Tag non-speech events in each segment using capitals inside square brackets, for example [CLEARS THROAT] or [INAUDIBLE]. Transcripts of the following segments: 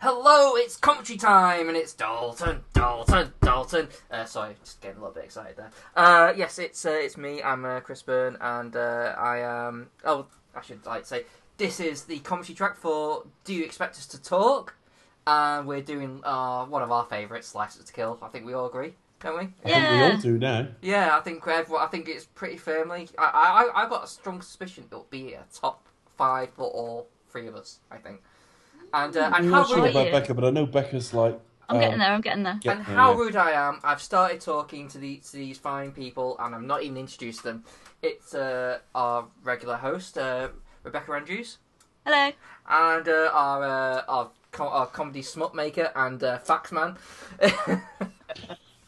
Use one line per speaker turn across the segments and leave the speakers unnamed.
Hello, it's commentary time, and it's Dalton, Dalton, Dalton. Uh, sorry, just getting a little bit excited there. Uh, yes, it's uh, it's me. I'm uh, Chris Byrne, and uh, I Um, oh, I should like say this is the commentary track for "Do You Expect Us to Talk?" And we're doing uh, one of our favourites, "Slices to Kill." I think we all agree, don't we?
I think we
Yeah.
all do now.
Yeah, I think everyone, I think it's pretty firmly. I I I- I've got a strong suspicion it'll be a top five for all three of us. I think. And uh, and
Hmm. I'm
how
not sure
rude,
about
you?
Becca, but I know Becca's like. um,
I'm
Oh.
getting there. I'm getting there.
get
and
there,
how
yeah.
rude I am! I've started talking to the to these fine people, and I've not even introduced them. It's uh, our regular host, uh, Rebecca Andrews,
Hello.
and uh, our uh, our, co- our comedy smut maker and uh, fax man. [LAUGHS]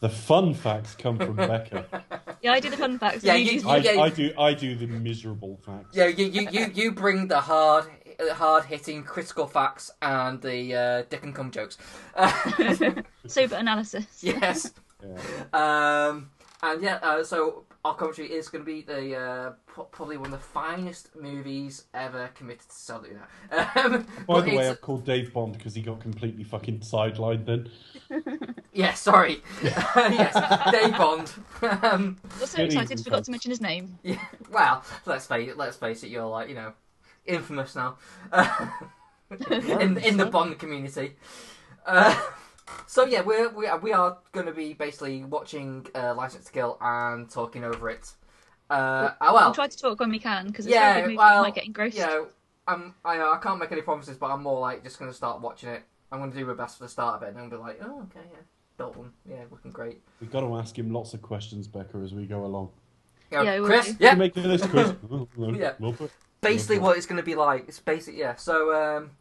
The fun facts come [LAUGHS] from Becca.
Yeah, I do the fun facts.
Yeah,
You
you-
do-
you-
I,
gave-
I do. I do the miserable facts.
Yeah, you you, you, you bring the hard hard hitting critical facts and the uh, dick and cum jokes. [LAUGHS]
[LAUGHS] Sober analysis.
yes.
Yeah.
Um, and yeah, uh, so our commentary is going to be the uh, pro- probably one of the finest movies ever committed to Saturday night. [LAUGHS] Um,
By
but
the way,
it's-
I've called Dave Bond because he got completely fucking sidelined. Then
yeah,
[LAUGHS]
sorry, [LAUGHS] yes, Day Bond. [LAUGHS] um,
We're so
Very
excited.
easy
Forgot
facts.
to mention his name.
yeah, well, let's face it, let's face it, you're like you know infamous now [LAUGHS] in in the Bond community. Uh, so yeah, we're we are, we are going to be basically watching uh, License to Kill and talking over it. Uh, oh, well,
We'll try to talk when we can because it's
Yeah,
a very good movie.
well,
we might get engrossed.
you know, I'm, I, I can't make any promises, but I'm more like just going to start watching it. I'm going to do my best for the start of it, and I'm be like, oh, okay, yeah, Dalton, yeah, looking great.
we've got to ask him lots of questions, Becca, as we go along.
You know,
Yeah, we'll
Chris,
do.
yeah,
You making this [LAUGHS] quiz? Oh, no,
Yeah.
we'll put-
basically what it's going to be like. It's basic, yeah. So, um,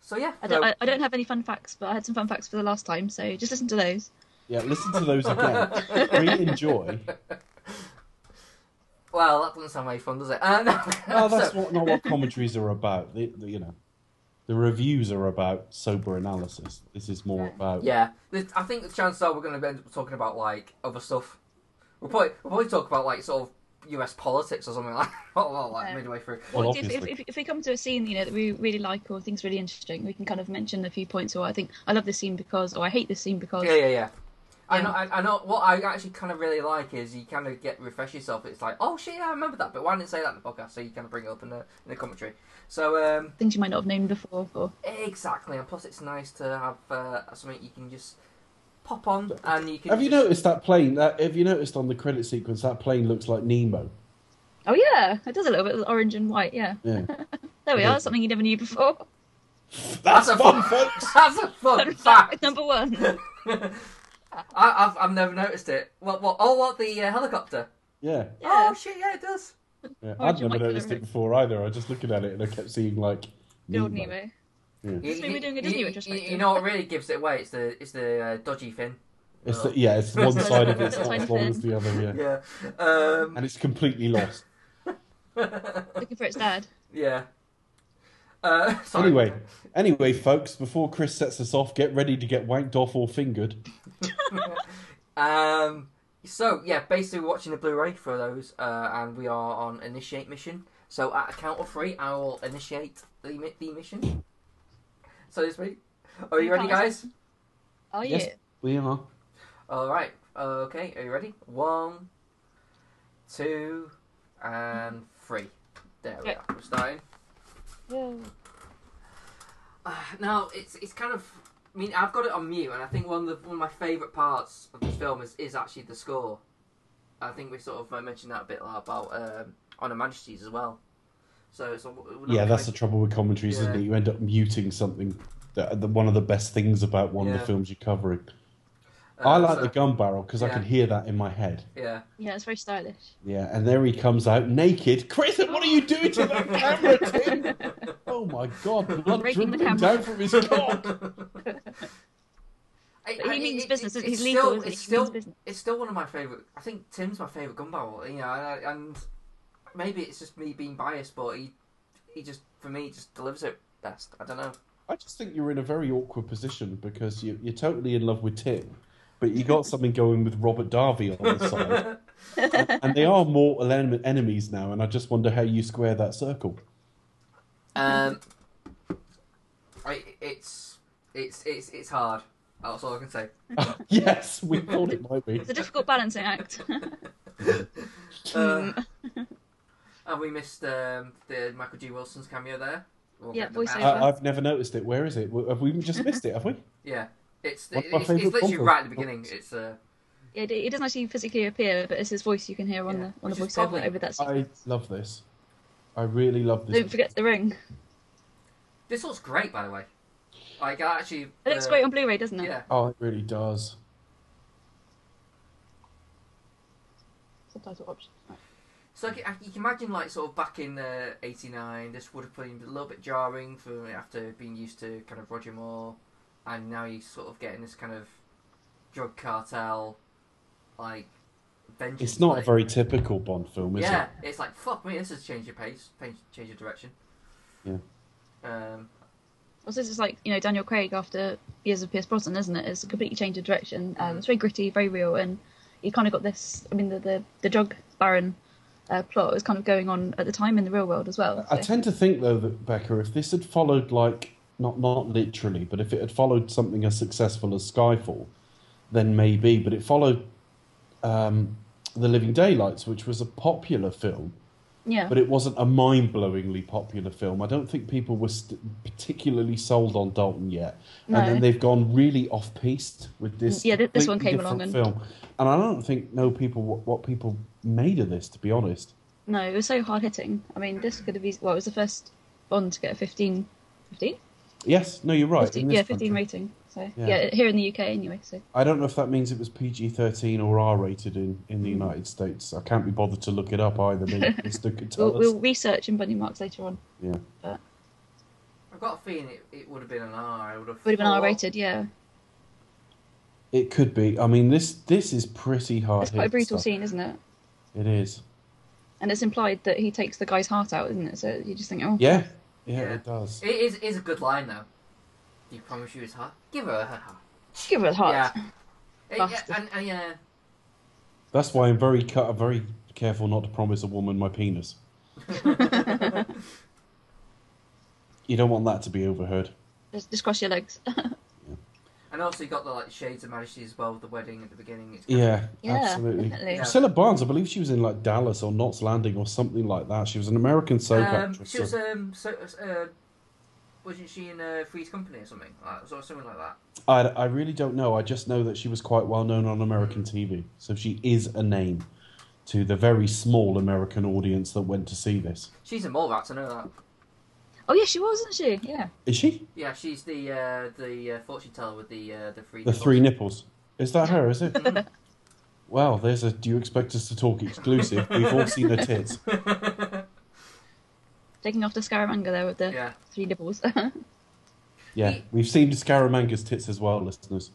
so yeah,
I don't,
so-
I, I don't have any fun facts, but I had some fun facts for the last time, so just listen to those.
yeah, listen to those [LAUGHS] again. we enjoy.
well, that doesn't sound very fun, does it? Uh, no. [LAUGHS]
No, Oh, that's
So-
what, not what commentaries are about. The, the, you know, the reviews are about sober analysis. This is more about
yeah, There's- I think the chances are we're going to end up talking about like other stuff. We'll probably, we'll probably talk about like sort of U.S. politics or something [LAUGHS] like well, like
Yeah.
midway through.
Well,
if, if,
obviously.
if, if we come to a scene, you know, that we really like or things really interesting, we can kind of mention a few points. Or I think I love this scene because, or I hate this scene because.
Yeah, yeah, yeah. I
Yeah.
know, I, I know. What I actually kind of really like is you kind of get refresh yourself. It's like, oh shit, yeah, I remember that, but why didn't I say that in the podcast? So you kind of bring it up in the in the commentary. So um,
Things you might not have known before. Or
exactly, and plus it's nice to have uh, something you can just pop on and you can.
Have you
just-
noticed that plane? That have you noticed on the credit sequence that plane looks like Nemo?
oh yeah, it does a little bit of orange and white. Yeah,
Yeah,
there we
Yeah.
are. Something you never knew before.
[LAUGHS] that's
a
fun, folks.
[LAUGHS] That's a
[LAUGHS]
fun fact. [LAUGHS]
number one.
I, I've I've never noticed it. What what? Oh, what the uh, helicopter?
Yeah,
Yeah.
Oh shit, yeah, it does.
yeah.
Or
I've
do
never
you like
noticed
colour
it before either. I was just looking at it and I kept seeing like
The
Nemo.
old Nemo. Does this mean we're doing a Disney
you, you,
retrospective?
you know what really gives it away? It's the it's the uh, dodgy fin.
It's the, yeah, it's one side of it's
Little
not as
tiny
long
fin.
as the other. Yeah,
Yeah. Um,
and it's completely lost.
Looking for its dad.
[LAUGHS] Yeah. Uh, [LAUGHS] sorry.
Anyway, anyway, folks. Before Chris sets us off, get ready to get wanked off or fingered.
Um. So yeah, basically we're watching the Blu-ray for those, uh, and we are on initiate mission. So at a count of three, I will initiate the mi- the mission. So this week, are you ready, guys?
Are you?
Yes. We are.
All right. Okay. Are you ready? One, two, and three. There we
Okay.
are. We're starting.
Whoa.
Uh, no, it's it's kind of. I mean, I've got it on mute, and I think one of the, one of my favourite parts of this film is, is actually the score. I think we sort of uh, mentioned that a bit about um, on Her Majesty's as well. So it's all- we're not
Yeah, that's the
like-
trouble with commentaries, isn't
Yeah.
it? You end up muting something. That, the, one of the best things about one of
Yeah.
the films you're covering.
uh,
I like
so-
the gun barrel because I
Yeah.
can hear that in my head.
Yeah.
Yeah, it's very stylish.
Yeah, and there he comes out naked. Chris, what are you doing to that [LAUGHS] camera, Tim?
[LAUGHS]
Oh my god, blood
Breaking the
dripping
camera.
down from his cock.
I-
But
I-
he means
it-
business.
it-
He's
it's
legal.
still-
isn't he?
it's
He
still
means business.
it's still one of my favorite. I think Tim's my favorite gun barrel. You know, and, I- and maybe it's just me being biased, but he he just for me just delivers it best. I don't know.
I just think you're in a very awkward position because you, you're totally in love with Tim, but you got something going with Robert Darby on the side.
[LAUGHS]
and, and they are mortal en- enemies now, and I just wonder how you square that circle.
Um, [LAUGHS] I, it's It's it's it's hard. That's all I can
[LAUGHS]
say.
[LAUGHS] yes, we thought it might be.
It's a difficult balancing act. [LAUGHS] Mm.
Uh, and we missed um, the Michael G. Wilson's cameo there. We'll
Yeah,
get them back.
voiceover.
I, I've never noticed it. Where is it? Have we just missed it? Have we?
Yeah, it's
One of
it's,
my
it's,
favourite
literally
combo.
right at the beginning. It's uh,
Yeah, it, it doesn't actually physically appear, but it's his voice you can hear on
Yeah,
the on the
which is
voiceover
probably-
over that.
I
sequence.
love this. I really love this.
Don't forget the ring.
this looks great, by the way. Like I actually,
It looks
uh,
great on Blu-ray, doesn't it?
Yeah,
Oh, it really does.
Subtitle option.
so I can, I- you can imagine like sort of back in uh, '89, this would have been a little bit jarring for after being used to kind of Roger Moore, and now you're sort of getting this kind of drug cartel, like vengeance.
It's not a
like-
very typical Bond film, is
yeah,
it?
it's like fuck me. This has changed your pace, change, change your direction.
Yeah.
Um,
Also, this is like you know Daniel Craig after years of Pierce Brosnan, isn't it? It's a completely change of direction.
Mm-hmm.
Um, it's very gritty, very real, and you kind of got this. I mean, the the, the drug baron uh, plot was kind of going on at the time in the real world as well.
I
so-
tend to think though that Becker, if this had followed like not not literally, but if it had followed something as successful as Skyfall, then maybe. But it followed um, The Living Daylights, which was a popular film,
yeah,
but it wasn't a mind-blowingly popular film. I don't think people were st- particularly sold on Dalton yet,
No.
and then they've gone really off-piste with this.
Yeah, th- this one
completely
came along
different film, and I don't think know people what, what people made of this. To be honest,
no, it was so hard hitting. I mean, this could have been well, it was the first Bond to get a 15, 15?
yes, no, you're right.
15
in this
yeah, 15
country.
rating. So
Yeah.
yeah. here in the UK anyway. So
I don't know if that means it was PG thirteen or R rated in, in the United States. I can't be bothered to look it up either. Maybe
[LAUGHS]
Mr. could tell
we'll,
us.
we'll research in Bunny Marks later on.
Yeah.
I've got a feeling it, it would have been an R. I would have
Would have been
thought.
R rated, yeah.
It could be. I mean, this this is pretty hard.
It's quite a
hit
brutal
stuff.
scene, isn't it?
It is.
And it's implied that he takes the guy's heart out, isn't it? So you just think, oh,
Yeah. Yeah,
Yeah.
it does.
It is, is a good line though. Do you promise you his heart? Give her her heart.
give her the heart.
Yeah. Eh, Yeah,
Bastard.
and, and yeah,
That's why I'm very cut. I'm very careful not to promise a woman my penis.
uh,
[LAUGHS]
You don't want that to be overheard.
Just, just cross your legs. [LAUGHS]
and also you got the like shades of majesty as well with the wedding at the beginning. It's kind
Yeah,
[LAUGHS] Yeah,
absolutely.
definitely.
Priscilla Barnes, I believe she was in like Dallas or Knots Landing or something like that. She was an American soap
of- Um,
actress.
she was um, so uh, wasn't she in uh, Freeze Company or something? Like, sort of something like that.
I, I really don't know. I just know that she was quite well known on American TV. So she is a name to the very small American audience that went to see this.
She's in Mallrats, I know that.
oh yeah, she was, wasn't she? Yeah.
Is she?
Yeah, she's the uh, the uh, fortune teller with the uh, the three.
The three
[LAUGHS]
nipples. Is that her, is it?
[LAUGHS]
Well, there's a do you expect us to talk exclusive? We've all seen her tits.
Taking off the Scaramanga there with the
yeah,
three [LAUGHS] nipples.
Yeah, we've seen Scaramanga's tits as well, listeners.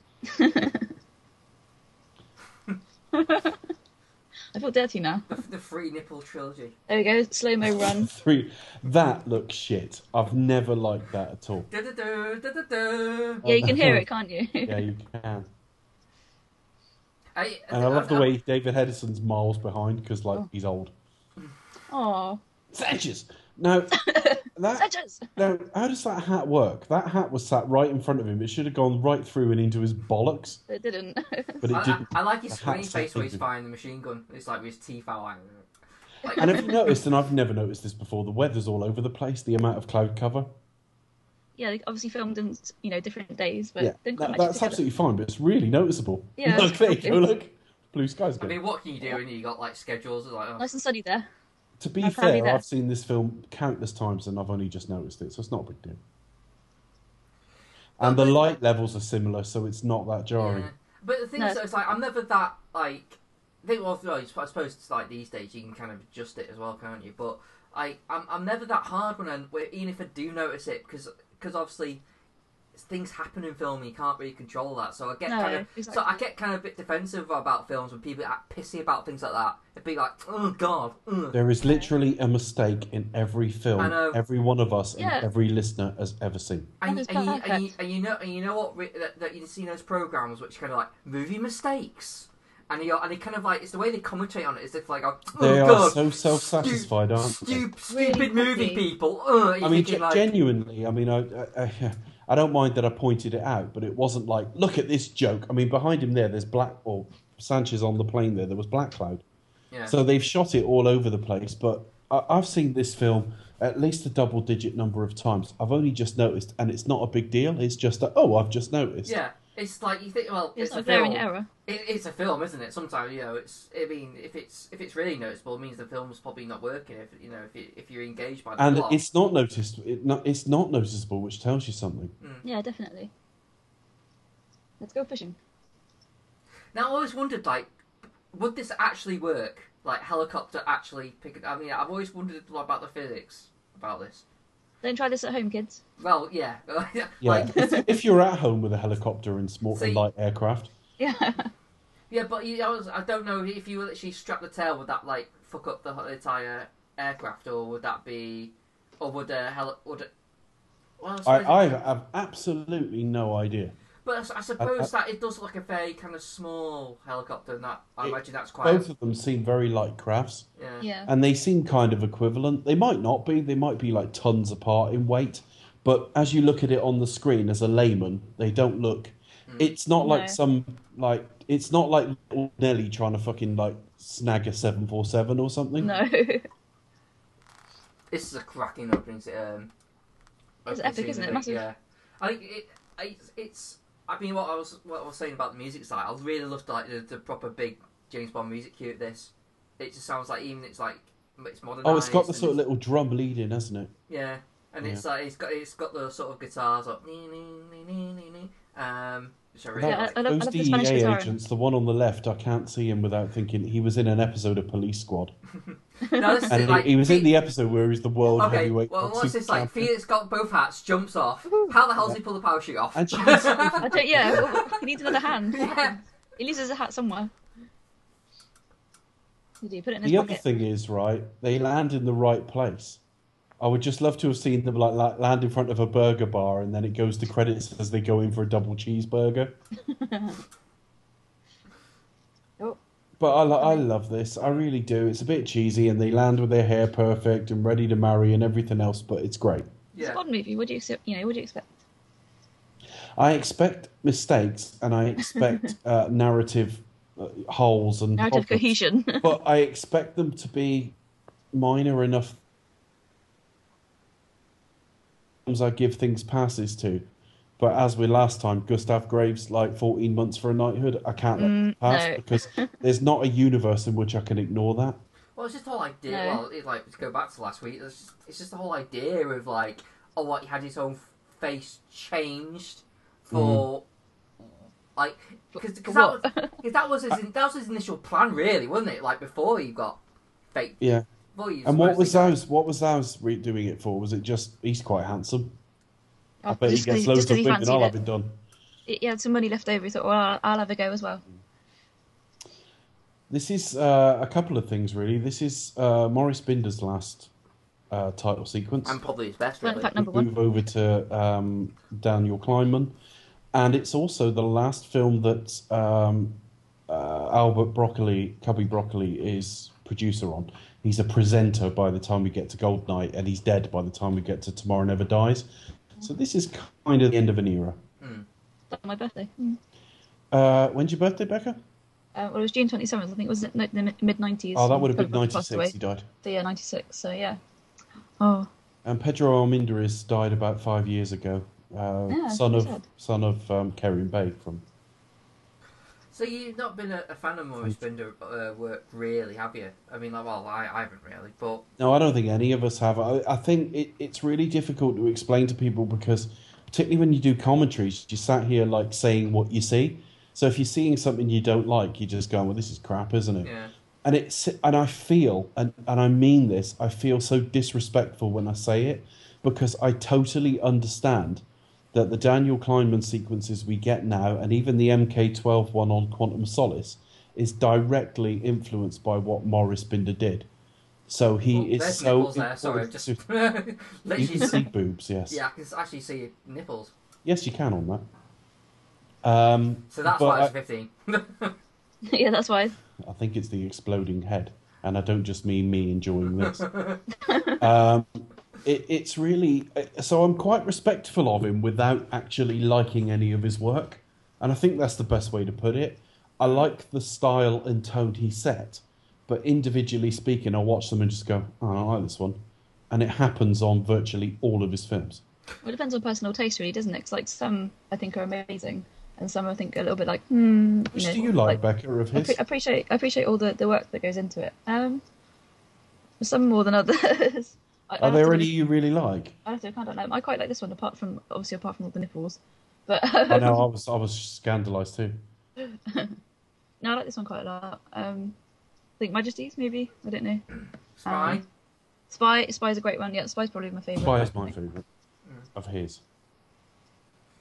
I feel dirty now.
the, the three nipple trilogy.
There we go,
[LAUGHS]
slow mo run.
Three. That looks shit. I've never liked that at all.
Da-da-da, da-da-da.
Oh,
Yeah, you can hear it, can't you? [LAUGHS]
Yeah, you can.
I,
And I love the
I-
way David Hedison's miles behind because, like,
Oh.
he's old.
[LAUGHS] Oh,
Sanchez.
[LAUGHS]
Now, that
Sanchez.
Now, how does that hat work? That hat was sat right in front of him. It should have gone right through and into his bollocks,
It didn't. [LAUGHS]
but it
I,
didn't.
I, I like his
The
screen
hat's
face where he's
taken.
firing the machine gun. It's like with his teeth out. Like, like-
And have you noticed, and I've never noticed this before, the weather's all over the place, the amount of cloud cover?
yeah, they obviously filmed in you know different days, but
yeah,
didn't quite
that-
match
that's
together.
absolutely fine, but it's really noticeable. [LAUGHS]
Yeah,
look,
it's
there you go,
obvious.
look. Blue sky's
I
good.
mean, what can you do when you got like schedules? It's like, oh.
Nice and sunny there.
to be
I'm proudly
fair,
there.
I've seen this film countless times and I've only just noticed it, so it's not a big deal. And the light levels are similar, so it's not that jarring.
Yeah. But the thing
No.
is, though, it's like I'm never that like. I think well, I suppose it's like these days you can kind of adjust it as well, can't you? But I, I'm, I'm never that hard when I'm, where- even if I do notice it, because because obviously things happen in film and you can't really control that. So I get
No,
kind of, so I
exactly.
get kind of a bit defensive about films when people act pissy about things like that. It'd be like, oh god, ugh."
There is literally a mistake in every
I
film,
know.
every one of us
Yeah.
and every listener has ever seen.
and,
That is
and, you, and, you,
perfect.
and you know and you know what re- that, that you see in those programs which kind of like movie mistakes and you and they kind of like it's the way they commentate on it is if like oh,
They
oh,
are
God,
so self-satisfied, aren't they?
stu-
Really
stupid movie
happy.
people Ugh,
I
you're
mean,
thinking,
ge-
like,
genuinely, I mean, I, I, I, I don't mind that I pointed it out, but it wasn't like, look at this joke. I mean, behind him there, there's Black or Sanchez on the plane there. There was Black Cloud.
Yeah.
So they've shot it all over the place, but I- I've seen this film at least a double digit number of times. I've only just noticed, and it's not a big deal. It's just a, oh, I've just noticed.
yeah. It's like you think. Well,
It's,
it's,
not
a
a glaring
film.
error.
It, it's a film, isn't it? Sometimes you know, it's. I mean, if it's if it's really noticeable, it means the film's probably not working. If you know, if you, if you're engaged by the
And
plot.
it's not noticed. It not, it's not noticeable, which tells you something.
Yeah, definitely. Let's go fishing.
Now I always wondered, like, would this actually work? Like, helicopter actually pick? I mean, I've always wondered about the physics about this.
Don't try this at
[LAUGHS]
home, kids.
Well, yeah,
Yeah.
[LAUGHS] like,
if, if you're at home with a helicopter and small
See-
and light aircraft,
Yeah.
yeah, but you, I, was, I don't know if you literally strap the tail, would that like fuck up the whole entire aircraft, or would that be, or would a heli? Would it, well, I
I,
suppose,
I have absolutely no idea.
but I s- I, suppose that it does look like a very kind of small helicopter, and that I
It-
imagine that's quite.
Both of them seem very light crafts,
yeah.
yeah.
and they seem kind of equivalent. They might not be. They might be like tons apart in weight, but as you look at it on the screen as a layman, they don't look.
Hmm.
It's not
No.
like some like. It's not like little Nelly trying to fucking like snag a seven four seven or something.
No. [LAUGHS] it's
This is a cracking opening. Um, opening
epic,
scene,
isn't it?
I think,
Massive.
Yeah, I think it, I, it's. I mean, what I was what I was saying about the music side, I really loved like the, the proper big James Bond music cue. at This, it just sounds like even it's like it's modern.
Oh, it's got the sort of little drum lead in, hasn't it?
yeah, and it's like it's got it's got the sort of guitars like nee, nee, nee, nee, nee, nee. um, which I really
Yeah, [LAUGHS]
like.
I love- I
Those
love the
DEA
Spanish guitar.
E agents, the one on the left, I can't see him without thinking he was in an episode of Police Squad.
No, this is
And he-
like
he was in
Fe-
the episode where he's the world
Okay, well,
heavyweight.
what's
boxing
this like?
champion.
Felix got both hats, jumps off. How the hell does he pull the parachute off?
And she was-
I don't, yeah. well, He needs another hand.
[LAUGHS] Yeah.
He loses a hat somewhere. Did he put it in his
The other
pocket?
thing is, right, they land in the right place. I would just love to have seen them like, la- land in front of a burger bar, and then it goes to credits as they go in for a double cheeseburger.
[LAUGHS] Oh.
But I, lo- I love this. I really do. It's a bit cheesy, and they land with their hair perfect and ready to marry and everything else. But it's great.
It's a
[LAUGHS] yeah.
Bond movie. What do you expect? You know, what do you expect?
I expect mistakes, and I
[LAUGHS]
expect uh, narrative uh, holes and problems.
Narrative cohesion. [LAUGHS]
but I expect them to be minor enough. Sometimes I give things passes to, but as with last time, Gustav Graves like fourteen months for a knighthood. I can't let
Mm,
it pass
no. [LAUGHS]
because there's not a universe in which I can ignore that.
Well, it's just the whole idea.
No.
Well, it, like to go back to last week, it's just, it's just the whole idea of like, oh, what he had his own face changed for,
Mm.
like, because
For
that,
what?
was- 'cause that
[LAUGHS]
was his that was his initial plan, really, wasn't it? Like before he got fake.
Yeah.
Before he
And what was
supposedly
those? What was those re- doing it for? Was it just he's quite handsome? I
Oh,
bet he
just 'cause
gets
just
loads
'cause
of
he
women.
fancied
I'll
it.
have it done.
He- He had some money left over. He thought, well, I'll, I'll have a go as well.
This is uh, a couple of things really. This is uh, Maurice Binder's last uh, title sequence.
got- and probably his best.
Well, in
Really.
fact, number
we move over to um, Daniel Kleinman, and it's also the last film that um, uh, Albert Broccoli, Cubby Broccoli, is producer on. He's a presenter by the time we get to Gold Night, and he's dead by the time we get to Tomorrow Never Dies. So this is kind of the end of an era.
That's my birthday.
Hmm.
Mm.
Uh, when's your birthday, Becca?
Uh, well, it was June 27th, I think, it was it? No, the mid 90s.
Oh, that would have been
Probably passed
96. He
away.
died.
So, yeah, 96. So, yeah. Oh, [LAUGHS]
And Pedro Almendariz died about five years ago. Uh,
Yeah,
son
that's
of
sad.
son of um, Kerry and Bay from
So you've not been a, a fan of Maurice Binder uh, work, really, have you? I mean, like, well, I, I haven't really, but
No, I don't think any of us have. I, I think it, it's really difficult to explain to people because, particularly when you do commentaries, you sat here like saying what you see. So if you're seeing something you don't like, you're just going, "Well, this is crap, isn't it?"
yeah.
And it's and I feel and and I mean this. I feel so disrespectful when I say it because I totally understand that the Daniel Kleinman sequences we get now, and even the MK12 one on Quantum Solace, is directly influenced by what Morris Binder did. So he
Oh,
is
there's
so
nipples there. Sorry, I've
important
just [LAUGHS]
to-
literally.
you can see boobs, yes.
[LAUGHS] Yeah, I can actually see your nipples.
Yes, you can on that. Um,
So that's
but
why I
I,
was [LAUGHS] 15.
Um, yeah, that's why.
I think it's the exploding head, and I don't just mean me enjoying this. um, it, it's really uh, so I'm quite respectful of him without actually liking any of his work, and I think that's the best way to put it. I like the style and tone he set, but individually speaking, I watch them and just go, oh, "I like this one," and it happens on virtually all of his films.
Well, it depends on personal taste, really, doesn't it? 'Cause, like some I think are amazing, and some I think are a little bit like, hmm.
Which
know,
do you like, Becca, of
I
his?
appre- appreciate I appreciate all the, the work that goes into it. Um, some more than others. [LAUGHS] I,
Are
I
there
have to
any
really-
you really
[LAUGHS]
like?
I have to kind of know. I quite like this one, apart from obviously apart from all the nipples. But
I know I was I was scandalised too.
[LAUGHS] no, I like this one quite a lot. Um, I think Majesties, maybe I don't know.
Spy.
Um, Spy, Spy's a great one. Yeah, Spy's probably my favourite.
Spy is my favourite of his.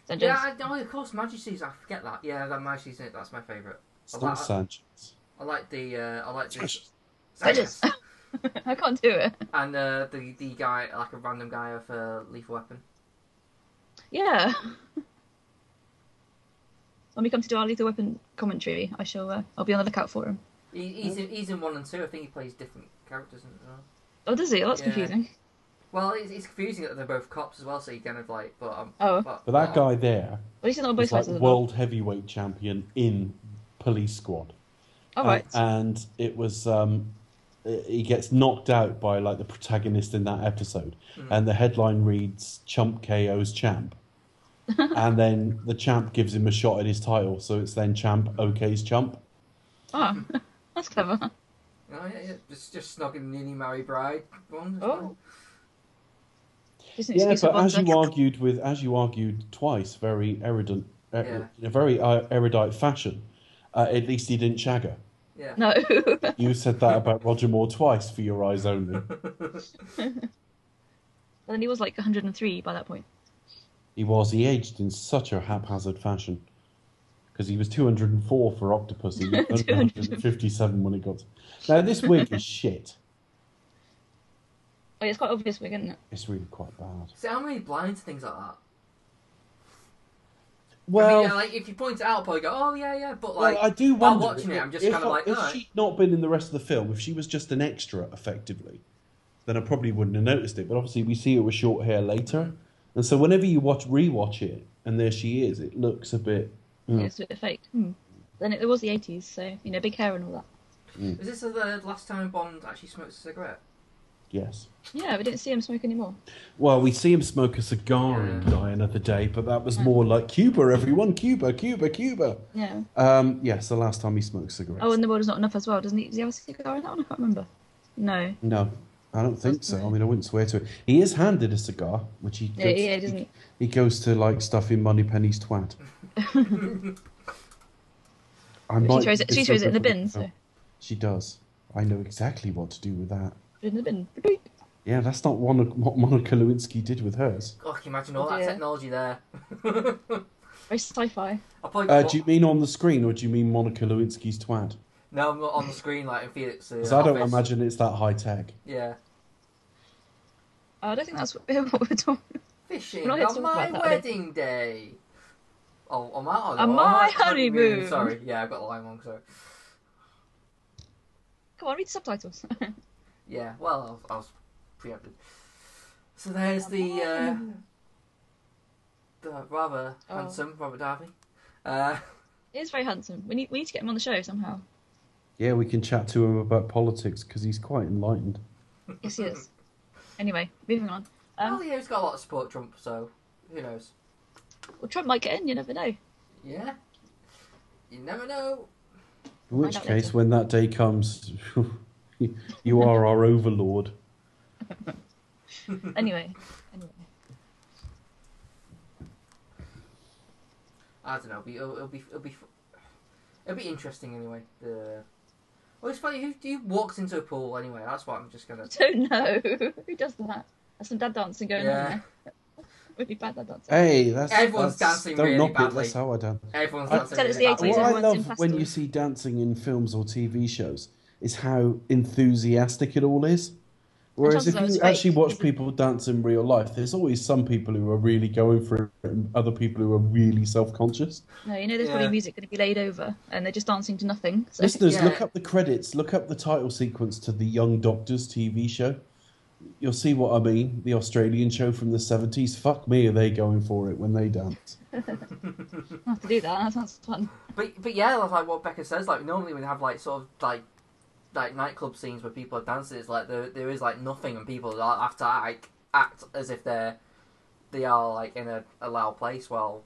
Dungeons.
yeah, I, oh, of course, Majesty's. I forget that. Yeah, that Majesty's in it. That's my favourite. I
It's
like-
not Sanchez.
I like the. Uh, I like the.
Sanchez.
Sanchez. [LAUGHS] I can't do it.
and uh, the the guy, like a random guy of uh, Lethal Weapon.
Yeah. [LAUGHS] When we come to do our lethal weapon commentary, I shall. Uh, I'll be on the lookout for him.
He, he's, in, he's in one and two. I think he plays different characters. In, uh,
Oh, does he? Oh, that's
Yeah.
confusing.
well, it's, it's confusing that they're both cops as well. So you kind of like, but um,
Oh,
but,
But that
uh,
guy there
at least he's not on both
was like
sides of the
world heavyweight champion in police squad.
All right.
Uh, and it was um, he gets knocked out by like the protagonist in that episode,
Hmm.
and the headline reads "Chump KO's
[LAUGHS]
Champ," and then the champ gives him a shot at his title, so it's then Champ OK's Chump.
Oh, [LAUGHS] that's clever.
Oh, yeah, yeah, just just snogging Nini Mary Bride. One, that's
Oh.
fine.
Just an
Yeah,
excuse for
but as
Bonzo.
you argued with, as you argued twice, very erudite, er,
Yeah.
in a very uh, erudite fashion. Uh, at least he didn't shag her.
yeah.
[LAUGHS] No.
You said that about Roger Moore twice for your eyes only.
But then he was like 103 by that point.
He was. He aged in such a haphazard fashion because he was 204 for Octopus. He was only 157 when he got. Now this wig is shit.
Oh, yeah, it's quite obvious wig, isn't it?
It's really quite bad.
See how many blinds things like that. I
Well,
mean, yeah, like if you point it out, I'll probably go, oh yeah, yeah. But
well,
like,
I do
while
wonder.
watching it, I'm just
if,
kind of like,
if
oh,
she'd not been in the rest of the film, if she was just an extra, effectively, then I probably wouldn't have noticed it. But obviously, we see it with short hair later, and so whenever you watch rewatch it, and there she is, it looks a bit. Mm.
Yeah, It's a bit fake. Hmm. Then it, it was the 80s, so, you know, big hair and all that.
is this the last time Bond actually smokes a cigarette?
Yes.
Yeah, we didn't see him smoke anymore.
Well, we see him smoke a cigar in
Yeah.
Die Another Day, but that was more like Cuba, everyone. Cuba, Cuba, Cuba.
Yeah.
Um, yes, the last time he smoked cigarettes.
Oh, and the world is not enough as well, doesn't he? Does he have a cigar in that one? I can't remember. No.
No, I don't think so. I mean, I wouldn't swear to it. He is handed a cigar, which he
Yeah,
goes-
yeah, he doesn't.
He goes to like stuff in Moneypenny's twat.
[LAUGHS]
I
She
might
throws it,
be
she
so
throws it in the bin,
different. Oh,
so.
She does. I know exactly what to do with that.
In the bin. Bloop.
Yeah, that's not one of what Monica Lewinsky did with hers.
God, can you imagine all that
Yeah.
technology there? [LAUGHS]
Very sci fi.
I'll probably
Uh, do you mean on the screen or do you mean Monica Lewinsky's twat?
No, I'm not on the screen like in Felix. Uh,
Because I don't
office.
imagine it's that high tech.
Yeah.
Uh, I don't think that's [LAUGHS] what what we're talking
Fishing
We're not here to
on
talk
my
about that, are we?
wedding day. Oh, on my, oh,
On
[LAUGHS]
my honeymoon.
Sorry, yeah, I've got the line wrong. Sorry.
Come on, read
[LAUGHS]
the subtitles.
Yeah, well, I was, I was preempted. So there's the uh, the rather
Oh.
handsome Robert Darby. Uh,
he is very handsome. We need, we need to get him on the show somehow.
Yeah, we can chat to him about politics because he's quite enlightened.
Yes, he is. Anyway, moving on.
well,
Um,
yeah, he's got a lot of support Trump, so who knows?
well, Trump might get in, you never know.
Yeah, you never know.
In which
not
case,
later.
when that day comes, [LAUGHS] you are our overlord.
Anyway, anyway. [LAUGHS]
I don't know. It'll be it'll, it'll be it'll be f- it'll be interesting anyway. The well, it's funny who, who walks into a pool anyway. That's what I'm just gonna.
I don't know. [LAUGHS] Who does that? That's some dad dancing going on
Yeah,
there. [LAUGHS] Really bad dad dancing.
Hey, that's
Everyone's
that's-
dancing
Don't
really
knock it.
badly.
That's how I dance.
everyone's
I-
dancing.
Said it's
really
the
badly.
Please,
What I
everyone's in
love when you
plastic.
see dancing in films or TV shows is how enthusiastic it all is. Whereas if
Sometimes
you
it's fake.
actually watch people dance in real life, there's always some people who are really going for it and other people who are really self conscious.
No, you know there's
Yeah.
probably music going to be laid over, and they're just dancing to nothing. So
Listeners,
Yeah.
look up the credits, look up the title sequence to the Young Doctors TV show, You'll see what I mean. The Australian show from the 70s. Fuck me, are they going for it when they dance?
I'll have to do that. [LAUGHS] That sounds fun.
But but yeah, like what Becca says, like normally we have like sort of like like nightclub scenes where people are dancing. It's like there there is like nothing, and people are- have to like act as if they're they are like in a, a loud place. Well,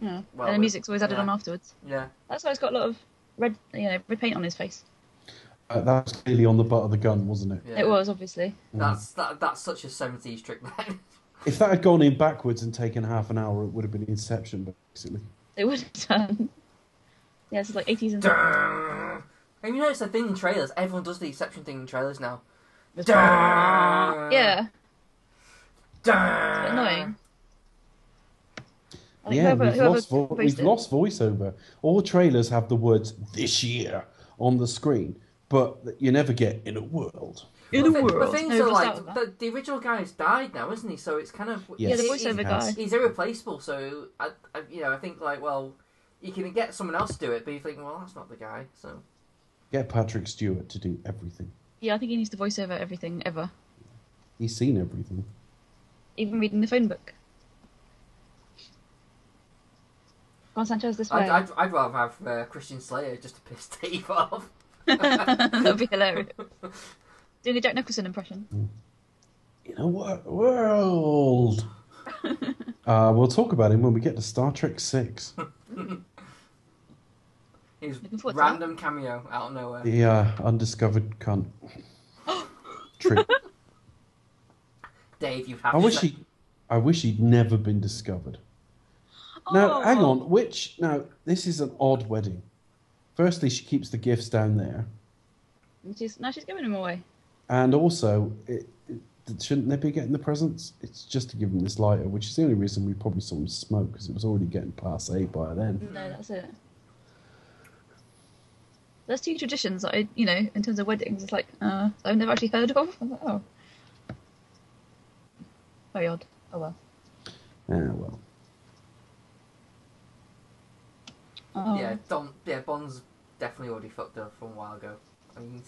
Yeah.
Well,
and
we-
the music's always added
yeah.
on afterwards.
yeah,
That's why he's got a lot of red, you know, red paint on his face.
Uh, that was clearly on the butt of the gun, wasn't it?
yeah.
It was obviously.
That's that, that's such a seventies trick. man. [LAUGHS]
If that had gone in backwards and taken half an hour, it would have been Inception, basically.
It would have done. [LAUGHS] Yeah, it's like 80s and
Durr. Have you noticed the thing in trailers? Everyone does the exception thing in trailers now. Durr.
Yeah,
Durr.
it's a bit annoying. I think
yeah,
whoever-
we've,
whoever
lost vo-
voiced
we've
it-
lost voiceover. All trailers have the words "this year" on the screen, but you never get "in a world."
In
But
a
thi- but
world.
things
No,
are
just out
like
of that.
the, the original guy's died now, isn't he? So it's kind of
Yeah,
Yes.
the
he's-
voiceover
Yes.
guy.
He's irreplaceable, so I, I, you know, I think like, well, you can get someone else to do it, but you think, well, that's not the guy. So
Get Patrick Stewart to do everything.
Yeah, I think he needs to voice over everything ever,
He's seen everything.
even reading the phone book. Juan Sanchez this way.
I'd, I'd, I'd rather have uh, Christian Slayer just to piss [LAUGHS] Dave off.
[LAUGHS] That'd be
[LAUGHS]
hilarious. Doing a Jack Nicholson impression.
In a wor- world. uh, we'll talk about him when we get to Star Trek Six.
His
Looking forward to that.
random cameo out of nowhere.
The uh, undiscovered cunt. True.
Dave, you have.
I
to
wish
let-
he, I wish he'd never been discovered. Now, hang
Oh.
on. Which now this is an odd wedding. Firstly, she keeps the gifts down there,
And She's, now she's giving him away.
and also, it, it- shouldn't they be getting the presents? It's just to give them this lighter, which is the only reason we probably saw him smoke because it was already getting past eight by then.
No, that's it. There's two traditions that I, you know, in terms of weddings, it's like uh, I've never actually heard of. [LAUGHS] I'm like, oh, very odd. Oh well.
Ah, well,
Oh.
Yeah, Don, yeah, Bond's definitely already fucked up from a while ago. I mean, you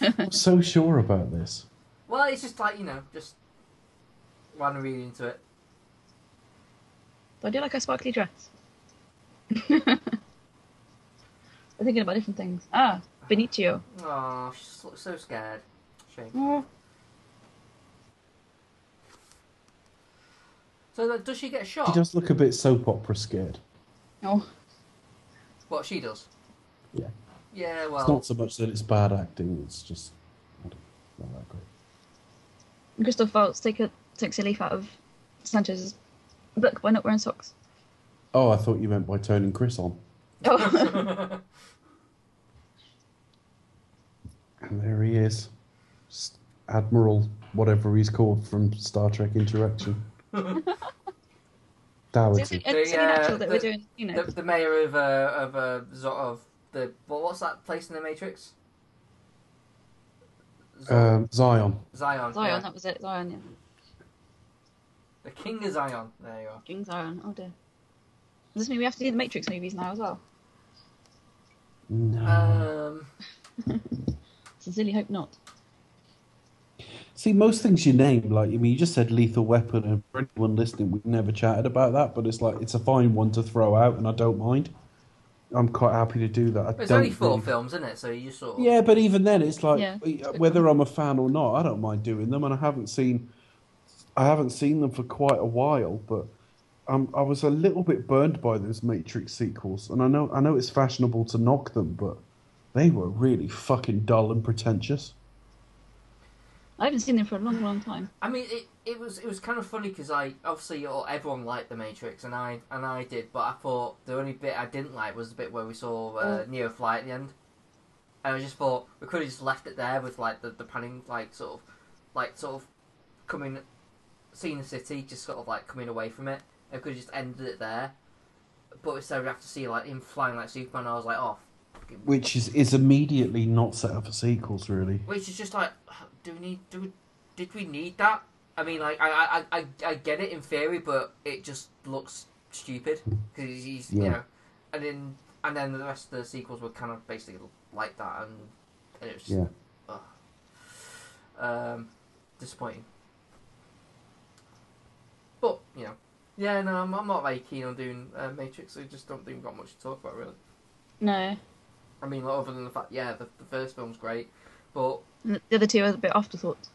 can tell.
I'm so sure about this.
Well, it's just like you know, just random reading into it.
[LAUGHS] But I do like her sparkly dress. [LAUGHS] I'm thinking about different things. Ah, Benicio.
Oh, she just looks so scared. Shame.
Oh,
So like, does she get [LAUGHS] shot?
She does look a bit soap opera scared.
no.
What she does?
Yeah.
Yeah.
It's
Well.
not so much that it's bad acting; it's just I don't- not that great.
And Christoph Waltz take a, takes a leaf out of Sanchez's book by not wearing socks.
Oh, I thought you meant by turning Chris on.
[LAUGHS] Oh.
And there he is. S- Admiral, whatever he's called from Star Trek
[LAUGHS]
Interaction.
so it's,
Dowager.
it's only
The, uh,
natural that we're
the-
doing, you
[LAUGHS]
know.
the, the mayor of uh, of uh, sort of the what, what's that place in the Matrix? Z-
Um, Zion.
Zion.
Zion,
yeah.
that was it. Zion, yeah.
The king of Zion. There you are.
King Zion. Oh dear. Does this mean we have to do the Matrix movies now as well?
No.
Um,
Sincerely hope not.
See, most things you name, like, I mean, you just said Lethal Weapon, and for anyone listening, we've never chatted about that, but it's like, it's a fine one to throw out, and I don't mind. I'm quite happy to do that. I
it's
don't
only four
really-
films, isn't it? So you sort of
Yeah, but even then, it's like e,
Yeah.
whether I'm a fan or not, I don't mind doing them, and I haven't seen, I haven't seen them for quite a while. But um, I was a little bit burned by those Matrix sequels, and I know I know it's fashionable to knock them, but they were really fucking dull and pretentious.
I haven't seen them for a long, long time.
I mean, it, it was it was kind of funny because I obviously all, everyone liked the Matrix and I and I did, but I thought the only bit I didn't like was the bit where we saw uh, Neo fly at the end, and I just thought we could have just left it there with like the the panning like sort of like sort of coming, seeing the city just sort of like coming away from it. I could have just ended it there, but instead we have to see like him flying like Superman. I was like, oh, fucking-
Which is, is immediately not set up for sequels, really.
which is just like, do we need do we, did we need that? I mean, like I I, I I get it in theory, but it just looks stupid because he's, he's you
Yeah.
know, and then and then the rest of the sequels were kind of basically like that, and, and it was just,
Yeah.
um, disappointing. But you know, yeah, no, I'm, I'm not very keen on doing uh, Matrix. I just don't think we've got much to talk about really.
No,
I mean, like, other than the fact, yeah, the, the first film's great, but
the other two are a bit afterthoughts.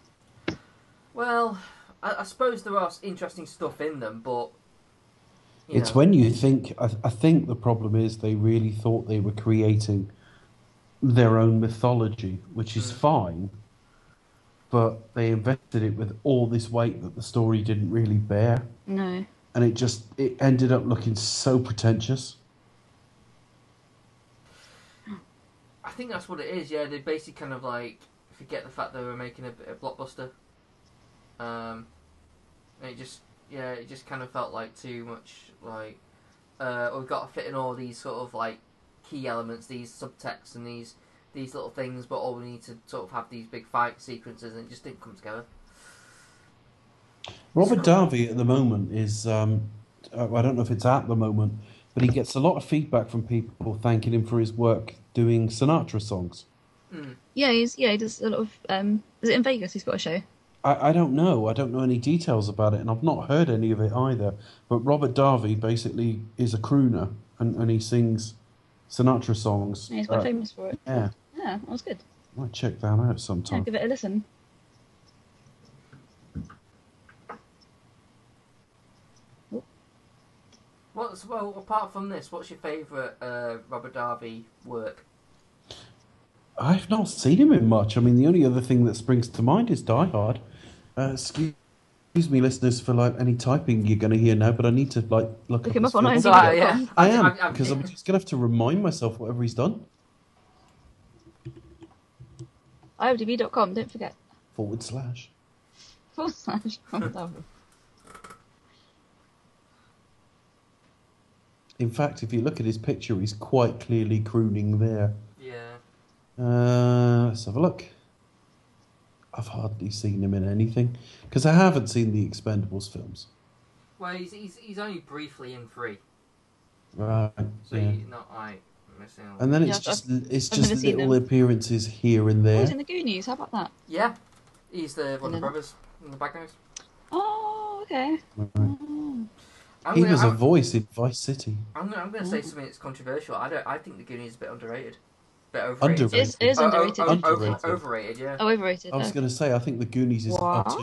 well, I, I suppose there are s- interesting stuff in them, but you
It's
know,
when you think. I, I think the problem is they really thought they were creating their own mythology, which is
Mm.
fine, but they invested it with all this weight that the story didn't really bear,
No,
and it just it ended up looking so pretentious.
I think that's what it is. Yeah, they basically kind of like forget the fact they were making a, a blockbuster. Um, and it just yeah, it just kind of felt like too much like uh, we've got to fit in all these sort of like key elements, these subtexts and these these little things, but all we need to sort of have these big fight sequences, and it just didn't come together.
Robert Darby at the moment is, um, uh, I don't know if it's at the moment, but he gets a lot of feedback from people thanking him for his work doing Sinatra songs.
Mm.
yeah, he's yeah, he does a lot of. Um, is it in Vegas? He's got a show.
I, I don't know. I don't know any details about it, and I've not heard any of it either. But Robert Darby basically is a crooner, and, and he sings Sinatra songs.
Yeah, he's quite
Uh,
famous for it.
yeah,
Yeah, that was good.
I might check that out
Yeah,
sometime.
give it a listen.
What's well apart from this? What's your favourite uh, Robert Darby work?
I've not seen him in much. I mean, the only other thing that springs to mind is Die Hard. Uh, excuse, excuse me, listeners, for like any typing you're going to hear now, but I need to like look,
Look him
his
up on
films.
IMDb.
Ah, yeah.
I
I'm-
am
I'm-
because I'm just going to have to remind myself whatever he's done.
IMDb.com. Don't forget. [LAUGHS]
Forward slash.
Forward slash. Robert Darby.
In fact, if you look at his picture, he's quite clearly crooning there.
Yeah.
Uh, let's have a look. I've hardly seen him in anything because I haven't seen the Expendables films.
Well, he's, he's, he's only briefly in three,
Right.
so
Yeah.
you're not like missing. out.
And then it's
Yeah,
just it's
I've
just
never seen
little appearances here and
Oh,
there.
he's in the Goonies. How about that?
Yeah, he's the one of the
And then-
brothers in the background.
Oh, okay.
Right.
Mm.
I'm
He
gonna,
was a
I'm,
voice in Vice City.
I'm gonna, I'm gonna say something that's controversial. I don't. I think the Goonies is a bit underrated. bit overrated.
Underrated.
It is, it is
Oh, oh,
underrated.
oh, over-
Underrated.
overrated. Yeah.
Oh, overrated.
uh, I was
no.
going to say I think the Goonies is
What?
utter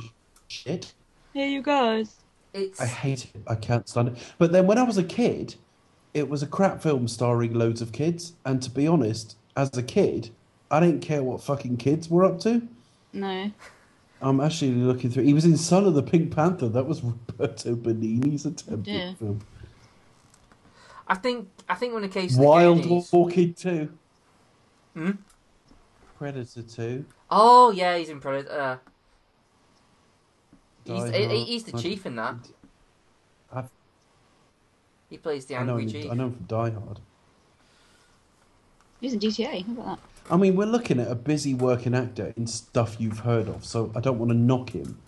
shit.
Here you guys.
It's
I hate it. I can't stand it. But then when I was a kid, it was a crap film starring loads of kids. And to be honest, as a kid, I didn't care what fucking kids were up to.
No.
I'm actually looking through. He was in Son of the Pink Panther. That was Roberto Benigni's attempt at
Yeah.
film.
I think. I think when the case of the
Wild
Goonies-
Walking 2.
Hmm?
Predator 2.
Oh yeah, he's in Predator. Uh, he's,
Die
he-
Hard.
he- he's the chief in that.
I've-
He plays the
I know,
angry
him,
chief.
I know him from Die Hard.
He's in GTA. How about
I mean, we're looking at a busy working actor in stuff you've heard of, so I don't want to knock him,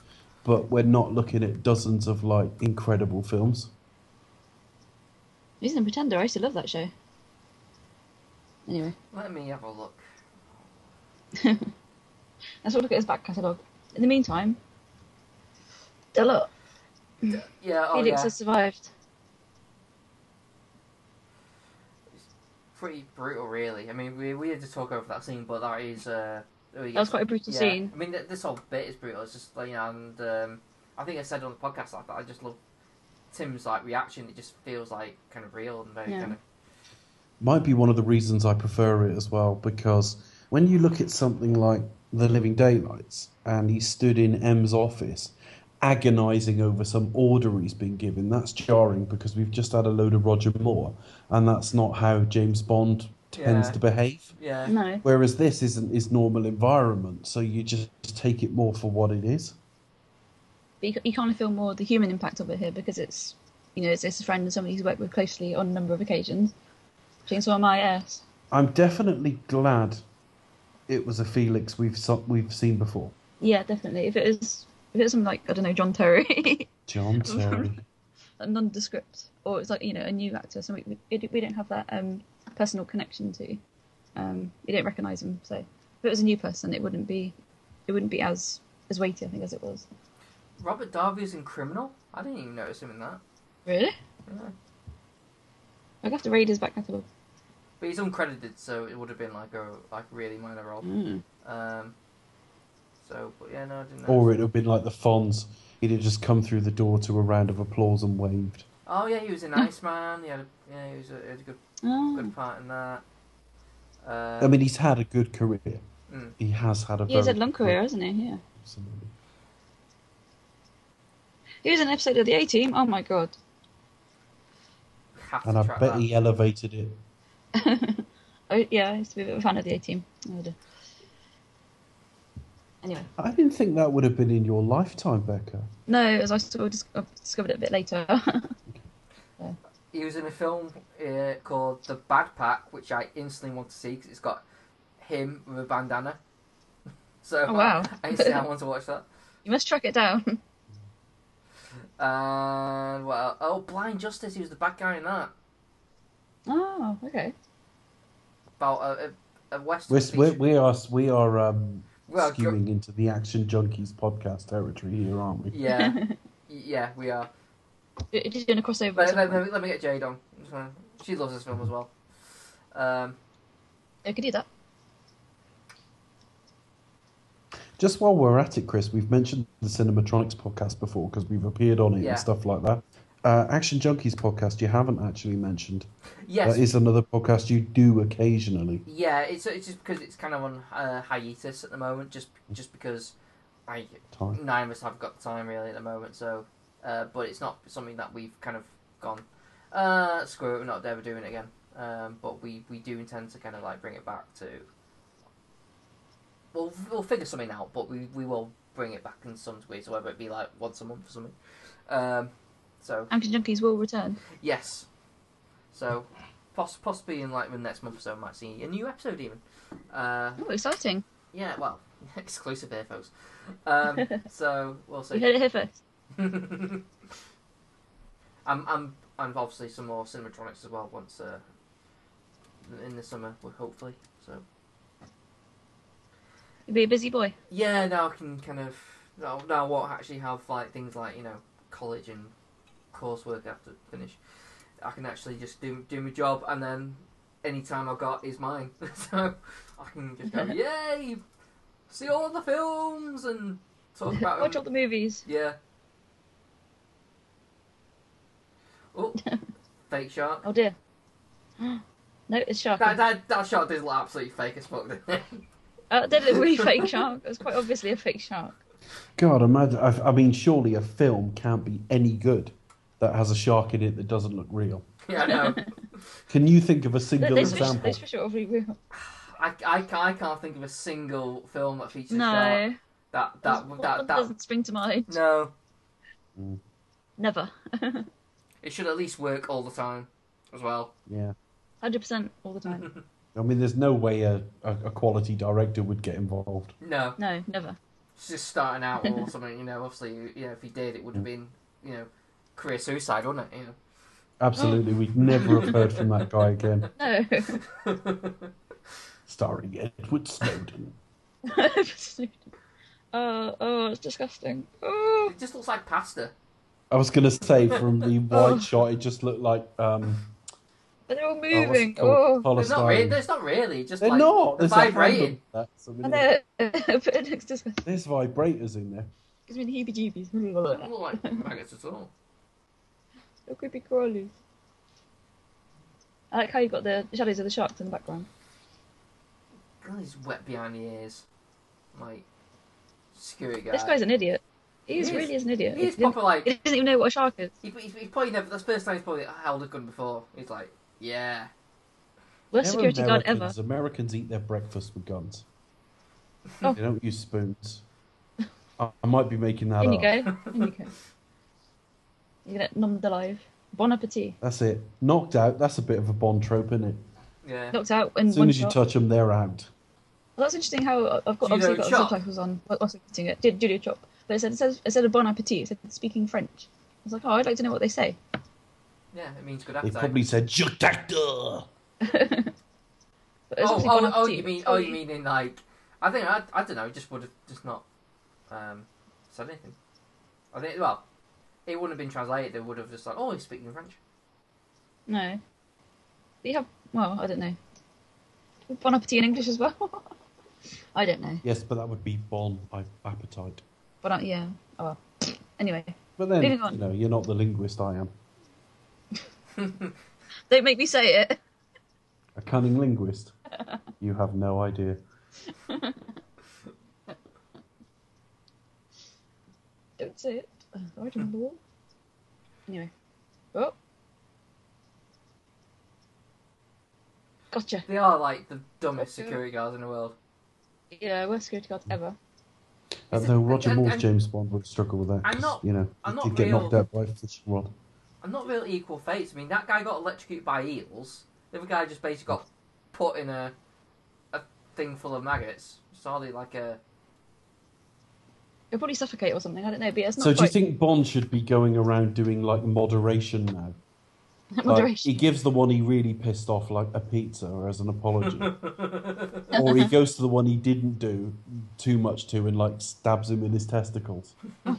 but we're not looking at dozens of like incredible films.
that? He's in Pretender. I used to love that show. Anyway, [LAUGHS]
Let me have a look.
let's have a look at his back catalogue. In the meantime, a lot.
Yeah. Oh
Felix
yeah.
has survived.
Pretty brutal, really. I mean, we we had to talk over that scene, but that is. Uh, really
That was quite a brutal
Yeah,
scene.
I mean, th- this whole bit is brutal. It's just like, you know, and um, I think I said on the podcast like that. I just love Tim's like reaction. It just feels like kind of real and very
Yeah.
kind of
Might be one of the reasons I prefer it as well, because when you look at something like The Living Daylights, and he stood in M's office agonizing over some order he's been given, that's jarring because we've just had a load of Roger Moore, and that's not how James Bond tends
Yeah.
to behave.
yeah.
No.
Whereas this isn't his normal environment, so you just take it more for what it is.
But you, you kind of feel more the human impact of it here because it's, you know, it's, it's a friend and somebody he's worked with closely on a number of occasions. Chainsaw on my ass.
I'm definitely glad it was a Felix we've so- we've seen before.
Yeah, definitely. If it is, if it's something like I don't know, John Terry, [LAUGHS]
John Terry.
a nondescript, or it's like you know a new actor, so we we, we don't have that um, personal connection to. Um, you don't recognise him, so if it was a new person, it wouldn't be, it wouldn't be as as weighty, I think, as it was.
Robert Darby is in Criminal. I didn't even notice him in that.
Really?
Yeah.
I'd have to read his back catalogue.
But he's uncredited, so it would have been like a like really minor role.
Mm.
Um, so, but yeah, no, I didn't.
Or
notice.
it'd have been like the Fonz. He'd have just come through the door to a round of applause and waved.
Oh yeah, he
[CLEARS THROAT]
was in Iceman. He had a, yeah, he was a, he had a good
Oh.
good part in that. Uh,
I mean, he's had a good career.
Mm.
He has had a
He has
very
had a long career, hasn't he? Yeah.
Absolutely.
He was in an episode of the A Team. Oh my god. [LAUGHS]
have to
And I
track
bet
that.
he elevated it.
oh, yeah, I used to be a bit of a fan of the A Team. Anyway,
I didn't think that would have been in your lifetime, Becca.
no, as I sort of dis- I've discovered it a bit later. [LAUGHS]
He was in a film uh, called The Bad Pack, which I instantly want to see because it's got him with a bandana. [LAUGHS] so
Oh, wow.
I instantly
[LAUGHS]
I want to watch that.
you must track it down.
And well, oh, Blind Justice. He was the bad guy in that
oh, okay.
about a, a, a western.
We're,
feature-
we're, we are we are um,
Well, go-
skewing into the action junkies podcast territory here, aren't we?
[LAUGHS]
yeah, yeah, we are.
You're just doing a
Let,
crossover.
let,
somewhere.
let me, let me get Jade on. Just wanna- She loves this film as well. Um,
I could do that.
Just while we're at it, Chris, we've mentioned the Cinematronics podcast before because we've appeared on it
Yeah.
and stuff like that. Uh, action Junkies podcast, you haven't actually mentioned.
yes,
That is another podcast you do occasionally.
yeah. It's it's just because it's kind of on uh, hiatus at the moment, just just because I
Time.
nine of us have got the time really at the moment. So, uh, but it's not something that we've kind of gone. Uh, screw it, we're not ever doing it again. Um, but we we do intend to kind of like bring it back to. We'll we'll figure something out, but we we will bring it back in some way, so whether it be like once a month or something. Um, so
Action Junkies will return.
Yes. So, poss- possibly in like the next month or so, I might see a new episode even. Uh,
Oh, exciting.
yeah, well, [LAUGHS] exclusive here, folks. Um, so we'll
You
see.
heard it here first.
[LAUGHS] I'm, I'm, and obviously some more animatronics as well once uh, in the summer, well, hopefully. So
You'll be a busy boy.
yeah, now I can kind of now now I won't actually have like things like you know college and coursework I have to finish. I can actually just do do my job, and then any time I've got is mine. [LAUGHS] so I can just go yay, see all the films and talk
[LAUGHS]
about
Watch all
them.
the movies.
Yeah.
[LAUGHS]
Oh, fake shark.
Oh dear. [GASPS] no, it's shark.
That, that that shark did look absolutely fake as fuck. [LAUGHS] didn't it?
Uh, did it
[LAUGHS]
really fake shark? It was quite obviously a fake shark.
God, imagine. I, I mean, surely a film can't be any good that has a shark in it that doesn't look real.
yeah, I
[LAUGHS]
know.
Can you think of a
Th-
single
Those fish,
example?
those fish are all really real.
I, I, can't- I can't think of a single film that features a shark.
No,
That
There's
that
one
that, that
doesn't spring to mind.
no.
Never.
It should at least work all the time, as well.
Yeah.
Hundred percent all the
[LAUGHS]
time.
I mean, there's no way a, a, a quality director would get involved.
No,
No, never.
it's just starting out
[LAUGHS]
or something. You know, obviously, you know, if he did, it would have been, you know, career suicide, wouldn't it? You
Absolutely, we'd never have heard from that guy again.
No. [LAUGHS]
know. [LAUGHS]
Starring Edward Snowden.
oh, oh, it's disgusting. Oh.
it just looks like pasta.
I was gonna say from the
Oh.
wide shot, it just looked like um.
But they're all
oh, what's it
moving.
called?
Oh,
It's not really.
Polystyrene.
It's not really. Just
They're
like
not.
the
There's a brand
vibrating.
of that, so we
and
know-
they're, [LAUGHS] but it looks disgusting.
There's vibrators in there.
Gives me the
They don't
heebie-jeebies. [LAUGHS]
look like maggots at all.
Little creepy crawlies. I like how you got the shadows of the sharks in the background.
God, he's wet behind the ears. Like security guy.
This guy's an idiot. He is,
He is.
really is an idiot.
He's
didn't-
proper like
he doesn't even know what a shark is.
He, he's, he's probably never. That's the first time he's probably held a gun before. He's like, yeah,
Worst
They're
security guard ever.
Americans. Americans eat their breakfast with guns.
Oh.
They don't use spoons. I, I might be making that
In you
up.
go. In you go. [LAUGHS] You're gonna numbed alive. Bon appetit.
That's it. Knocked out. That's a bit of a Bond trope, isn't it?
yeah.
Knocked out in
As soon
one
as you
shot.
touch them, they're out.
Well, that's interesting how I- I've got
Judo
obviously got
chop.
subtitles on while also eating it. Did judo chop. But it said it says it said a bon appetit, it said speaking French. I was like, oh I'd like to know what they say. [LAUGHS]
Yeah, it means good
They
appetite.
probably said "Jotactor."
But it was
oh,
obviously
oh,
bon
oh,
appetit.
you mean, oh, you mean in like? I think I, I don't know. Just would have just not um, said anything. I think well, it wouldn't have been translated. They would have just like, oh, he's speaking French.
No. But you have, well, I don't know. Bon appetit in English as well? [LAUGHS] I don't know.
Yes, but that would be Bon ap- Appetite.
But I, yeah. Oh, well. Anyway,
But then,
Moving on.
you know, you're not the linguist I am.
don't make me say it.
A cunning
[LAUGHS]
linguist. you have no idea.
Don't say it. Uh, I don't know. Anyway. Oh. Gotcha.
They are like the dumbest security guards in the world.
Yeah, worst security guards ever.
Uh,
Is
though
it-
Roger
and-
Moore's
and-
James Bond would struggle with that.
I'm
'cause,
not-
you know,
I'm
he
not
did get
real-
knocked out by a fishing rod.
And not real equal fates. I mean, that guy got electrocuted by eels. The other guy just basically got put in a a thing full of maggots. It's hardly like a.
It'll probably suffocate or something. I don't know, but it's not
So do you
quite
think Bond should be going around doing like moderation
[LAUGHS]
now? Like,
moderation.
he gives the one he really pissed off like a pizza as an
[LAUGHS]
apology, or he goes to the one he didn't do too much to and like stabs him in his testicles.
[LAUGHS]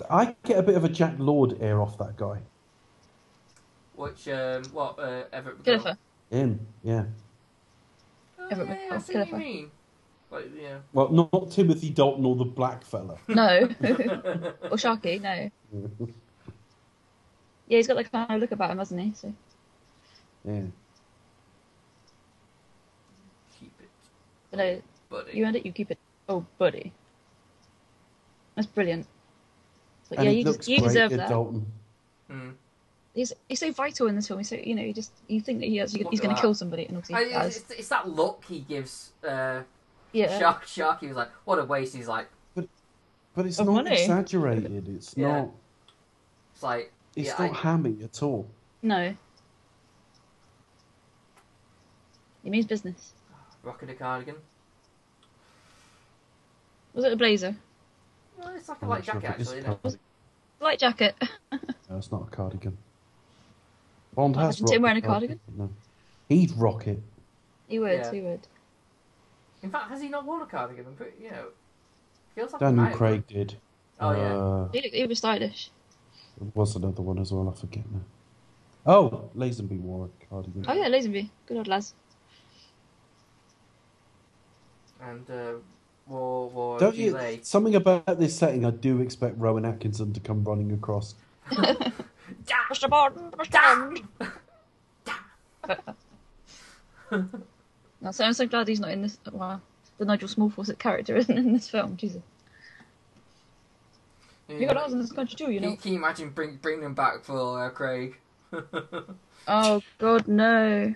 Oh,
I get a bit of a Jack Lord air off that guy.
Which um, what uh, Everett? McCall-
Jennifer.
Him, yeah.
Oh,
Everett
yeah, I
McCall,
see what you
Jennifer.
mean. Like,
[LAUGHS]
yeah. [LAUGHS]
Well, not, not Timothy Dalton or the black fella. [LAUGHS]
No. [LAUGHS] or Sharky, no. Yeah, he's got that kind of look about him, hasn't he? So
yeah.
Keep it,
but no,
buddy.
you earned it, you keep it. Oh, buddy. That's brilliant. But
And
yeah,
he
you,
looks
you
great,
deserve
good
that.
Dalton.
Mm.
He's he's so vital in this film. He's so you know, you just you think that he actually,
Look
he's
at
going to
that.
kill somebody, and obviously
I,
he
it's,
does.
it's, it's that look he gives uh,
Yeah.
Shark. Shark. He was like, "What a waste." He's like,
But it's
Of
not
money.
exaggerated. It's
Yeah.
not.
"It's like,
It's
yeah,
not
I-
hammy at all.
No. He means business.
rocking a cardigan."
Was it a blazer?
Well, it's like a
I'm
light
not sure
jacket,
if it is
actually. Isn't it?
cardigan.
Light jacket.
No, it's not a cardigan. Bond has
Imagine Tim
rocked
wearing a cardigan.
No. He'd rock it.
He would.
Yeah.
He would.
In fact, has he not worn a cardigan? I'm pretty, you know, feels like he might
Daniel
have.
Craig did.
Oh yeah,
Uh,
He, looked- he was stylish.
there was another one as well, I forget now. Oh, Lazenby wore a cardigan.
Oh yeah, Lazenby. Good old lads.
and uh, war, war,
Don't you,
delay.
something about this setting, I do expect Rowan Atkinson to come running across.
Mr. Bond. Mr. Bond. no, so I'm so glad he's not in this. Well, the Nigel Smallforce character isn't in this film. Jesus. You got ours in this country too, you
Can,
know.
you- can you imagine bring bring them back for uh, [LAUGHS] Craig?
Oh God, no.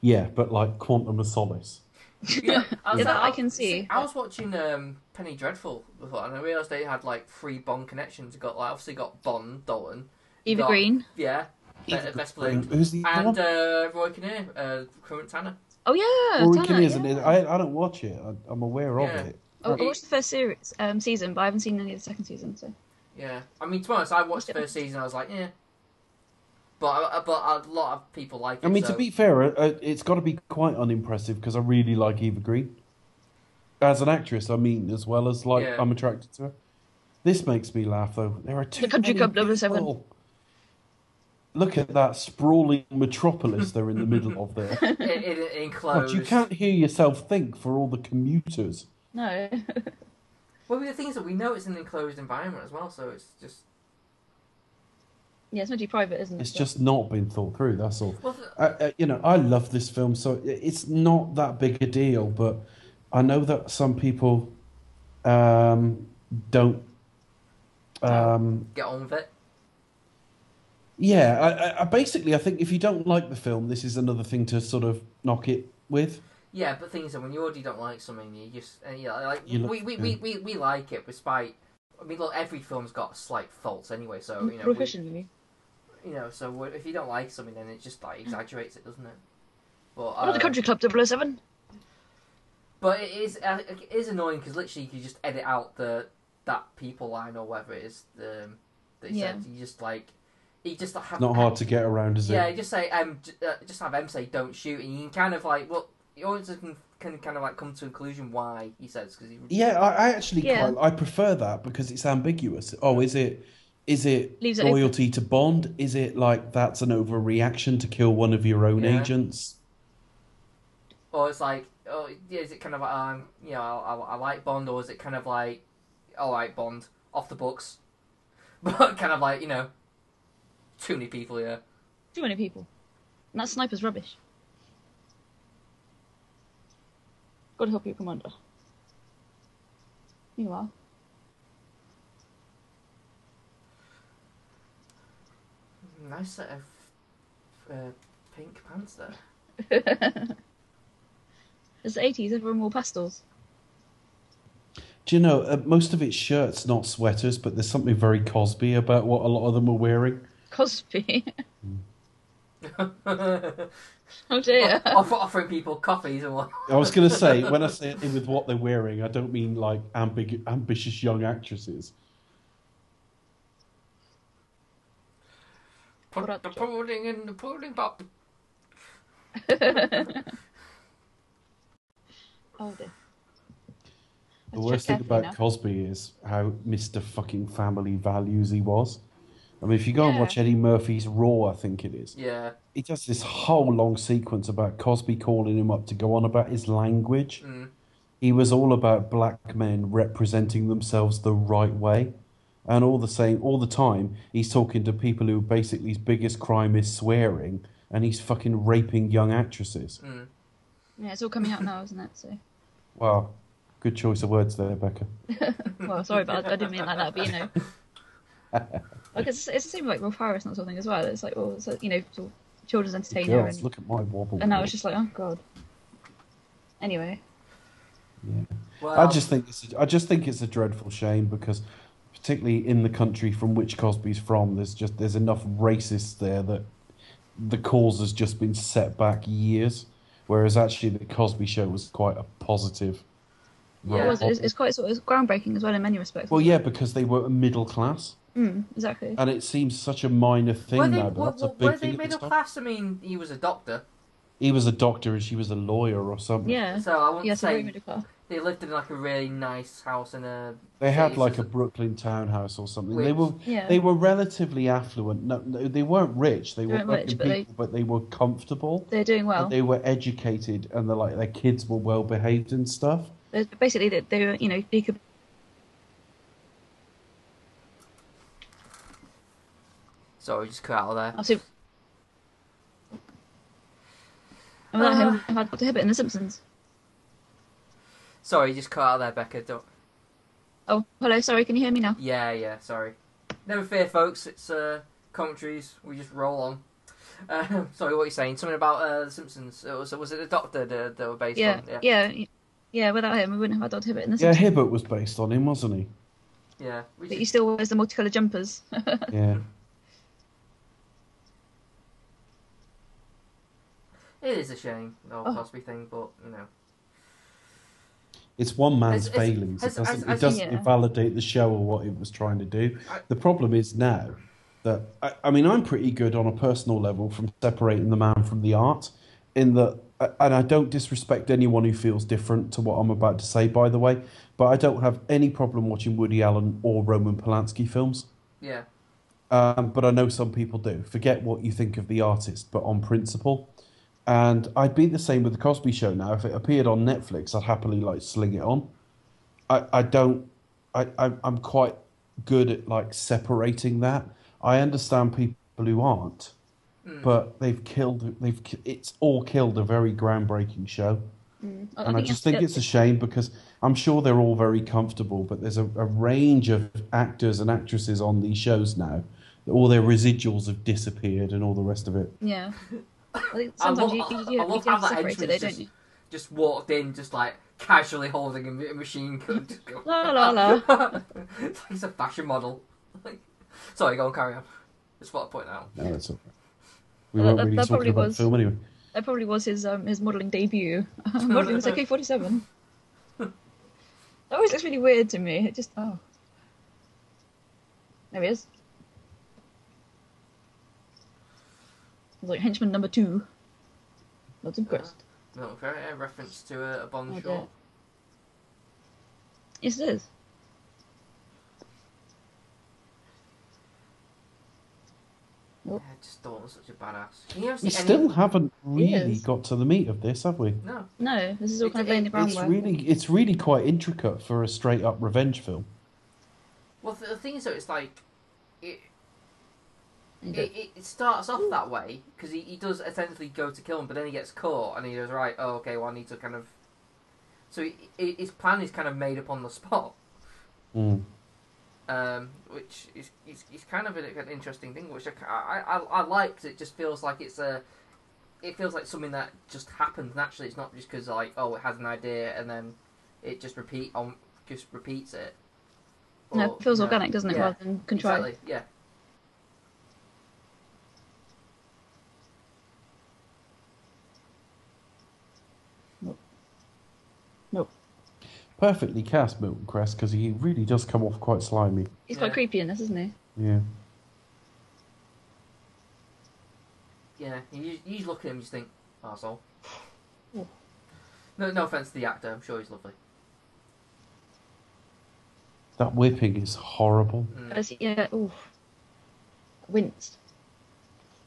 Yeah, but like Quantum of Solace.
Yeah,
Yeah, that I can see.
I was watching um, Penny Dreadful before, and I realised they had like three Bond connections. You got like obviously got Bond, Dalton,
Eva
Got-
Green.
yeah, Be- best
Um,
believed,
Who's the other
and uh,
one?
Roy Kinnear, uh, current Tanner.
Oh yeah.
Rory
Tanner,
Kinnear, isn't
yeah.
it? I, I don't watch it. I, I'm aware of
Yeah.
it.
Oh, I watched the first series um, season, but I haven't seen any of the second season. So
Yeah, I mean to be honest, I watched the first season. I was like, yeah, but I- but a lot of people like it.
I mean,
so- [LAUGHS]
to be fair, uh, uh, it's got to be quite unimpressive because I really like Eva Green as an actress. I mean, as well as like
Yeah.
I'm attracted to her. This makes me laugh though. There are two.
The Country Club 007.
Look at that sprawling metropolis they're in the middle
[LAUGHS]
of there.
in, in, in
God,
clothes.
you can't hear yourself think for all the commuters.
no. [LAUGHS]
Well, the thing is that we know it's an enclosed environment as well, so it's just.
yeah, it's meant to be private, isn't it?
It's just not been thought through. That's all.
Well, th-
I, I, you know, I love this film, so i- it's not that big a deal. But I know that some people um, don't. Um,
get on with it.
yeah, I, I- I basically I think if you don't like the film, this is another thing to sort of knock it with.
Yeah, but things that when you already don't like something, you just and yeah, like
You look-
we, we,
yeah.
we, we, we like it despite. I mean, look, every film's got slight faults anyway, so
Mm,
you know, we-
Professionally.
you know, so we- if you don't like something, then it just like exaggerates it, doesn't it? But
What about
uh,
Mm. the Country Club 007?
but it is uh, it is annoying because literally you just edit out the that people line or whatever it is the that he
Yeah.
said. You just like you just like, have
Not hard to get around, is
Yeah,
it?
you just say um, j- uh, just have M say don't shoot, and you can kind of like well, the audience can, can kind of like come to a conclusion why he says because he
Yeah, I, I actually
Yeah.
quite, I prefer that because it's ambiguous. Oh, is it is it
Leaves it open.
loyalty to Bond? Is it like that's an overreaction to kill one of your own
Yeah.
agents?
or it's like oh yeah, is it kind of like, um you know I, I, I like Bond or is it kind of like all right Bond off the books, [LAUGHS] but kind of like you know too many people here.
Too many people. And that sniper's rubbish. Gotta help your commander. You are. [LAUGHS]
Nice set of uh, pink pants [LAUGHS] there.
It's the 80s, everyone wore pastels.
Do you know uh, most of it's shirts, not sweaters, but there's something very Cosby about what a lot of them are wearing.
Cosby. [LAUGHS]
Off-
oh dear.
offering people coffees and what?
I was going to say when I say it with what they're wearing, I don't mean like ambig- ambitious young actresses.
Put
What
the
up, Jack?
pudding in the pudding pop.
oh dear.
The
Let's
worst
check
thing
carefully
about
now.
Cosby is how Mr. fucking family values he was. I mean, if you go and
Yeah.
watch Eddie Murphy's Raw, I think it is,
Yeah.
he does this whole long sequence about Cosby calling him up to go on about his language.
Mm.
He was all about black men representing themselves the right way. And all the same, all the time, he's talking to people who basically his biggest crime is swearing, and he's fucking raping young actresses.
Mm.
Yeah, it's all coming out now, isn't it? So,
Wow, good choice of words there, Becca.
well, sorry, but I, I didn't mean it like that.
[LAUGHS]
But you know, like it's, it's the same with, like Rolf Harris and that sort of thing as well. It's like, well, it's like, you know, sort of children's entertainer,
Girls,
and,
look at my wobble.
and now it's just like, oh god. Anyway,
Yeah.
Well,
I just think it's a, I just think it's a dreadful shame because particularly in the country from which Cosby's from, there's just there's enough racists there that the cause has just been set back years. Whereas actually the Cosby Show was quite a positive.
Yeah.
what was it? It's,
role.
it's quite sort of it's groundbreaking as well in many respects.
Well, yeah, Um, because they were middle class,
Mm, exactly.
and it seems such a minor thing
were they,
now, but
were,
that's a
were,
big
were they
thing. at the
middle
time.
class? I mean, he was a doctor,
He was a doctor and she was a lawyer or something.
Yeah.
so I wouldn't
Yes,
say
very middle class.
they lived in like a really nice house in a.
They had
Jesus.
like a Brooklyn townhouse or something. They
Which-
were
Yeah.
They were relatively affluent. No, no they weren't rich. They,
They
were
Um, weren't rich,
working
but they-
people, but they were comfortable.
They're doing
and
well.
they were educated, and they're like their kids were well behaved and stuff.
They're, basically, they, they were, you know, you could.
Sorry, just cut out of there.
I'll see. And without him, I've had Dr. Hibbert in The Simpsons.
Sorry, just cut out of there, Becca. Don't...
Oh, hello, sorry, can you hear me now?
Yeah, yeah. Sorry. Never fear, folks. It's uh, commentaries. We just roll on. Uh, [LAUGHS] sorry, what are you saying? Something about uh, The Simpsons. It was, was it the Doctor that, that were based
Yeah,
on?
yeah, yeah. without him, we wouldn't have had Dr. Hibbert in The
Yeah,
Simpsons.
Hibbert was based on him, wasn't
[LAUGHS]
he?
Yeah. We
But
just-
he still wears the multicolour jumpers.
Yeah.
It is a shame, the whole
Oh.
Cosby thing, but you know.
It's one man's
Has- has-
failings.
has-
it doesn't,
has- has-
it doesn't
yeah.
invalidate the show or what it was trying to do.
I-
the problem is now that I, I mean I'm pretty good on a personal level from separating the man from the art. In that, and I don't disrespect anyone who feels different to what I'm about to say, by the way. But I don't have any problem watching Woody Allen or Roman Polanski films.
Yeah.
Um, but I know some people do. Forget what you think of the artist, but on principle. And I'd be the same with the Cosby Show now. If it appeared on Netflix, I'd happily like sling it on. I, I don't. I, I I'm quite good at like separating that. I understand people who aren't,
Mm.
but they've killed. They've ki- it's all killed a very groundbreaking show.
Mm.
And I just think it's a shame because I'm sure they're all very comfortable, but there's a, a range of actors and actresses on these shows now. that All their residuals have disappeared and all the rest of it.
Yeah. I think sometimes
love-
you, you,
I
do- you,
love
do
how
have to
that
separate it, though,
entrance
don't
is-
you?
Just walked in, just like casually holding a ma- machine gun. Just go.
La la [LAUGHS] la.
it's like [LAUGHS] he's a fashion model. [LAUGHS] Like, sorry, go on, carry on. That's what I point out.
No, that's all right. We
Well,
weren't
that-
really
that
talking
probably
about
was-
film anyway.
That probably was his um, his
[LAUGHS]
modelling debut. [LAUGHS] modelling was OK 47. That always looks really weird to me. It just, oh. There he is. It's like henchman number two. Not impressed.
Milton Ferrier, reference to a, a Bond
I
short.
don't. Yes, it is.
Yeah, just Dalton's such a badass. Can you ever see
We
any-
still haven't really
Yes.
got to the meat of this, have we?
No.
No, this is all
It-
kind of
it-
laying the
It's
groundwork.
really, it's really quite intricate for a straight up revenge film.
Well, the, the thing is, though, it's like. It,
And
it, it- it starts off that way because he, he does essentially go to kill him, but then he gets caught and he goes right. Oh, okay. Well, I need to kind of. So he, he- his plan is kind of made up on the spot,
Mm.
um, which is, is, is kind of an, an interesting thing. Which I, ca- I, I, I liked. It just feels like it's a. It feels like something that just happens naturally. It's not just because like oh it has an idea and then it just repeat on just repeats it.
No,
Or,
it feels
you know,
organic, doesn't it,
yeah.
rather than contrived.
Exactly. Yeah.
Perfectly cast Milton Crest because he really does come off quite slimy.
He's
Yeah.
quite creepy in this, isn't he?
Yeah.
Yeah, you, you just look at him and just think, arsehole.
Yeah.
No, no offense to the actor, I'm sure he's lovely.
That whipping is horrible.
Mm.
But it's- yeah, oof. Winced.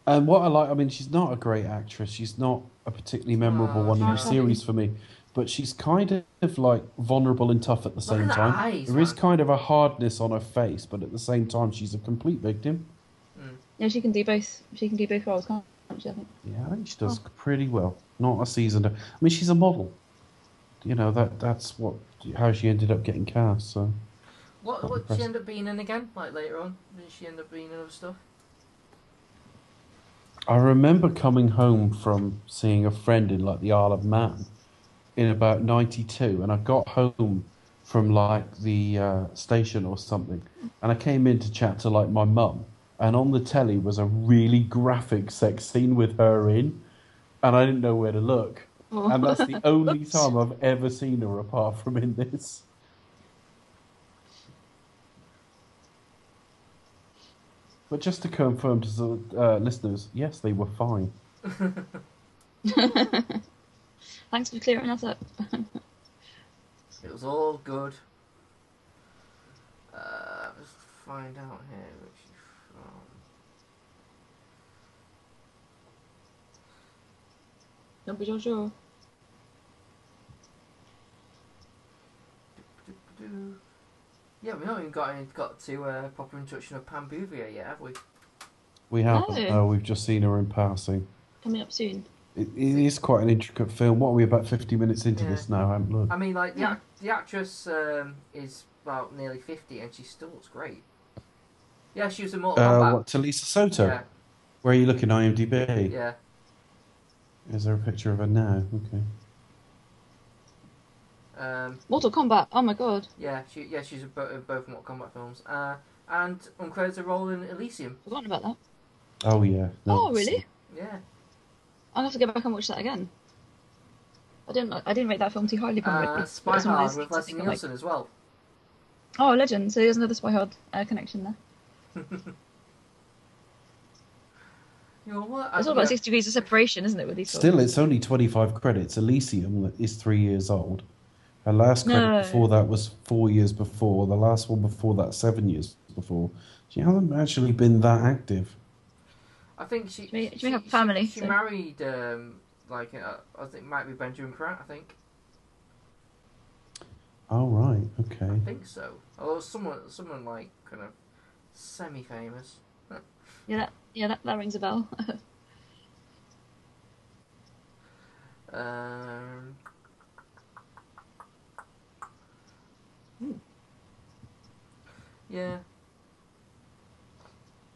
And what I like, I mean, she's not a great actress. She's not a particularly memorable
Aw,
one in the
sorry.
series for me. But she's kind of like vulnerable and tough at the
at
same
her
time.
eyes,
there is
man.
kind of a hardness on her face, but at the same time, she's a complete victim.
Yeah, she can do both. She can do both roles, can't she? I think.
Yeah, I think she does pretty well. Not a seasoned. I mean, she's a model. You know that that's what how she ended up getting cast. So
What, what did she end up being in again? Like later on? Did she end up being in other stuff?
I remember coming home from seeing a friend in like the Isle of Man in about '92, and I got home from like the uh, station or something, and I came in to chat to like my mum, and on the telly was a really graphic sex scene with her in, and I didn't know where to look, and that's the only time I've ever seen her apart from in this. But just to confirm to the uh, listeners, yes, they were fine.
[LAUGHS] Thanks for clearing us up.
It was all good. Uh, let's find out here which she's from.
Don't be so sure.
Do-do-do. Yeah, we haven't even got, any- got to uh, proper introduction of Pam Bouvier yet, have we?
We haven't.
Oh.
No, we've just seen her in passing.
Coming up soon.
It, it is quite an intricate film. What are we about fifty minutes into
Yeah.
this now? I haven't looked.
I mean, like, the,
Yeah.
act- the actress um, is about nearly 50 and she still looks great. Yeah, she was in Mortal
Uh,
Kombat.
what to Lisa Soto?
Oh, Yeah,
Where are you looking? IMDb.
yeah.
Is there a picture of her now? Okay.
Um,
Mortal Kombat. Oh my god,
yeah, she, yeah, she's in bo- in both Mortal Kombat films. Uh, and uncredited role in Elysium.
forgotten about that.
Oh yeah. No,
oh really?
Yeah.
I'll have to go back and watch that again. I didn't. I didn't rate that film too highly. probably,
Uh,
but
Spy
it's one of
Hard
those
with
things I
Leslie
think I'm like,
Nielsen as well.
Oh, legend. So there's another Spy Hard uh, connection there.
[LAUGHS] You know what?
It's all
yeah.
about six degrees of separation, isn't it, with these sorts?
Still, it's only twenty-five credits. Elysium is three years old. Her last credit
No.
before that was four years before. The last one before that, seven years before. She hasn't actually been that active.
I think she.
may- she may
she-
have
she-
family,
She,
so-
married, um, like, uh, I think it might be Benjamin Pratt, I think.
Oh right. Okay.
I think so. Although someone, someone like, kind of semi famous.
Yeah, that, yeah, that, that rings a bell. [LAUGHS]
Um,
Hmm.
Yeah.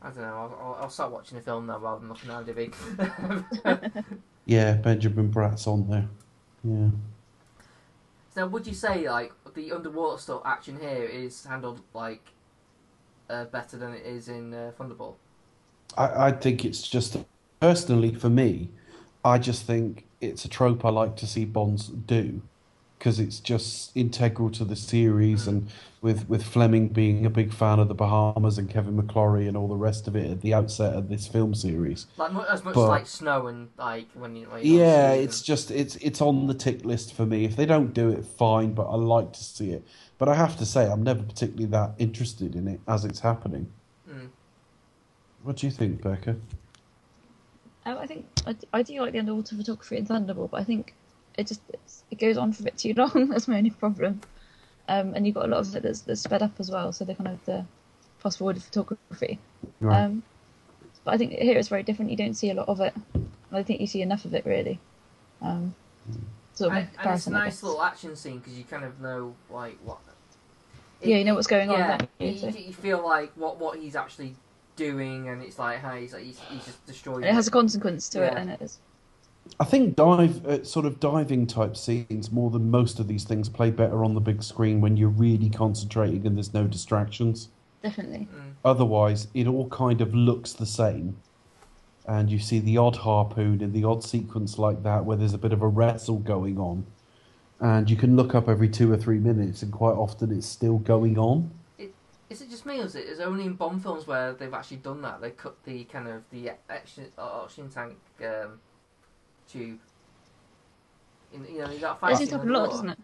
I don't know. I'll, I'll, I'll start watching the film now rather than looking at [LAUGHS]
[LAUGHS]
IMDb.
Yeah, Benjamin Bratt's on there. Yeah.
so, would you say like the underwater stuff action here is handled like uh, better than it is in uh, Thunderball?
I, I think it's just personally for me, I just think it's a trope I like to see Bonds do. because it's just integral to the series. And with with Fleming being a big fan of the Bahamas and Kevin McClory and all the rest of it at the outset of this film series.
Like mu- as much
But-
as like snow and like when you. When you
Yeah,
see
it's just it's it's on the tick list for me. If they don't do it, fine. But I like to see it. But I have to say, I'm never particularly that interested in it as it's happening.
Mm.
What do you think, Becca?
Um, I think I, d- I do like the underwater photography in Thunderball, but I think it just it's, it goes on for a bit too [LAUGHS] long. That's my only problem. Um, and you've got a lot of it that's, that's sped up as well, so they're kind of the fast forwarded photography.
Right.
Um, but I think here it's very different. You don't see a lot of it, and I think you see enough of it really. Um,
Hmm.
sort of in
And, and it's a
comparison, I
nice
guess.
little action scene because you kind of know like what.
Yeah, you know what's going on,
Yeah,
don't you?
you,
So-
you feel like what what he's actually doing, and it's like how he's like, he's, he's just destroying.
And it has a consequence to it,
Yeah.
and it is.
I think dive uh, sort of diving type scenes more than most of these things play better on the big screen when you're really concentrating and there's no distractions.
Definitely.
Mm.
Otherwise, it all kind of looks the same. And you see the odd harpoon in the odd sequence like that where there's a bit of a wrestle going on. And you can look up every two or three minutes, and quite often it's still going on.
Is it just me, or is it is it only in bomb films where they've actually done that? They cut the kind of the action uh, oxygen tank um, tube. In, you know, you got a fight
It's just
scene
up a
in the
lot,
water.
doesn't it?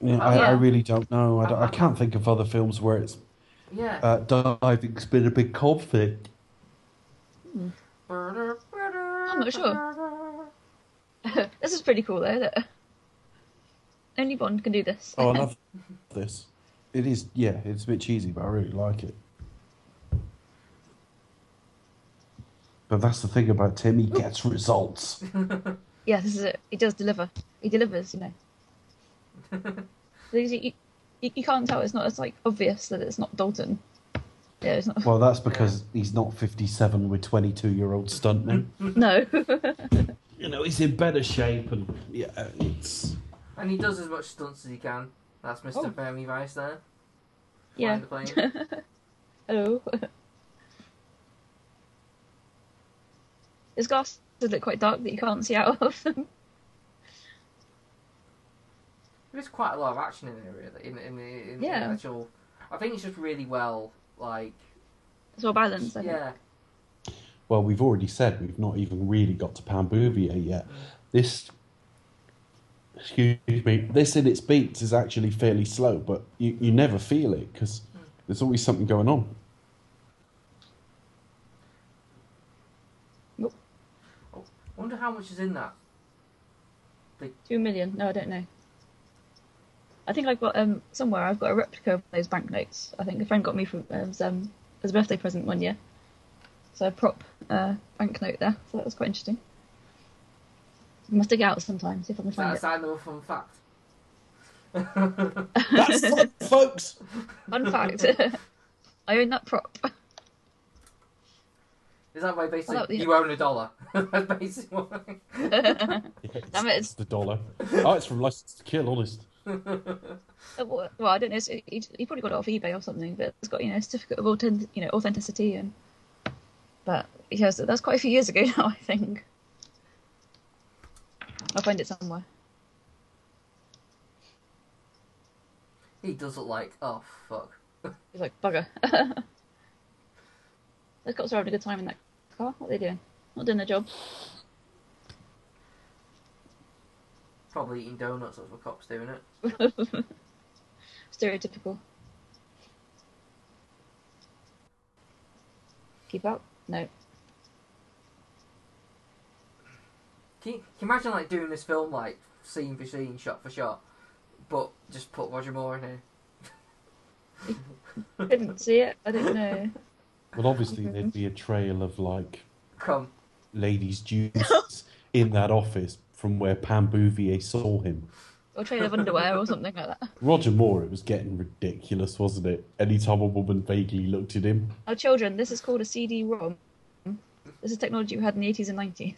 Yeah, I, I
Yeah.
really don't know. I, don't- I can't think of other films where it's
Yeah.
uh, diving's been a big conflict.
I'm
not
sure.
[LAUGHS] this is pretty cool, though. Isn't it? [LAUGHS] Only Bond can do this.
Oh, I love this. It is, yeah, it's a bit cheesy, but I really like it. But that's the thing about Tim, he gets results.
yeah, this is it. He does deliver. He delivers, you know. Because you, you, you can't tell. It's not. It's like obvious that it's not Dalton. Yeah, it's not. [LAUGHS]
Well, that's because he's not 57 with 22 year old stuntmen.
no. [LAUGHS]
You know, he's in better shape, and yeah, it's.
And he does as much stunts as he can. That's Mr.
Oh.
Fermi Vice there.
yeah.
Flying the
[LAUGHS]
plane.
Hello. [LAUGHS] His glasses look quite dark that you can't see out of [LAUGHS] them.
There's quite a lot of action in it, really. In, in, the in
Yeah.
the actual. I think it's just really well, like.
It's all balanced. I think.
Yeah.
Well, we've already said we've not even really got to Pambouvier yet. This. Excuse me. This in its beats is actually fairly slow, but you, you never feel it because there's always something going on.
wonder how much is in that.
Two million? No, I don't know. I think I've got um somewhere. I've got a replica of those banknotes. I think a friend got me from as um as a birthday present one year. So a prop uh, banknote there. So that was quite interesting. I must dig it out sometime. See if I can
Is that
find
a
it.
side level fun fact? [LAUGHS]
That's it, folks!
Fun fact: [LAUGHS] I own that prop. [LAUGHS]
Is that why basically
Well, that- yeah.
you own a dollar? [LAUGHS] That's basically what.
Damn it.
It's the dollar. Oh, it's from License to Kill, honest.
Uh, Well, well, I don't know. it's- He, he probably got it off eBay or something, but it's got you know a certificate of authentic, you know authenticity and. But yeah, so that's quite a few years ago [LAUGHS] now. I think. I'll find it somewhere.
[LAUGHS] He does look like, oh fuck.
He's like, bugger. [LAUGHS] Those cops are having a good time in that car. What are they doing? Not doing their job.
Probably eating donuts, that's what cops doing it.
Stereotypical. Keep up? No.
Can you, can you imagine like doing this film like scene for scene, shot for shot, but just put Roger Moore in here?
Couldn't see it. I don't know.
Well, obviously, there'd be a trail of like
Come.
ladies' juices in that office from where Pam Bouvier saw him.
Or trail of underwear or something like that.
Roger Moore, it was getting ridiculous, wasn't it? Anytime a woman vaguely looked at him.
Now, Oh, children, this is called a CD-ROM. This is technology we had in the 80s and 90s.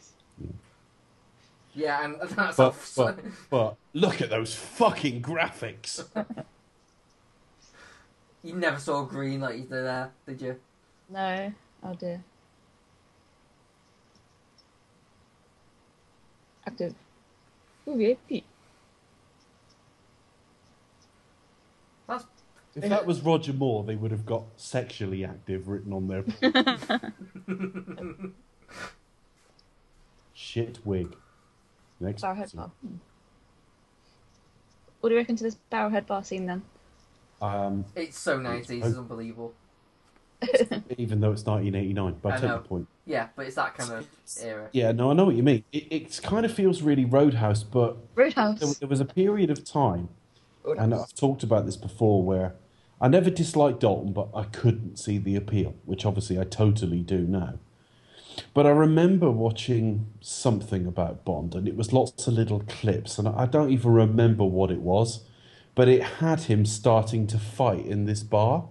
Yeah, and [LAUGHS] that's
But,
how.
but, but look at those fucking graphics.
[LAUGHS] You never saw green like you did there, did you?
No. Oh dear. Active. Ooh, VIP.
If that was Roger Moore, they would have got sexually active written on their shit wig. Next
Barrowhead
person.
bar. Hmm. What do you reckon to this Barrowhead bar scene then?
Um,
It's so 90s, it's unbelievable.
even though it's 1989, but I,
I
take
know.
the point.
Yeah, but it's that
[LAUGHS]
kind of era.
Yeah, no, I know what you mean. It, it kind of feels really Roadhouse, but there,
[LAUGHS] Roadhouse.
there was a period of time, and I've talked about this before, where I never disliked Dalton, but I couldn't see the appeal, which obviously I totally do now. But I remember watching something about Bond, and it was lots of little clips, and I don't even remember what it was, but it had him starting to fight in this bar.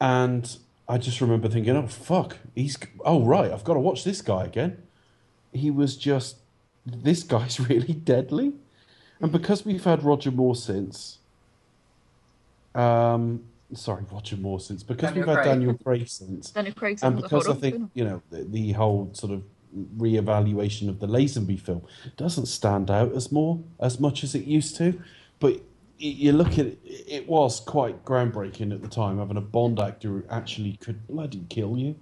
And I just remember thinking, oh, fuck, he's, oh, right, I've got to watch this guy again. He was just, this guy's [LAUGHS] really deadly. And because we've had Roger Moore since, um, sorry, Roger Moore since, because
Daniel
we've had
Craig.
Daniel Craig since,
Daniel Craig.
and
song,
because I
hold on,
think
hold
you know the, the whole sort of re-evaluation of the Lazenby film doesn't stand out as more as much as it used to, but y- you look at it, it was quite groundbreaking at the time having a Bond actor who actually could bloody kill you.
on.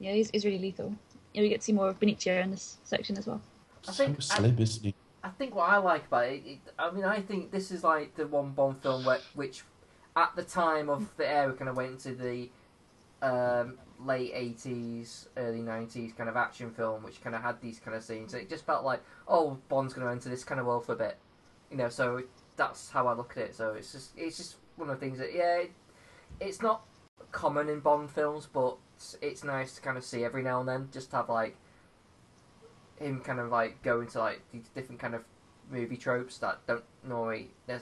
yeah, he's, he's really lethal. Yeah, we get to see more of Benicio in this section as well.
I
So
think-
slim, isn't he?
I think what I like about it, it, I mean, I think this is like the one Bond film where, which, at the time of the era, kind of went into the um, late eighties, early nineties kind of action film, which kind of had these kind of scenes. It just felt like, oh, Bond's going to enter this kind of world for a bit, you know. So that's how I look at it. So it's just, it's just one of the things that, yeah, it, it's not common in Bond films, but it's, it's nice to kind of see every now and then, just have like him kind of like go into like these different kind of movie tropes that don't normally ne-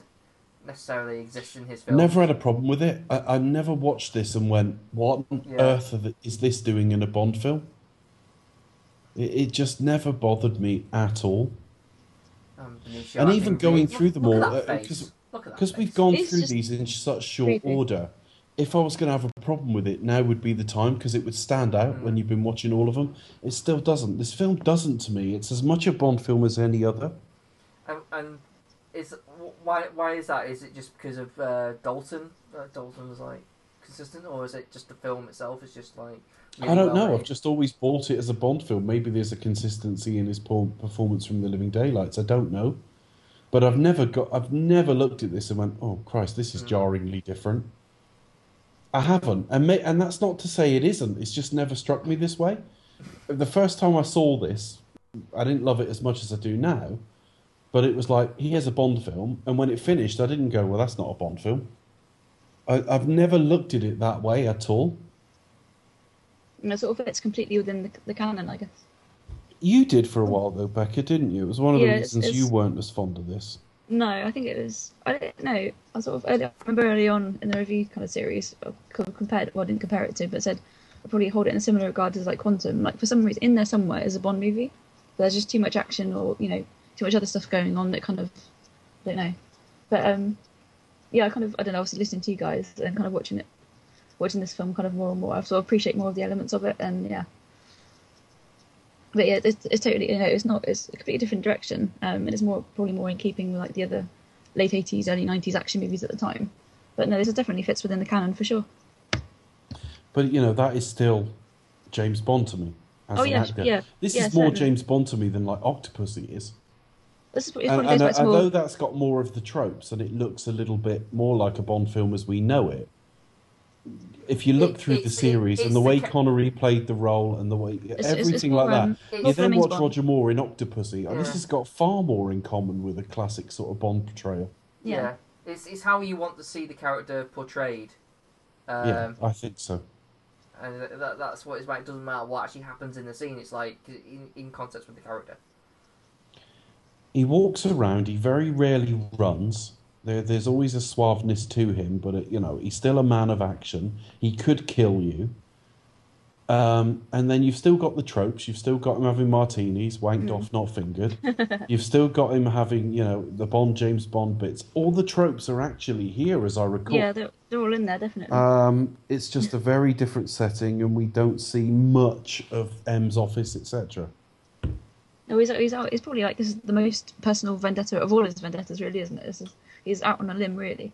necessarily exist in his films.
Never had a problem with it. I, I never watched this and went, "What on
Yeah.
earth are the, is this doing in a Bond film?" It, it just never bothered me at all.
Um, Benicio,
And
I
even
think,
going
really-
through them
look
all,
at that
uh,
face.
'cause-
Look at that
Because we've
face.
gone
It's
through
just
these in such short
creepy.
order, if I was going to have a problem with it, now would be the time because it would stand out when you've been watching all of them. It still doesn't. This film doesn't to me. It's as much a Bond film as any other.
And, and is wh- why why is that? Is it just because of uh, Dalton? Uh, Dalton was like consistent, or is it just the film itself is just like? really
I don't
well
know.
made?
I've just always bought it as a Bond film. Maybe there's a consistency in his por- performance from The Living Daylights. I don't know, but I've never got. I've never looked at this and went, "Oh Christ, this
Hmm.
is jarringly different." I haven't, and may, and that's not to say it isn't. It's just never struck me this way. The first time I saw this, I didn't love it as much as I do now, but it was like here's a Bond film, and when it finished, I didn't go, "Well, that's not a Bond film." I, I've never looked at it that way at all.
And it sort of fits completely within the, the canon, I guess.
You did for a while though, Becca, didn't you? It was one of
Yeah,
the
it's-
reasons
it's-
you weren't as fond of this.
No, I think it was. I don't know. I sort of early, I remember early on in the review kind of series I kind of compared. Well, I didn't compare it to, but said I probably hold it in a similar regard as like Quantum. Like for some reason, in there somewhere is a Bond movie. But there's just too much action, or you know, too much other stuff going on that kind of I don't know. But um, yeah, I kind of I don't know. Obviously, listening to you guys and kind of watching it, watching this film kind of more and more, I sort of appreciate more of the elements of it, and yeah. But yeah, it's, it's totally you know it's not it's a completely different direction, um, and it's more probably more in keeping with like the other late eighties, early nineties action movies at the time. But no, this definitely fits within the canon for sure.
But you know, that is still James Bond to me. As
Oh,
an
yeah,
actor.
yeah, uh,
This
yeah,
is more
certainly.
James Bond to me than like Octopus is.
This is
And,
it's
uh,
probably goes
and
back to
although
more.
that's got more of the tropes and it looks a little bit more like a Bond film as we know it, if you look
It-
through the
it's- it-
series
it's
and the way
the ca-
Connery plemmed played the role and the way
it's-
everything
it's
like
more,
that,
um,
It-
you
more
then
Fleming's
watch
Bond.
Roger Moore in Octopussy, and this
Yeah.
has got far more in common with a classic sort of Bond portrayal.
yeah.
Yeah.
It's it's how you want to see the character portrayed. Um,
yeah, I think so.
and th- that, that's what it's about. It doesn't matter what actually happens in the scene. It's like in, in context with the character.
He walks around. He very rarely runs. There, there's always a suaveness to him, but it, you know he's still a man of action. He could kill you. Um, and then you've still got the tropes. You've still got him having martinis, wanked off, not fingered. you've still got him having, you know, the Bond James Bond bits. All the tropes are actually here, as I recall.
Yeah, they're, they're all in there definitely.
Um, it's just a very different setting, and we don't see much of M's office, etc.
no, he's, he's out. He's probably like this is the most personal vendetta of all his vendettas, really, isn't it? This is, he's out on a limb, really.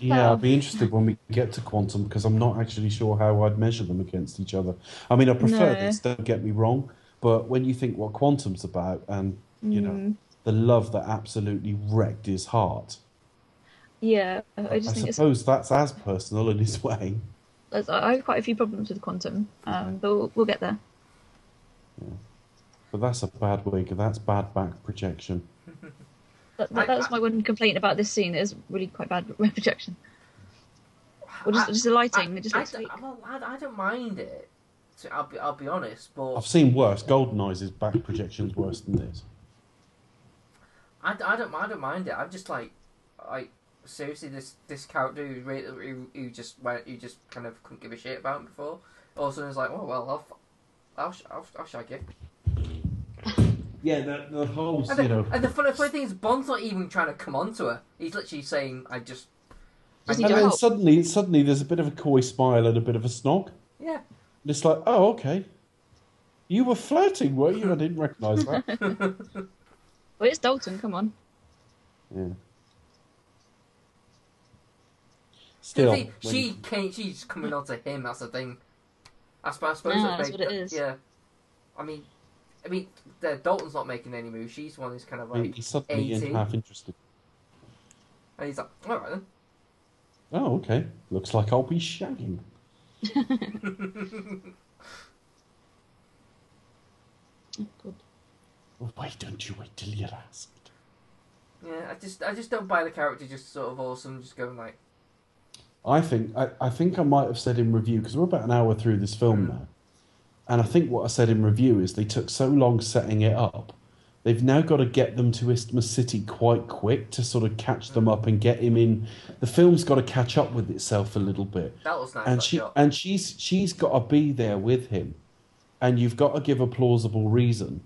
Yeah, I'll be interested when we get to quantum because I'm not actually sure how I'd measure them against each other. I mean, I prefer
No.
this, don't get me wrong, but when you think what quantum's about and, you know,
Mm.
the love that absolutely wrecked his heart,
Yeah, I I
I,
just think it's
suppose that's as personal in his [LAUGHS] way.
there's, I have quite a few problems with quantum, um, but we'll, we'll get there.
But that's a bad wig, that's bad back projection.
That, that,
I-
that was my one complaint about this scene. It is really quite bad [LAUGHS] projection. Or just,
I-
just the lighting. it just
I,
looks
don't-
fake.
I'm not- I- I don't mind it. So I'll be, I'll be honest, but
I've seen worse. Goldeneye's back projection's worse than this.
I, I don't I don't mind it. I'm just like like seriously this this character who re- who, who just went who just kind of couldn't give a shit about him before. All of a sudden it's like oh well I'll f- I'll sh- I'll, sh- I'll shag you.
Yeah, the, the whole,
And the,
you know.
and the funny, funny thing is Bond's not even trying to come on to her. He's literally saying I just I
Just
And
need your
then
help.
suddenly, suddenly there's a bit of a coy smile and a bit of a snog.
yeah
And it's like, oh, okay. You were flirting, were you? I didn't recognise that.
Well, it's Dalton. Come on.
yeah. Still,
See,
when-
she came, she's coming on to him. That's the thing. I suppose. I suppose
Yeah,
that
that's
they-
what it is.
Yeah. I mean, I mean, the- Dalton's not making any moves. She's the one who's kind of like,
he's suddenly in
80.
half interested.
and he's like, all right then.
Oh, okay. Looks like I'll be shagging.
Oh, God.
Why don't you wait till you're asked?
Yeah, I just, I just don't buy the character. Just sort of awesome. Just going like,
I think I, I think I might have said in review because we're about an hour through this film now, and I think what I said in review is they took so long setting it up. They've now got to get them to Isthmus City quite quick to sort of catch them up and get him in. The film's got to catch up with itself a little bit,
that was nice.
and
that
she
shot.
and she's she's got to be there with him, and you've got to give a plausible reason,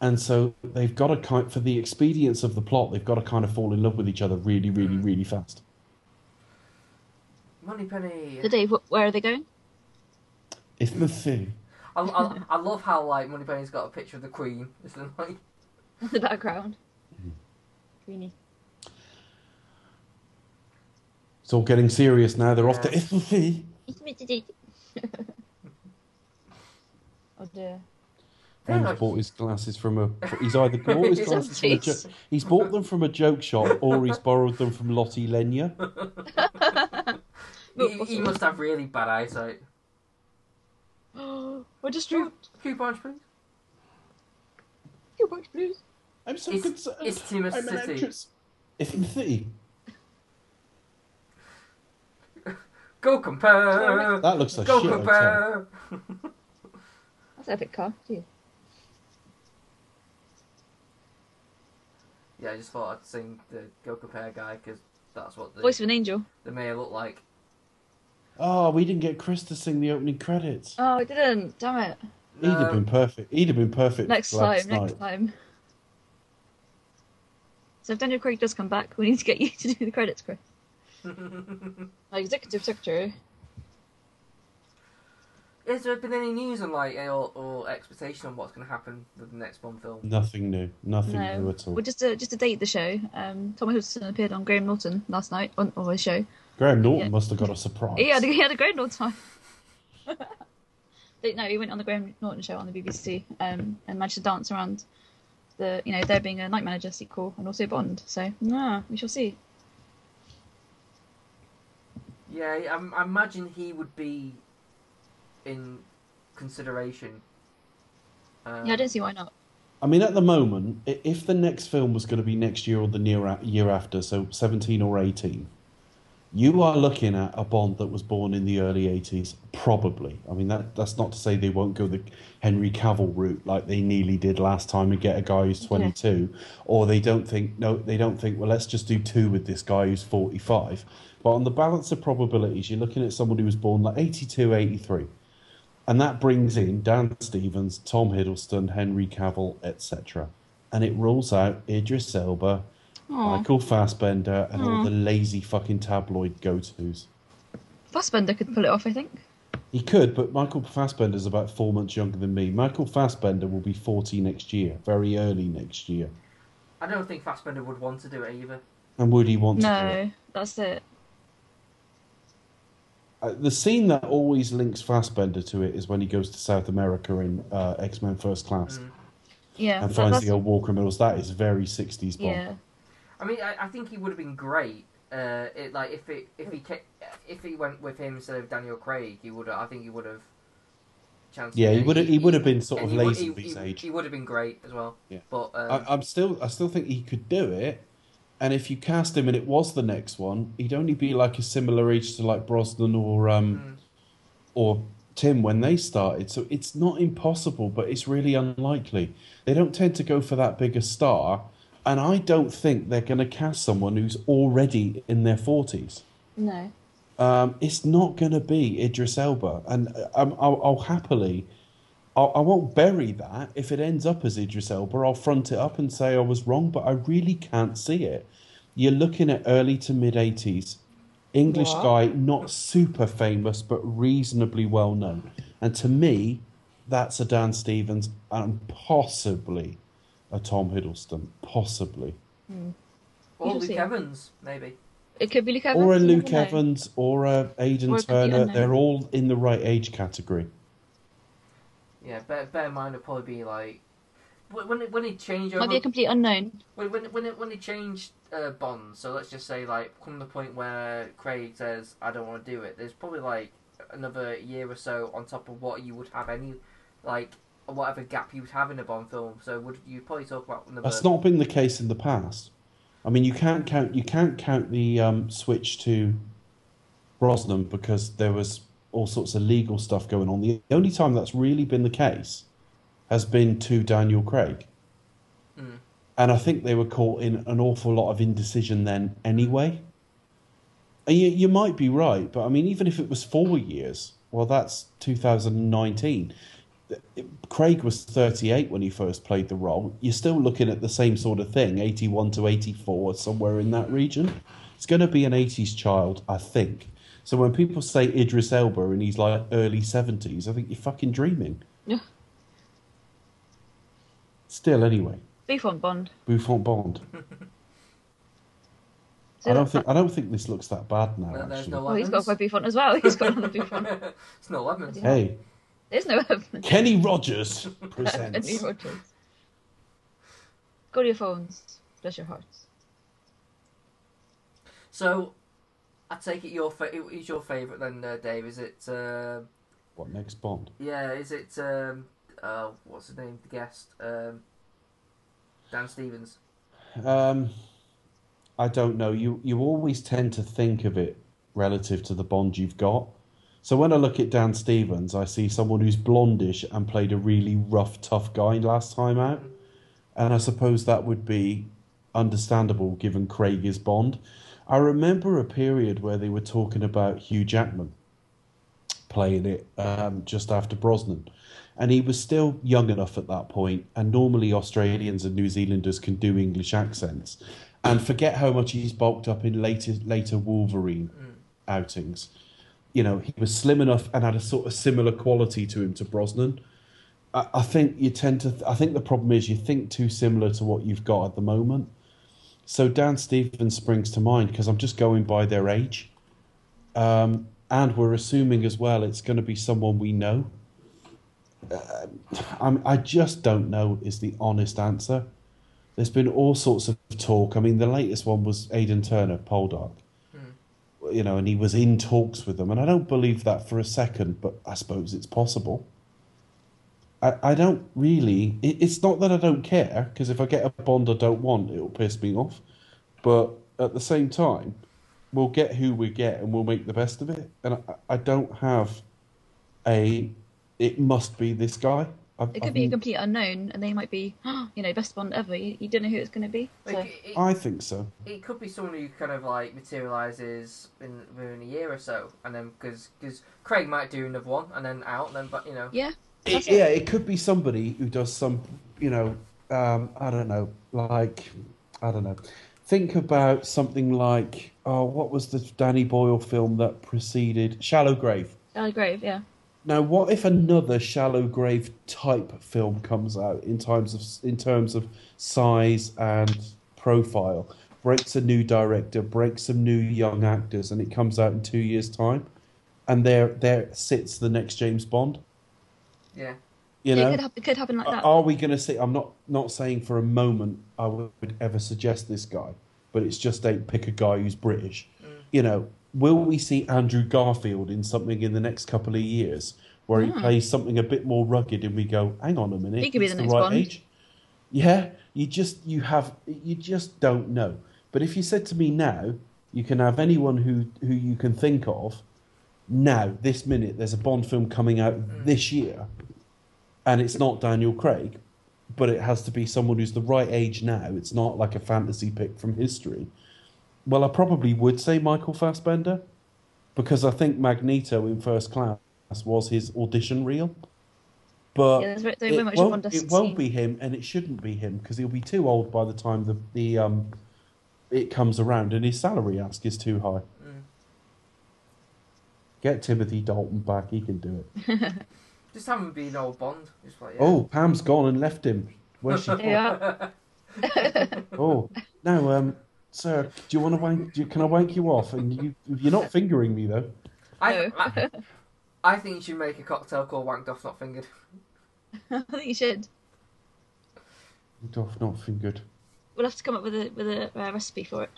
and so they've got to kind for the expedience of the plot. They've got to kind of fall in love with each other really, really, really fast.
Money Penny.
So, Dave, wh- where are they going? [LAUGHS]
Isthmus City.
I, I, I love how like Money Penny's got a picture of the Queen. It's like, [LAUGHS]
the background. Greeny.
It's all getting serious now. They're off to
Yeah.
Italy.
[LAUGHS] oh [LAUGHS] dear.
Very
He's
nice.
bought his glasses from a. He's
[LAUGHS]
either bought his
He's
glasses from a. Jo-
obtuse.
he's bought them from a joke shop, or he's borrowed them from Lottie Lenya.
Look,
he,
what's
he
it-
must have really bad eyesight.
[GASPS] We're just drew.
Coupons, please.
Your box, please.
I'm so
It's-
concerned.
it's Timothy
I'm an
City.
actress. Italy.
Go compare.
That looks like
Go
shit. Hotel.
compare.
That's an epic car. Jeez.
Yeah, I just thought I'd sing the Go Compare guy because that's what the,
Voice of an angel.
the mayor looked like.
Oh, we didn't get Chris to sing the opening credits.
Oh, I didn't. Damn it.
He'd have
No.
been perfect. He'd have been perfect.
Next
for last
time. Next time. So if Daniel Craig does come back, we need to get you [LAUGHS] to do the credits, Chris.
[LAUGHS]
Like executive secretary.
Has there been any news on like or, or expectation on what's going to happen with the next Bond film?
Nothing new. Nothing new
No.
at all.
Well, just to just to date the show. Um, Tom Hiddleston appeared on Graham Norton last night on, on his show.
Graham Norton
yeah.
must have got a surprise.
He had, a, he had a Graham Norton time. [LAUGHS] But no, he went on the Graham Norton show on the BBC um, and managed to dance around the, you know, there being a Night Manager sequel and also Bond. So, yeah, we shall see.
Yeah, I, I imagine he would be in consideration. Um,
Yeah, I don't see why not.
I mean, at the moment, i- if the next film was going to be next year or the near a- year after, so 17 or 18, you are looking at a Bond that was born in the early 80s, probably. I mean, that, that's not to say they won't go the Henry Cavill route like they nearly did last time and get a guy who's 22, or they don't think, no, they don't think, well, let's just do two with this guy who's 45. But on the balance of probabilities, you're looking at someone who was born like 82, 83. And that brings in Dan Stevens, Tom Hiddleston, Henry Cavill, etc. And it rules out Idris Elba,
Aw.
Michael Fassbender, and all
Aw.
the lazy fucking tabloid go tos.
Fassbender could pull it off, I think.
He could, but Michael Fassbender's about four months younger than me. Michael Fassbender will be 40 next year, very early next year.
I don't think Fassbender would want to do it either.
And would he want to do it?
No, that's it.
uh, the scene that always links Fassbender to it is when he goes to South America in uh, X Men First Class
Mm.
Yeah,
and
Mm. that-
finds
that's-
the old war criminals. That is very sixties Bond.
yeah,
I mean, I, I think he would have been great. Uh, it, like if it if he ca- if he went with him instead of Daniel Craig, he would. I think he would have. chanced-
Yeah, he
uh,
would have he would have been sort
and
of
he would-
lazy
he-
for his
he-
age.
He would have been great as well.
Yeah.
But um,
I, I'm still I still think he could do it. And if you cast him and it was the next one, he'd only be like a similar age to like Brosnan or um
mm,
or Tim when they started. So it's not impossible, but it's really unlikely. They don't tend to go for that bigger star, and I don't think they're going to cast someone who's already in their forties.
no,
Um, it's not going to be Idris Elba, and uh, um, I'll, I'll happily, I'll, I won't bury that. If it ends up as Idris Elba, I'll front it up and say I was wrong, but I really can't see it. You're looking at early to mid '80s, English
What?
guy, not super famous but reasonably well known, and to me, that's a Dan Stevens and possibly a Tom Hiddleston, possibly.
or
You'll
Luke
see.
Evans maybe.
it could be Luke Evans.
or a
you
Luke
never know.
Evans or a Aidan
Or it could be
Turner.
unknown.
They're all in the right age category.
Yeah, bear, bear in mind it'd probably be like when when it, when he changed
Might be
over
a complete unknown.
when when when it, when he changed uh, Bond. So let's just say like come the point where Craig says I don't want to do it. There's probably like another year or so on top of what you would have any like whatever gap you would have in a Bond film. So would you probably talk about another?
That's not been the case in the past. I mean, you can't count you can't count the um, switch to Brosnan because there was all sorts of legal stuff going on. The only time that's really been the case has been to Daniel Craig,
Mm.
and I think they were caught in an awful lot of indecision then anyway. And you, you might be right, but I mean, even if it was four years, well, that's 2019. Craig was 38 when he first played the role. You're still looking at the same sort of thing, 81 to 84, somewhere in that region. It's going to be an 80s child, I think. So when people say Idris Elba and he's like early 70s, I think you're fucking dreaming.
Yeah.
Still, anyway,
Buffon Bond.
Buffon Bond.
So
I don't
that-
think I don't think this looks that bad now.
No, there's
actually.
no
Oh, he's
Evans.
got a Buffon as well. [LAUGHS]
[LAUGHS]
He's got another Buffon.
it's no Evans.
Yeah.
Hey,
There's no
[LAUGHS]
Evans.
Kenny Rogers
Andy [LAUGHS]
presents.
Rogers. Go to your phones. Bless your hearts.
So I take it your fa- who is your favourite then, uh, Dave? Is it uh,
what next Bond?
yeah? Is it um, uh, what's his name? The guest um, Dan Stevens.
Um, I don't know. You you always tend to think of it relative to the bond you've got. So when I look at Dan Stevens, I see someone who's blondish and played a really rough, tough guy last time out, and I suppose that would be understandable given Craig is Bond. I remember a period where they were talking about Hugh Jackman playing it um, just after Brosnan. And he was still young enough at that point, and normally Australians and New Zealanders can do English accents. And forget how much he's bulked up in later later Wolverine outings. You know, he was slim enough and had a sort of similar quality to him to Brosnan. I, I think you tend to. Th- I think the problem is you think too similar to what you've got at the moment. So Dan Stevens springs to mind because I'm just going by their age. Um, and we're assuming as well it's going to be someone we know. Um, I'm, I just don't know is the honest answer. There's been all sorts of talk. I mean, the latest one was Aidan Turner, Poldark.
Hmm.
You know, and he was in talks with them, and I don't believe that for a second, but I suppose it's possible. I, I don't really. It, it's not that I don't care, because if I get a Bond I don't want, it'll piss me off. But at the same time, we'll get who we get and we'll make the best of it. And I, I don't have a. It must be this guy. I've,
It could
I've-
be a complete unknown, and they might be, [GASPS] you know, best Bond ever. You, you don't know who it's going to be. So,
Like, it-
I think so.
it could be someone who kind of like materializes in within a year or so, and then because Craig might do another one and then out, and then but you know,
yeah.
It,
That's
yeah, it could be somebody who does some, you know, um, I don't know, like, I don't know. Think about something like, oh, what was the Danny Boyle film that preceded Shallow Grave?
Shallow Grave, yeah.
Now, what if another Shallow Grave type film comes out in terms of in terms of size and profile, breaks a new director, breaks some new young actors, and it comes out in two years' time? and there there sits the next James Bond.
Yeah.
You
it
know, Uh,
could, hap- it could happen like that.
are we going to see? I'm not not saying for a moment I would ever suggest this guy, but it's just a pick a guy who's British. You know, will we see Andrew Garfield in something in the next couple of years where
Hmm.
he plays something a bit more rugged, and we go, hang on a minute,
He could be
he's
the next Bond."
Yeah, you just you have you just don't know. But if you said to me now, you can have anyone who who you can think of now, this minute, there's a Bond film coming out
Mm.
this year, and it's not Daniel Craig, but it has to be someone who's the right age now. It's not like a fantasy pick from history. Well, I probably would say Michael Fassbender because I think Magneto in First Class was his audition reel. But
Yeah, there's very- very
it
much
won't,
Bond
it
doesn't
won't be
see.
him, and it shouldn't be him because he'll be too old by the time the, the um, it comes around, and his salary ask is too high. Get Timothy Dalton back; he can do it.
Just have him be an old Bond. Just like, yeah.
Oh, Pam's gone and left him. Where's
[LAUGHS]
she?
There you are.
oh, no, um, sir, do you want to wank? Do you, can I wank you off? And you, you're not fingering me though.
I,
No.
I, I think you should make a cocktail called Wanked Off Not Fingered. [LAUGHS]
I think you should.
Wanked Off, not fingered.
We'll have to come up with a with a uh, recipe for it.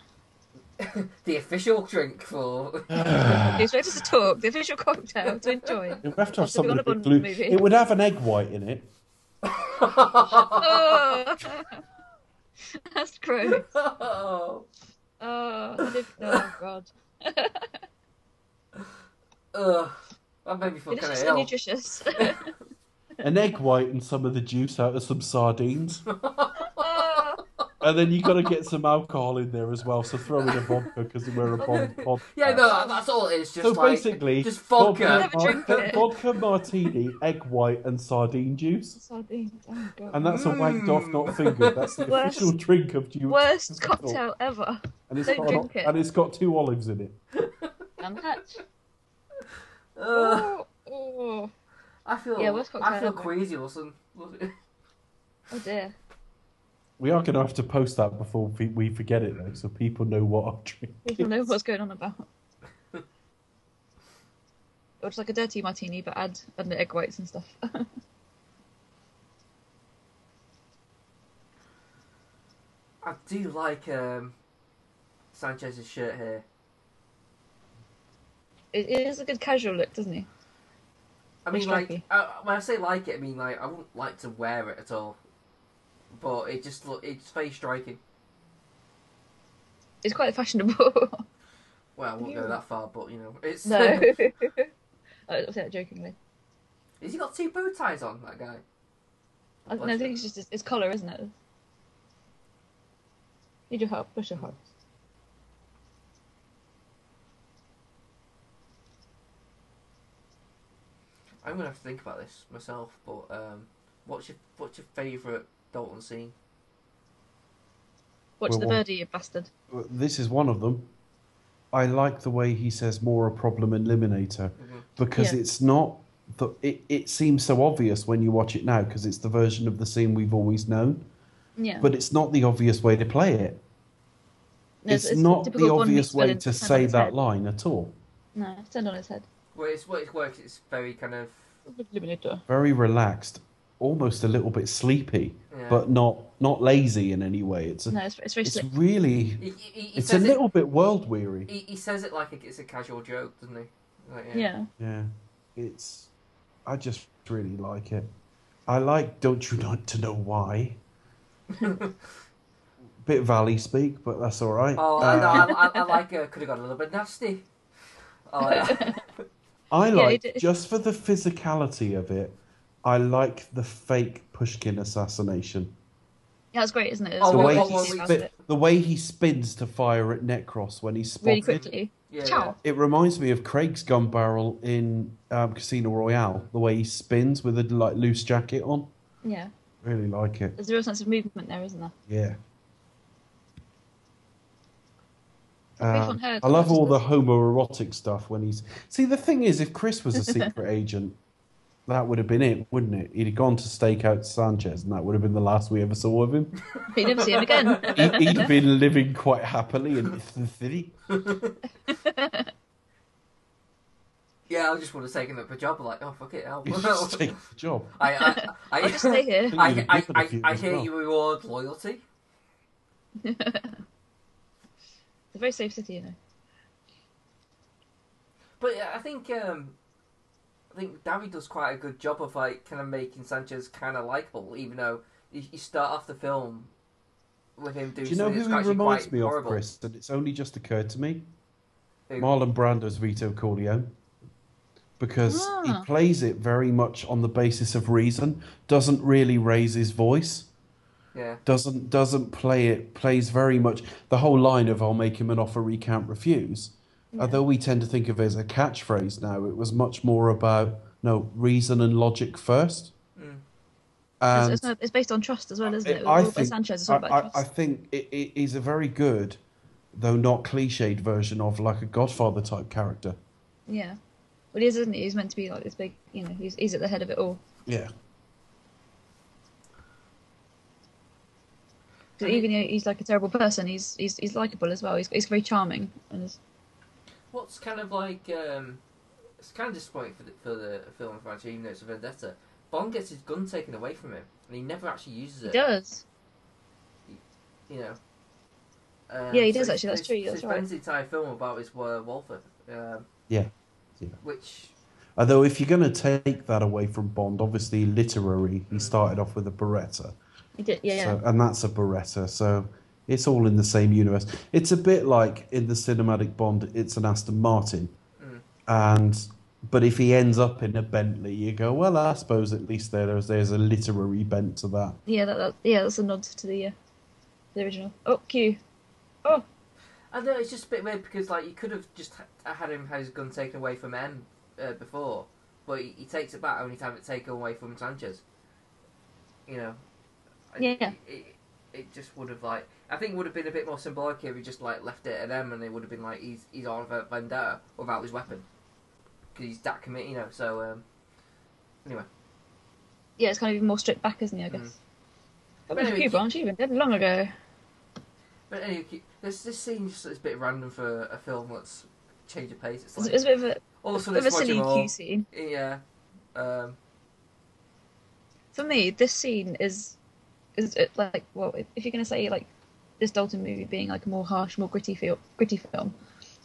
The official drink for. [LAUGHS]
Ah.
You're expected to talk, the official cocktail to enjoy.
It
[LAUGHS]
would have to have
So we've
something a
got a
bit
Bond
blue.
movie.
It would have an
[LAUGHS]
egg white in it.
Oh, [LAUGHS] that's gross.
oh,
Oh, I did- oh god,
ugh. that made me feel
it is
kind of
just
ill.
nutritious.
An egg white and some of the juice out of some sardines,
oh,
and then you got to get some alcohol in there as well. So throw in a vodka because we're a bond. bond
yeah, no, that- that's all it is. Just
So
like,
basically,
just vodka.
Have a drink
vodka,
with it.
vodka martini, egg white, and sardine juice.
sardines. Oh, god.
And that's a wanked off,
Mm.
not fingered. That's the
Worst-
official drink of Duke.
Worst cocktail ever.
And it's
Don't
got an-
drink it.
And it's got two olives in it.
And that.
Ugh,
Oh, oh,
I feel.
Yeah, worst cocktail
I feel
ever.
queasy or something.
oh dear.
We are going to have to post that before we- we forget it, though, so people know what I'm drinking.
We [LAUGHS] don't know what's going on about. Or just like a dirty martini, but add add the egg whites and stuff.
I do like um, Sanchez's shirt here.
it it is a good casual look, doesn't he?
I mean,
It's
like
tricky.
uh, when I say like it, I mean like I wouldn't like to wear it at all, but it just look it's very striking.
It's quite fashionable. [LAUGHS]
Well, I won't go
Ew.
that far, but you know, it's. [LAUGHS]
[LAUGHS] no, I said that jokingly.
Has he got two bow ties on that guy?
I, no, I think it's just his, his collar, isn't it? Need your help. Push your help.
I'm gonna have to think about this myself. But um, what's your what's your favourite Dalton scene?
Watch
Well,
the
well-
birdie, you bastard.
This is one of them. I like the way he says more a problem eliminator
Mhm.
because
Yeah.
it's not. The, it, it seems so obvious when you watch it now because it's the version of the scene we've always known,
Yeah.
but it's not the obvious way to play it.
No,
it's, not the
typical Bond
obvious
villain
way to
turned on
say
his
that
head.
line at all.
No, it's turned on his head.
Well, it's what it works. It's very kind of
Eliminator.
Very relaxed, almost a little bit sleepy,
Yeah.
but not not lazy in any way. It's a,
No, it's, it's very
it's
slick.
really
he, he, he
it's a
says
little bit world weary.
It, he, he says it like it's a casual joke, doesn't he? Like,
Yeah.
Yeah, it's. I just really like it. I like. Don't you want to know why?
[LAUGHS]
[LAUGHS]
Bit valley speak, but that's all right.
Oh,
Uh,
I know. I, I, I like. Uh, Could have got a little bit nasty. Oh, I like
[LAUGHS]
that.
I
Yeah,
like
it- it-
just for the physicality of it. I like the fake Pushkin assassination.
Yeah, it's great, isn't it? It's
Oh,
The
well,
way
well,
he
well,
easy
we-
about
spit-
it.
the way he spins to fire at Necros when he's spotted.
really quickly.
yeah, yeah.
Ciao.
It reminds me of Craig's gun barrel in um, Casino Royale. The way he spins with a like loose jacket on.
Yeah,
Really like it.
there's a real sense of movement there, isn't there?
Yeah.
Grief
Um,
on her,
I love
that's
all the
the-
homoerotic stuff when he's. See, the thing is, if Chris was a secret agent, that would have been it, wouldn't it? He'd have gone to stake out Sanchez, and that would have been the last we ever saw of him.
But you never see him again.
[LAUGHS] He,
[LAUGHS]
he'd been living quite happily in the city.
Yeah, I just would have taken up a job. Like, oh fuck it, I'll.
You
[LAUGHS]
just take the job.
I, I, I,
I'll just stay
[LAUGHS]
here.
I, I,
You'd be
I,
good
I
as
hear
well.
you reward loyalty.
It's a very safe city, you know.
But yeah, I think um, I think Davi does quite a good job of like kind of making Sanchez kind of likable, even though you, you start off the film with him doing
Do you know
something
who
that's
he
actually
reminds
quite
me
horrible.
of, Chris? And it's only just occurred to me.
Who?
Marlon Brando's Vito Corleone. Because
Ah.
he plays it very much on the basis of reason, doesn't really raise his voice,
Yeah,
doesn't doesn't play it, plays very much the whole line of I'll make him an offer he can't refuse. Although we tend to think of it as a catchphrase now, it was much more about no reason and logic first.
Mm.
It's-
And
it's, not- it's based on trust as well, isn't
I-
it? With
I
Robert
think-
Sanchez is
I,
all about
I,
trust.
I think it, it is a very good, though not cliched version of like a Godfather type character.
Yeah. Well, he is, isn't he? He's meant to be like this big, you know, he's, he's at the head of it all.
Yeah.
But even though he's like a terrible person, he's he's, he's likable as well. He's, he's very charming. And he's-
what's kind of like um, it's kind of disappointing for the, for the film franchise, even though it's a vendetta. Bond gets his gun taken away from him, and he never actually uses
he
it.
does.
You know. Um,
Yeah, he
so
does
he-
actually, that's
so
true,
he- so
that's
he
right.
spends the entire film about his uh, Walford. Um,
Yeah, yeah.
Which
Although if you're going to take that away from Bond, obviously literary, he started off with a Beretta,
He did, Mm. yeah, yeah.
so, and that's a Beretta, so it's all in the same universe. It's a bit like in the cinematic Bond, it's an Aston Martin,
Mm.
and but if he ends up in a Bentley, you go, well, I suppose at least there's there's a literary bent to that.
Yeah, that, that, yeah, that's a nod to the, uh, the original. Oh, Q.
I don't know, it's just a bit weird because like you could have just ha- had him have his gun taken away from M uh, before, but he, he takes it back only to have it taken away from Sanchez. You know, I-
Yeah.
It, it just would have like I think it would have been a bit more symbolic if he just like left it at M and it would have been like he's he's on a vendetta without his weapon because he's that commit, you know. So um,
Yeah, it's kind of even more stripped back, isn't he, I guess?
but
Where's
anyway,
Q, Bond? She's been dead long ago.
but anyway, this this scene just is a bit random for a film that's change of pace. It's
It's,
like
it's a bit of a,
all of a sudden
bit of a
it's
silly
Roger Moore.
Q scene.
Yeah. Um,
For me, this scene is is it like well, if- if you're gonna say like this Dalton movie being like a more harsh, more gritty feel, gritty film,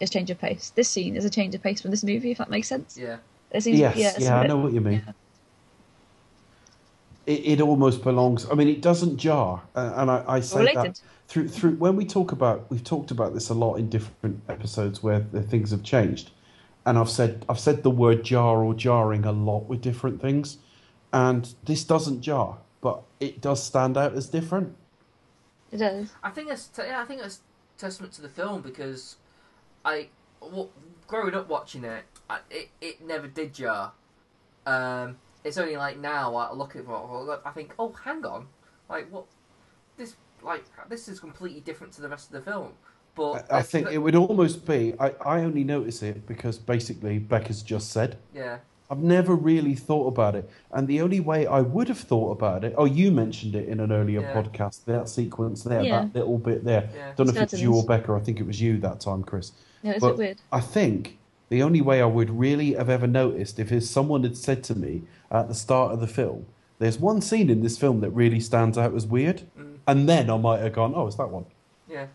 is change of pace. This scene is a change of pace from this movie, if that makes sense.
yeah.
It seems,
Yes,
yeah,
yeah,
it's a
I
bit-
know what you mean.
yeah.
It, it almost belongs. I mean, it doesn't jar, and, and I, I say
related.
that through through when we talk about we've talked about this a lot in different episodes where the things have changed, and I've said I've said the word jar or jarring a lot with different things, and this doesn't jar, but it does stand out as different.
It does.
I think that's te- yeah, I think that's testament to the film because I w- growing up watching it, I, it it never did jar. Um, it's only like now I look at what I think. Oh, hang on, like what this like this is completely different to the rest of the film. But
I, I think it would almost be. I, I only notice it because basically Becca's just said.
yeah
I've never really thought about it. And the only way I would have thought about it, oh, you mentioned it in an earlier
Yeah.
podcast, that sequence there,
Yeah.
that little bit there.
yeah
Don't know if it's you or
Curtains.
Becca, I think it was you that time, Chris.
No, it's a
But-
bit weird.
I think the only way I would really have ever noticed if is someone had said to me at the start of the film, there's one scene in this film that really stands out as weird.
Mm.
And then I might have gone, oh, it's that one.
yeah.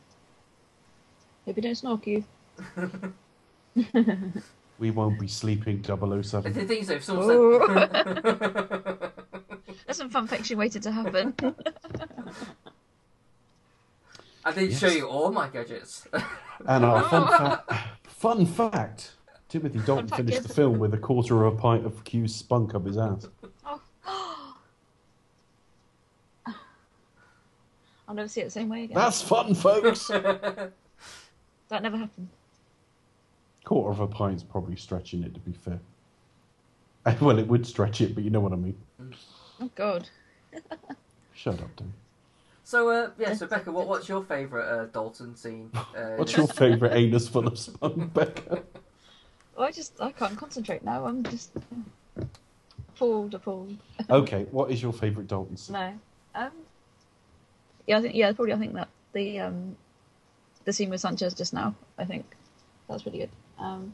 Hope you don't snork you.
We won't be sleeping
[LAUGHS] But
007.
the thing is, though, if someone
[LAUGHS]
said. [LAUGHS]
That's some fun fiction waiting to happen.
I didn't
Yes.
show you all my gadgets. [LAUGHS]
And our
[LAUGHS]
fun, fa- fun fact Timothy Dalton
fact,
finished
yes.
the film with a quarter of a pint of Q's spunk up his ass.
oh. [LAUGHS] I'll never see it the same way again.
That's fun, folks!
That never happened.
quarter of a pint's probably stretching it, to be fair. [LAUGHS] Well, it would stretch it, but you know what I mean.
Oh God.
Shut up, Dan.
so uh, yeah, so Becca, what, what's your favourite uh, Dalton scene? Uh,
What's
in
your favourite anus full of spunk, Becca?
Oh, I just I can't concentrate now. I'm just appalled, appalled.
Okay, what is your favourite Dalton scene?
No. Um. Yeah, I think yeah, probably I think that the um the scene with Sanchez just now. I think that's really good. Um.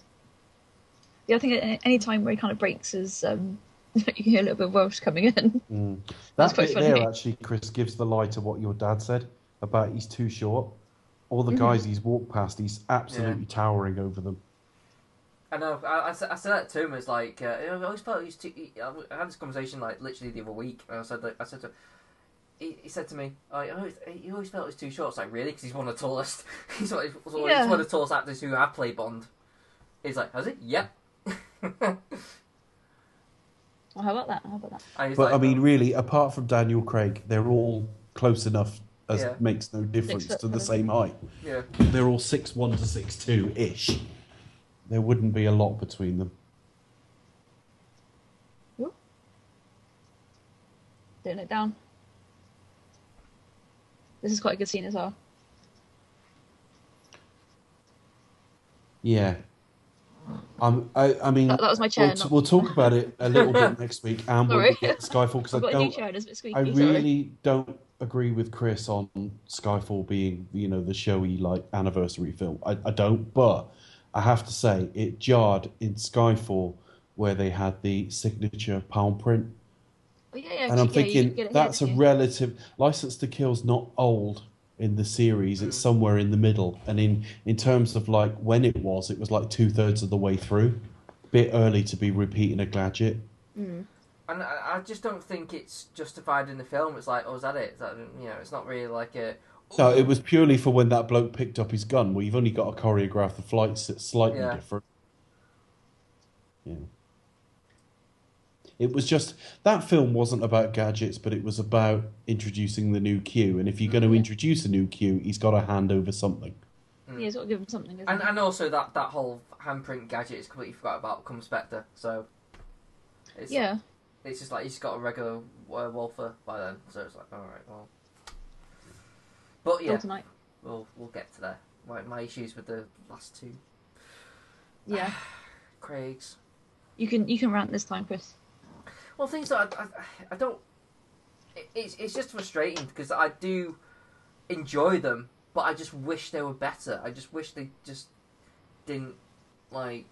the other thing, at any time where he kind of breaks is um, [LAUGHS] you can hear a little bit of Welsh coming in.
Mm.
That's
That
quite
bit
funny.
there actually, Chris, gives the lie to what your dad said about he's too short. All the
Mm-hmm.
guys he's walked past, he's absolutely towering over them.
I know. I, I, said, I said that to him as like uh, I always felt he was too. He, I I had this conversation like literally the other week, and I said like, I said to him, he, he said to me, I always, he always felt he was too short. It's like really because he's one of the tallest. [LAUGHS] he's, one, he's one
Yeah.
of the tallest actors who have played Bond. He's like, has it? Yep. [LAUGHS] and
Well, how about that? How about that?
he's
But
like,
I mean, really, apart from Daniel Craig, they're all close enough as
Yeah.
it makes no difference
foot
to the
seven.
same height.
yeah.
They're all six one to six two ish. There wouldn't be a lot between them.
Don't look down. This is quite a good scene as well.
Yeah. Um, I, I mean,
That, that was my chair.
we'll,
not-
we'll talk about it a little
[LAUGHS]
bit next week and when we
Sorry.
get to Skyfall because I
I've got a new
don't
chair. and It's a bit squeaky.
I
Sorry.
really don't agree with Chris on Skyfall being, you know, the showy like anniversary film. I, I don't, but I have to say it jarred in Skyfall where they had the signature palm print,
Oh, yeah, yeah,
and I'm
yeah, you
thinking
get it here,
that's a
don't you?
relative. License to Kill's not old in the series;
Mm.
it's somewhere in the middle. And in in terms of like when it was, it was like two thirds of the way through. Bit early to be repeating a gadget.
And I, I just don't think it's justified in the film. It's like, oh, is that it? Is that you know? It's not really like a.
No, it was purely for when that bloke picked up his gun. Well, you've only got to choreograph the flights that's slightly
Yeah.
different. Yeah. It was just that film wasn't about gadgets, but it was about introducing the new cue. And if you're going to introduce a new cue, he's got to hand over something.
Yeah, it's got to give him something. Isn't
And
it?
and also that that whole handprint gadget is completely forgot about. Come Spectre, so. It's,
Yeah,
It's just like he's got a regular uh, Wolfer by then, so it's like, all right, well. But yeah,
yeah. tonight.
we'll we'll get to there. My my issues with the last two
Yeah,
Craigs.
you can you can rant this time, Chris.
Well, things that I, I, I don't. it- It's it's just frustrating because I do enjoy them, but I just wish they were better. I just wish they just didn't like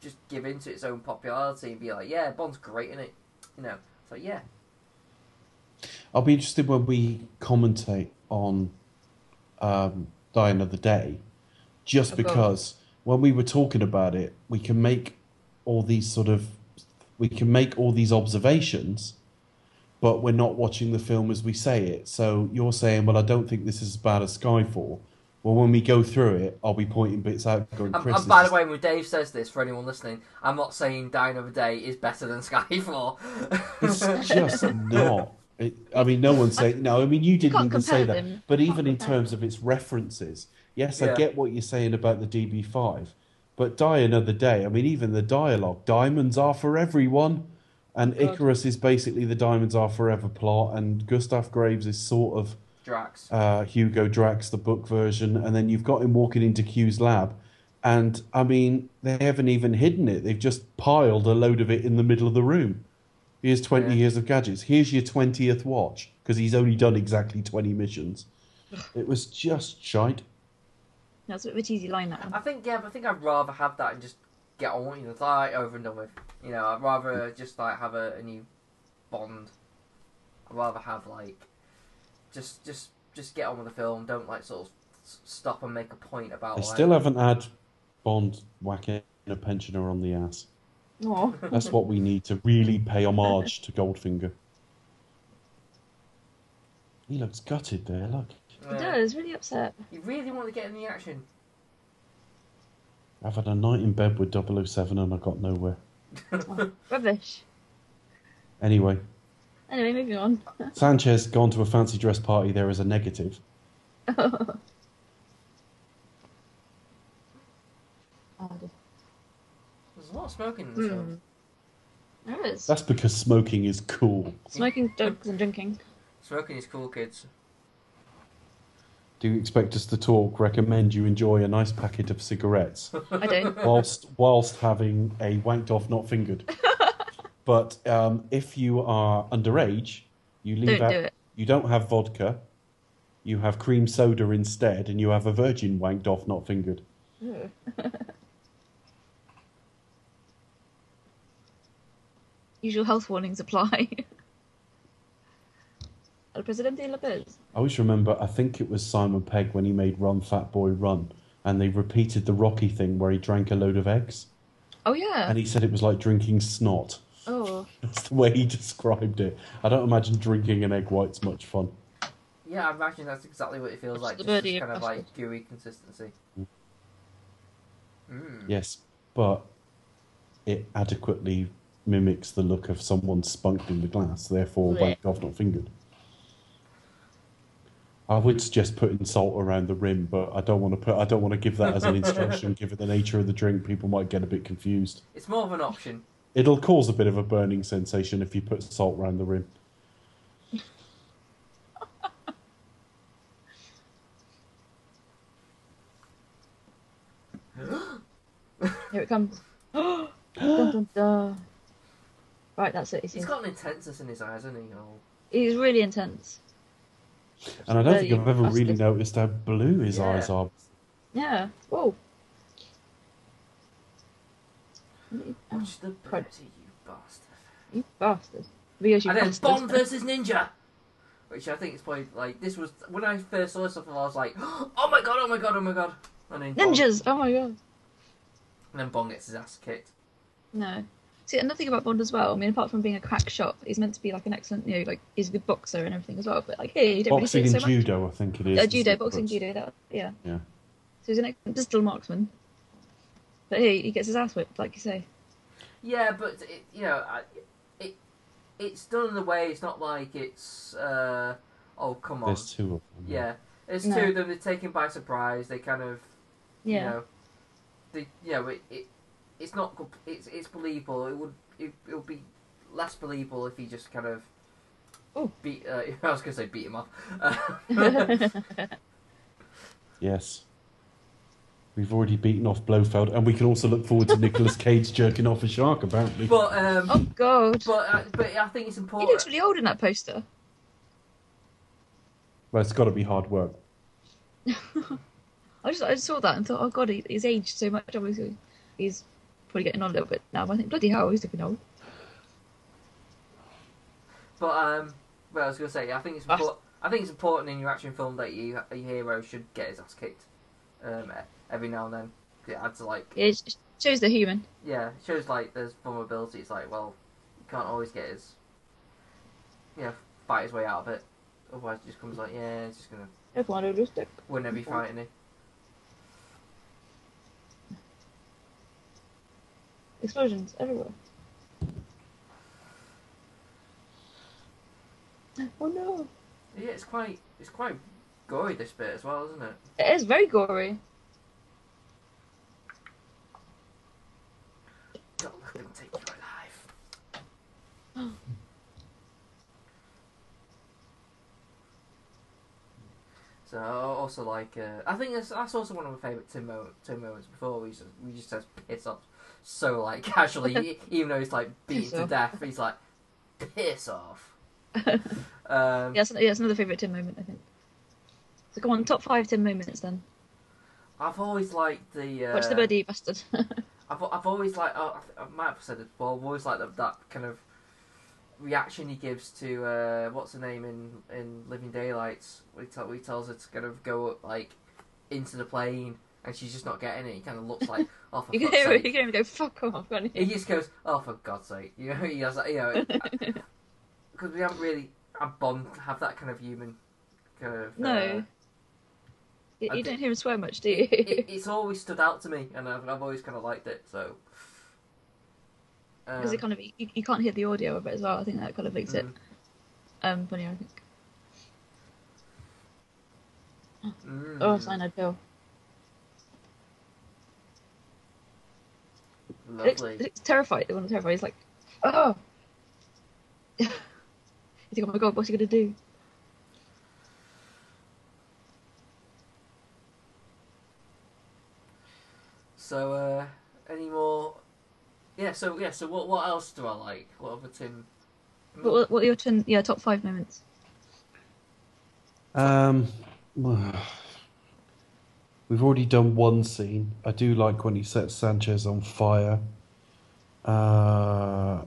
just give in to its own popularity and be like, yeah, Bond's great in it, you know. So yeah,
I'll be interested when we commentate on um, Die Another Day, just
Of course.
because when we were talking about it, we can make all these sort of we can make all these observations, but we're not watching the film as we say it. So you're saying, well, I don't think this is as bad as Skyfall. Well, when we go through it, I'll be pointing bits out. Going,
And,
Chris,
and by
this
the way, when Dave says this, for anyone listening, I'm not saying Die Another Day is better than [LAUGHS] Skyfall.
It's [LAUGHS] just not. It, I mean, no one say no. I mean, you didn't
can't
even say
compare
that.
them.
But
Can't
even in
compare
terms of its references, yes,
Yeah.
I get what you're saying about the DB5. But die another day. I mean, even the dialogue: diamonds are for everyone, and
God.
Icarus is basically the diamonds are forever plot, and Gustav Graves is sort of
[LAUGHS] Drax.
uh, Hugo Drax, the book version, and then you've got him walking into Q's lab. And I mean, they haven't even hidden it. They've just piled a load of it in the middle of the room. Here's 20
Yeah.
years of gadgets. Here's your 20th watch, because he's only done exactly 20 missions. It was just shite.
That's a bit of a cheesy line that
I
one.
think yeah, but I think I'd rather have that and just get on with it like, over and done with. You know, I'd rather just like have a, a new Bond. I'd rather have like just just just get on with the film. Don't like sort of s- stop and make a point about.
They
like-
still haven't had Bond whacking a pensioner on the ass. [LAUGHS]
Oh,
That's what we need to really pay homage to Goldfinger. He looks gutted there, look.
he
Yeah.
does. Really upset.
You really want to get in the action. [LAUGHS]
I've had a night in bed with 007 and I got nowhere.
Rubbish.
Anyway,
Anyway,
[LAUGHS]
moving on. [LAUGHS]
Sanchez gone to a fancy dress party there is a negative.
Hmm.
There's a lot of smoking in this
Hmm.
film.
There is.
That's because smoking is cool.
Smoking drugs and drinking.
Smoking is cool, kids.
Do you expect us to talk, recommend you enjoy a nice packet of
[LAUGHS]
cigarettes
I
[LAUGHS]
don't.
whilst whilst having a wanked off not
[LAUGHS]
fingered? But um, if you are underage, you leave
Don't
out
do it.
you don't have vodka, you have cream soda instead, and you have a virgin wanked off not fingered.
[LAUGHS] Usual health warnings apply. [LAUGHS] El Presidente de la Paz.
I always remember, I think it was Simon Pegg when he made Run Fat Boy Run, and they repeated the Rocky thing where he drank a load of eggs,
Oh yeah.
and he said it was like drinking snot. [LAUGHS]
Oh,
That's the way he described it. I don't imagine drinking an egg white's much fun.
Yeah, I imagine that's exactly what it feels
Which
like.
the
Just this
birdie
kind of
across
like gooey consistency. Mm.
Yes, but it adequately mimics the look of someone spunked in the glass, therefore,
Blech.
wank off, not fingered. I would suggest putting salt around the rim, but I don't want to put. I don't want to give that as an instruction. given the nature of the drink, people might get a bit confused.
It's more of an option.
It'll cause a bit of a burning sensation if you put salt around the rim.
[GASPS]
here it comes. [GASPS] dun, dun, dun. Right, that's it. He's,
He's got an intenseness in his eyes, hasn't he? Oh.
he's really intense.
And I don't
Well,
think
you
I've ever
must
really
have-
noticed how blue his
Yeah.
eyes are.
Yeah. Whoa.
Watch the
God.
birdie, you bastard.
You bastard. Because you
And then
bastard.
Bond versus Ninja, which I think is probably like this was when I first saw this stuff. I was like, [GASPS] oh my god, oh my god, oh my god. And then Bond-
Ninjas! Oh my god.
and then Bond gets his ass kicked.
No. See, another thing about Bond as well, I mean, apart from being a crack shot, he's meant to be like an excellent, you know, like he's a good boxer and everything as well, but like here, you don't
Boxing
really see
and
it so much.
judo, I think it is.
Uh,
isn't
judo,
it?
boxing,
But-
judo, that, yeah.
Yeah.
So he's an excellent pistol marksman. But here, he gets his ass whipped, like you say.
Yeah, but it, you know, I, it it's done in a way. It's not like it's uh, oh come on,
There's two of them.
yeah. There's
No.
two of them. They're taken by surprise. They kind of
Yeah.
you
[LAUGHS]
know, the you know it, it it's not good- it's it's believable. It would it, it would be less believable if he just kind of
Oh.
beat. Uh, [LAUGHS] I was gonna say beat him
[LAUGHS]
up. [LAUGHS] Uh,
Oh,
Yes. We've already beaten off Blofeld, and we can also look forward to
[LAUGHS]
Nicolas Cage jerking off a shark, apparently.
but um,
oh god.
but uh, but I think it's
He
important.
looks really old in that poster.
well, it's got to be hard work.
I just I just saw that and thought, oh god, he, he's aged so much. Obviously, he's probably getting on a little bit now. But I think bloody hell, he's looking old.
But um, well, I was gonna say I think it's
That's-
important. I think it's important in your action film that you a hero should get his ass kicked um, e- every now and then. It adds like
Yeah, It just shows the human.
yeah, it shows like there's vulnerability. It's like well, you can't always get his you know fight his way out of it. Otherwise, it just comes like yeah, it's just gonna
Everyone will just stick.
we're never fighting it.
Explosions everywhere. Oh no!
Yeah, it's quite it's quite gory this bit as well, isn't it?
It is very gory. [LAUGHS]
Don't let them take you alive. [GASPS] so also like uh, I think that's, that's also one of my favourite Tim, mo- Tim moments before. We just we just says piss off so like [LAUGHS] casually, e- even though he's like beat
Piss
to
off.
death. He's like piss off. Um,
Yeah, that's, yeah, that's another favourite Tim moment, I think. So go on, top five Tim moments then.
I've always liked the. Uh,
Watch the birdie, you bastard. [LAUGHS]
I've, I've always like oh, I, I might have said it before. I've always liked that, that kind of reaction he gives to uh, what's her name in in Living Daylights. When he, tell, when he tells her to kind of go up like into the plane, and she's just not getting it. He kind of looks like oh
[LAUGHS]
for
you can
fuck's
hear it, you
sake.
can hear him go, fuck off, can't
He
[LAUGHS] you?
just goes oh for God's sake. You know [LAUGHS] he has that, you
[LAUGHS]
know because we haven't really had Bond have that kind of human kind of
No.
uh,
You,
I
you
think-
don't hear him swear much, do you?
it,
[LAUGHS]
it's always stood out to me, and I've, I've always kind of liked it. So. Um,
Because it kind of you, you can't hear the audio of it as well. I think that kind of makes it
Mm-hmm.
um funnier. I think.
Mm.
Oh, cyanide pill. It's,
Lovely.
it's terrified. The one that's terrified. He's like, oh. [LAUGHS] you think, oh my god, what's he gonna do?
So, uh, any more? Yeah. So yeah. So what? What else do I like? What other Tim?
What, what, what are your ten, yeah top five moments? [LAUGHS]
Um, [SIGHS] we've already done one scene. I do like when he sets Sanchez on fire. Uh,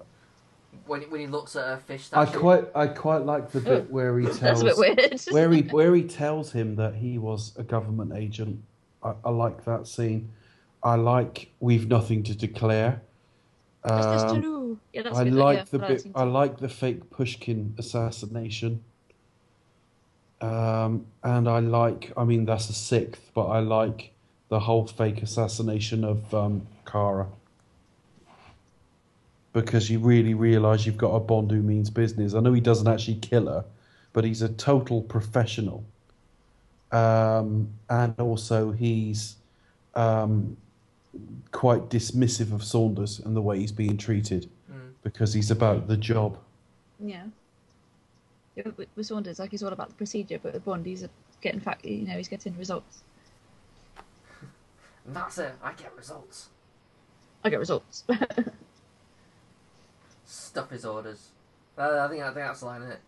when he, when he looks at a fish
I
statue.
quite I quite like the bit where he tells
Hmm. That's a bit weird. [LAUGHS]
where he where he tells him that he was a government agent. I, I like that scene. I like we've nothing to declare.
Justice
Um,
Jalou. yeah, that's
I
good,
like
yeah,
the
that
bit.
seems-
I like the fake Pushkin assassination. Um, and I like. I mean, that's a sixth, but I like the whole fake assassination of um, Kara because you really realise you've got a Bond who means business. I know he doesn't actually kill her, but he's a total professional. Um, and also, he's um, quite dismissive of Saunders and the way he's being treated
Mm.
because he's about the job.
Yeah. Yeah, With, with Saunders, like he's all about the procedure, but with Bond, he's getting fact. You know, he's getting results.
And that's it. I get results.
I get results. [LAUGHS]
Stuff his orders. Uh, I think I think that's the line in it.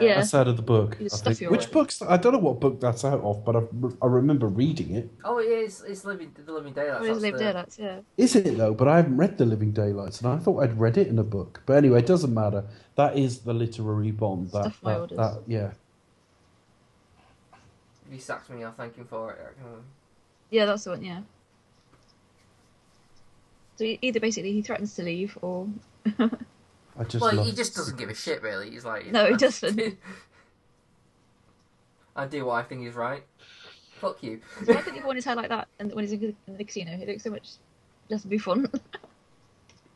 Yeah.
That's out of the book.
It's
I
stuff
think.
you're
Which
right.
book's? I don't know what book that's out of, but I, I remember reading it.
Oh, it is. It's living the living daylights.
What is
that's
Live
the-
Daylights? Yeah.
Is it though? But I haven't read The Living Daylights, and I thought I'd read it in a book. But anyway, it doesn't matter. That is the literary bond. That,
Stuff my
that,
orders.
that- yeah.
If he sacks me, I'll thank him for it. I reckon.
Yeah, that's the one. Yeah. So e- either basically he threatens to leave, or
I just
well,
love
he just doesn't give a shit, really. He's like,
No, he doesn't.
[LAUGHS] I do what I think is right. Fuck
[LAUGHS]
you.
why couldn't
[LAUGHS]
he worn his hair like that? And when he's in the- in the casino, he looks so much less Buffon.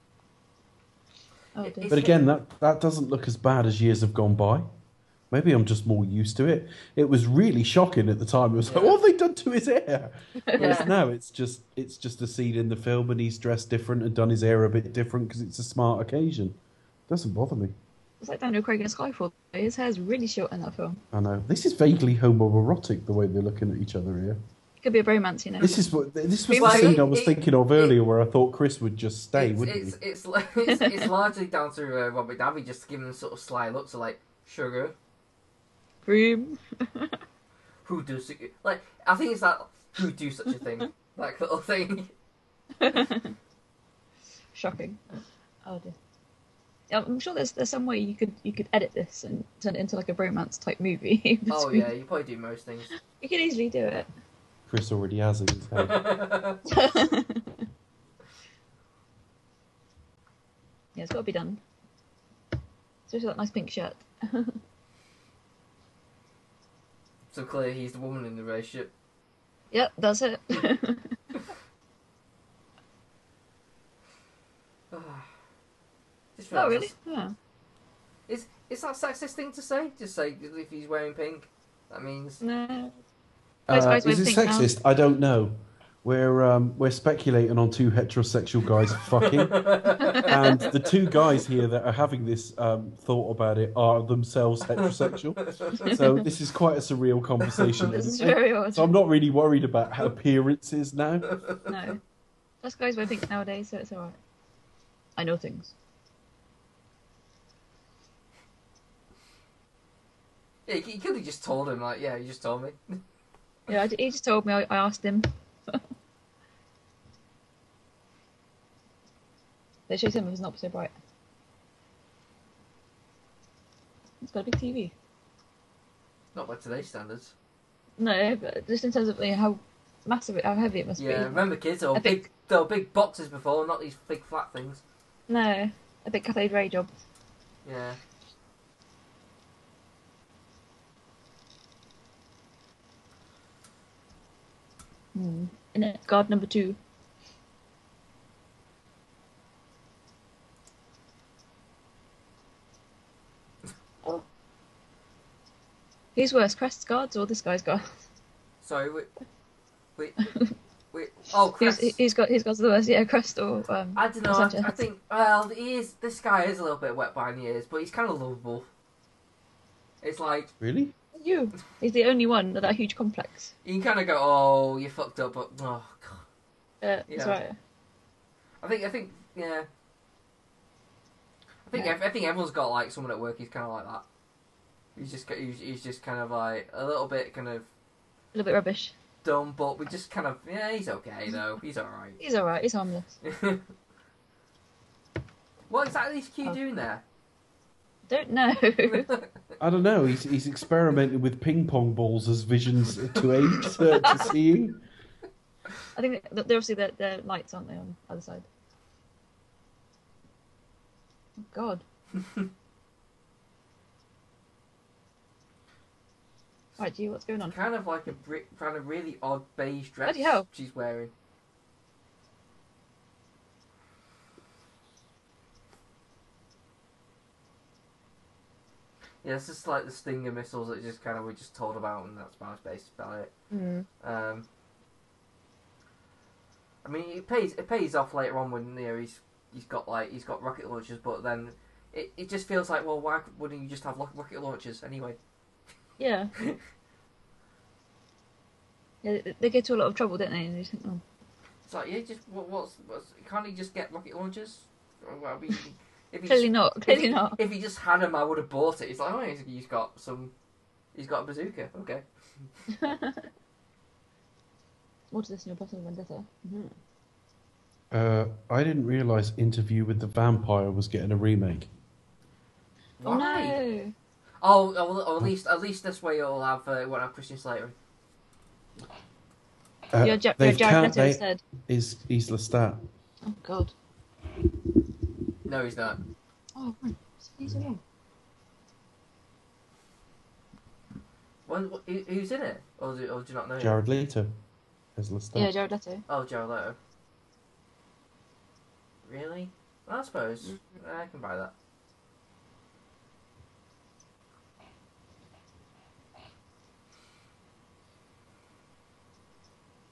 [LAUGHS] oh dear.
But again, that that doesn't look as bad as years have gone by. Maybe I'm just more used to it. It was really shocking at the time. It was like,
Yeah.
what have they done to his hair? Whereas
Yeah.
now it's just it's just a scene in the film, and he's dressed different and done his hair a bit different because it's a smart occasion. Doesn't bother me.
It's like Daniel Craig in Skyfall. though. His hair's really short in that film.
I know this is vaguely homoerotic the way they're looking at each other here.
It could be a bromance, you know.
This is what this was
Well,
the scene
it-
I was
it-
thinking of earlier, where I thought Chris would just stay,
it's,
wouldn't
it's, it's, li- [LAUGHS] it's, it's largely down to uh, Robert Davi just giving them sort of sly looks of like, sugar,
Room.
who does it? Like, I think it's that, who do such a thing? [LAUGHS] that little thing.
[LAUGHS] Shocking. Oh dear. Yeah, I'm sure there's there's some way you could you could edit this and turn it into like a romance type movie. [LAUGHS]
Oh, yeah, you probably do most things. [LAUGHS]
You could easily do it.
he? Chris already has in his
[LAUGHS]
head.
yeah,
Yeah, it's got to be done. Especially that nice pink shirt.
so clearly he's the woman in the relationship. [SIGHS]
Yep, that's it. [LAUGHS]
Just
oh
realise
really?
that's-
Yeah.
Is, is that a sexist thing to say? Just say if he's wearing pink, that means.
No.
Uh,
Those guys
is
wear
it
pink now.
sexist? I don't know. We're um, we're speculating on two heterosexual guys
[LAUGHS]
fucking,
Mm.
and the two guys here that are having this um, thought about it are themselves heterosexual. so this is quite a surreal conversation.
This is
isn't it?
very odd.
So I'm not really worried about appearances now.
No. Us guys wear pink nowadays, so it's alright. I know things.
Yeah, he could have just told him, like, yeah, you just told me.
Yeah, I- he just told me. I, I asked him. [LAUGHS] they show him if it's not so bright. It's got a big TV.
Not by today's standards.
No, but just in terms of you know, how massive, it, how heavy it must
Yeah,
be.
remember kids, they
I
were
think-
big, they were big boxes before, not these big flat things.
No, a big cafe ray job.
Yeah.
Mm. In it, guard number two. Who's worse, Crest's guards or this guy's guards?
Sorry, we, we, we. Oh,
Who's,
Chris.
who's got who's got the worst? Yeah, Crest or um.
I don't know. I, I
Sanchez.
think well, he is. This guy is a little bit wet behind the ears, but he's kind of lovable. It's like
Really?
you. He's the only one with that huge complex.
you can kind of go, "Oh, you fucked up," but oh, God.
Uh, That's
Yeah.
right.
I think, I think, yeah. I think,
Yeah.
ev- I think everyone's got like someone at work who's kind of like that. He's just, ca- he's, he's just kind of like a little bit kind of
A little bit rubbish.
dumb, but we just kind of, yeah, he's okay though. He's all right.
He's alright. He's harmless.
[LAUGHS] What exactly is Q doing there? [LAUGHS]
Don't know.
I don't know. He's he's experimenting with ping pong balls as visions to aid uh, to seeing.
I think that- that they're obviously they're, they're lights, aren't they, on the other side? Oh, [LAUGHS] God. right, G, what's going [LAUGHS] on?
kind of like a bri- kind of really odd beige dress
Bloody hell.
she's wearing. Yeah, it's just like the Stinger missiles that just kind of we just told about, and that's about based about it.
Hmm.
Um, I mean, it pays it pays off later on when you know he's he's got like he's got rocket launchers, but then it, it just feels like well why wouldn't you just have lo- rocket launchers anyway?
[LAUGHS] Yeah. yeah they, they get to a lot of trouble, don't they? And you think, oh,
It's like yeah, just what, what's, what's can't he just get rocket launchers? Or, well, I mean, if he
clearly
just,
not, [LAUGHS] clearly not.
if he just had them, I would have bought it. It's like oh he's, he's got some, he's got a bazooka. Okay,
Water this in your bottle of vendetta. Mhm.
Uh, I didn't realise Interview with the Vampire was getting a remake.
Oh,
Why?
no.
Oh, oh, well, at least at least this way you'll have uh, won't have Christian Slater.
Uh,
you're, Ja- you're
they've
Jared
can-
Leto
they-
instead.
is is Lestat.
Oh, God.
No, he's not.
Oh, man. He's alone.
When, wh- who- who's in it? Or do, or do you not know? him?
Jared Leto as Lestat.
Yeah, Jared Leto.
Oh, Jared Leto. Really? I suppose
Mm-hmm.
I can buy that.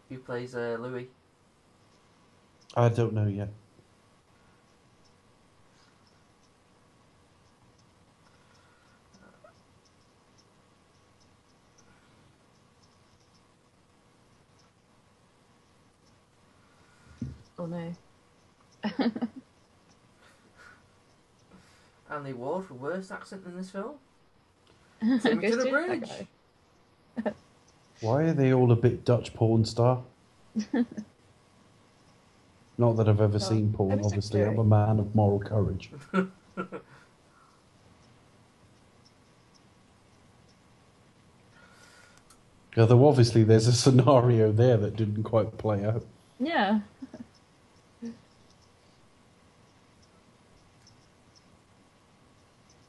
Who plays uh, Louis?
I don't know yet.
Oh, no.
And the award for worst accent in this
[LAUGHS]
film?
Goes
Take me to the
that
bridge.
guy.
Why are they all a bit Dutch porn
[LAUGHS]
star? Not that I've ever seen porn.
Every
Obviously,
secretary.
I'm a man of moral
[LAUGHS]
courage. Although obviously there's a scenario there that didn't quite play out.
Yeah.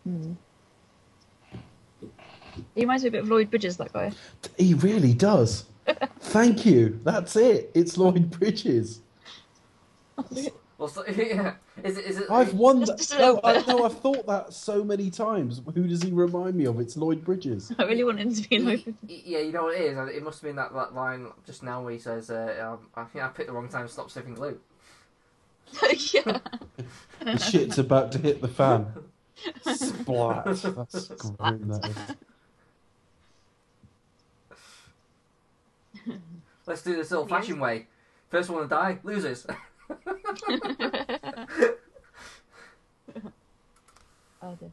hmm. He reminds me a bit of Lloyd Bridges, that [LAUGHS] guy.
He really does. Thank you. That's it. It's Lloyd Bridges.
Oh,
Well, so, [LAUGHS] yeah. Is it? Is it?
I've
[LAUGHS]
won.
Just-
That.
just a
no,
little
I,
bit.
no, I've thought that so many times. Who does he remind me of? It's Lloyd Bridges.
I really want him to be Lloyd [LAUGHS] Bridges.
Yeah, you know what it is. It must have been that, that line just now where he says, uh, um, "I think I picked the wrong time to stop sniffing glue."
Oh, yeah.
The shit's about to hit the fan. Splat. That's grim, that is.
Let's do this old fashioned way. First one to die loses.
[LAUGHS]
[LAUGHS]
Oh, dear.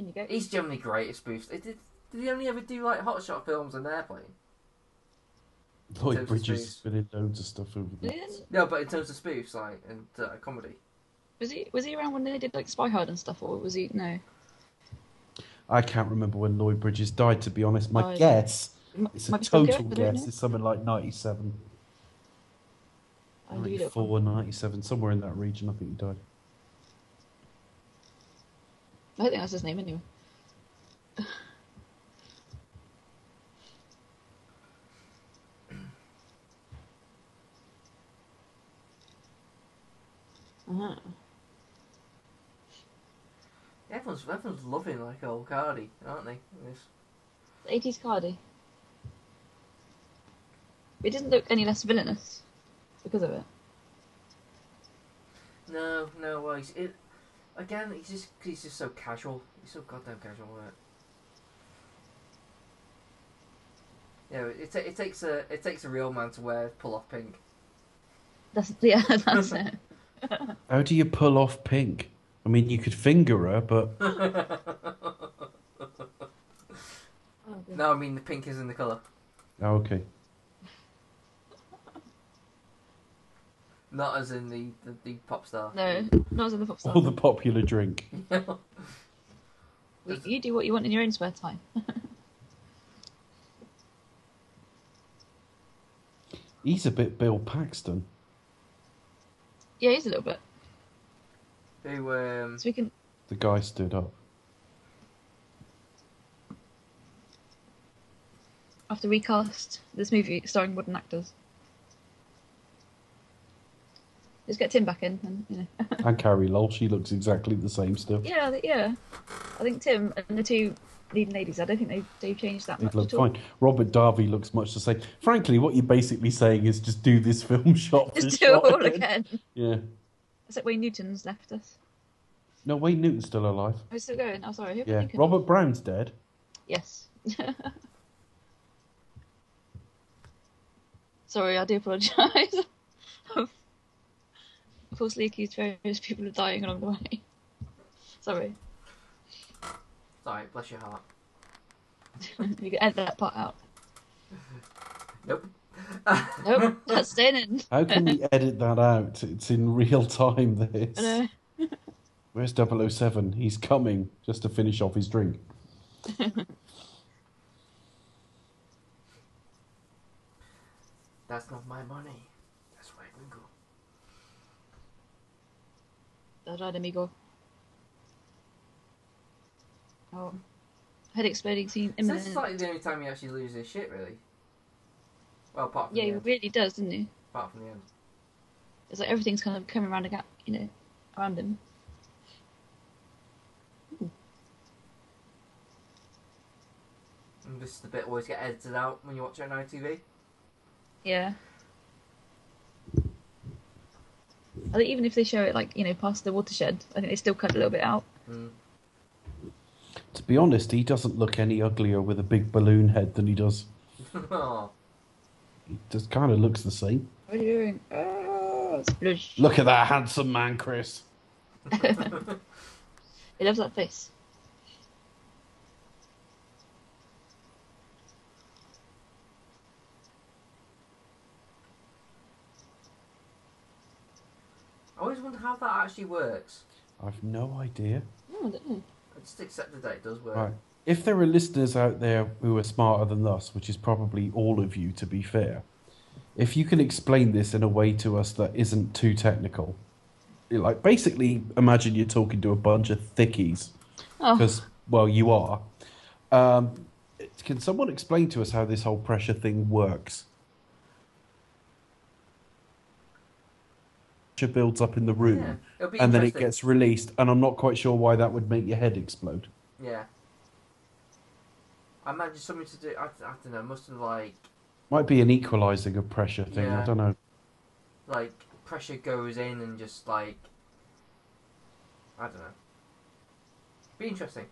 In you go.
He's generally great at spoofs. Did, did he only ever do like Hot Shot films and Airplane?
Lloyd
Terms of
Bridges has
space.
been in loads of stuff over the
Did-
No, but in terms of spoofs, like and uh, comedy.
Was he was he around when they did like Spy Hard and stuff, or was he no?
I can't remember when Lloyd Bridges died, to be honest. My
Oh, yeah.
guess,
M-
it's a
might be still
total
good, I don't
guess,
know.
is something like 97,
I knew that-
94, 97, somewhere in that region, I think he died.
I don't think that's his name anyway. uh
Everyone's everyone's loving like old Cardi, aren't they? It's-
80s Cardi. It doesn't look any less villainous because of it.
no, no, well, he's it. Again, he's just he's just so casual. He's so goddamn casual. With it. Yeah, it, ta- it takes a it takes a real man to wear pull off pink.
That's [LAUGHS] yeah, that's it.
How do you pull off Pink? I mean, you could finger her, but
No, I mean the pink is in the colour.
Oh, okay.
Not as in the, the, the pop star.
No, not as in the pop star.
Or the popular drink.
You- You do what you want in your own spare time.
He's a bit Bill Paxton.
Yeah, it is a little bit.
Who um
So we can.
The guy stood up.
have to recast this movie starring modern actors. Just get Tim back in, and you know.
And Carrie Lowell, she looks exactly the same still.
yeah, th- yeah. I think Tim and the two leading ladies. I don't think they they've changed that
They
much
look
at all.
fine. Robert Darby looks much the same. Frankly, what you're basically saying is just do this [LAUGHS] film shot. for
[LAUGHS] Just do it
shot.
all again.
Yeah.
Except Wayne Newton's left us.
No, Wayne Newton's still alive.
Oh, he's still going. Oh, sorry. Who am I
Yeah.
thinking of?
Robert Brown's dead.
Yes. [LAUGHS] Sorry, I do apologise. [LAUGHS] I've falsely accused various people of dying along the way. [LAUGHS] Sorry,
sorry, bless your heart.
[LAUGHS] you can edit that part out.
Nope.
[LAUGHS] Nope, [LAUGHS] that's staying in.
How can
[LAUGHS]
we edit that out? It's in real time, this.
No.
Where's 007? He's coming just to finish off his drink.
That's not my money. That's right, Winkle.
That's right, amigo. Oh, head exploding scene
So this
imminent.
is like the only time he actually loses his shit, really. Well, apart from
yeah,
the
he
end.
really does, doesn't he?
Apart from the end.
It's like everything's kind of coming around a gap, you know, around him.
And this is the bit always get edited out when you watch it on ITV.
Yeah. I think even if they show it like you know past the watershed, I think they still cut a little bit out.
Hmm. [LAUGHS]
To be honest, he doesn't look any uglier with a big balloon head than he does.
oh,
He just kind of looks the same.
What are you doing? Oh, sploosh.
Look at that handsome man, Chris.
He loves that face.
I always wonder how that actually works.
I've no idea.
Oh, I don't know.
I just accepted that it does work.
Right. If there are listeners out there who are smarter than us, which is probably all of you to be fair, if you can explain this in a way to us that isn't too technical, like basically imagine you're talking to a bunch of thickies,
Oh,
because, well, you are. Um, it- can someone explain to us how this whole pressure thing works? Pressure builds up in the room
Yeah, it'll be
and then it
interesting.
gets released, and I'm not quite sure why that would make your head explode.
Yeah. I imagine something to do. I, I don't know. Must have like
Might be an equalizing of pressure thing.
Yeah.
I don't know.
like pressure goes in and just like I don't know. Be interesting.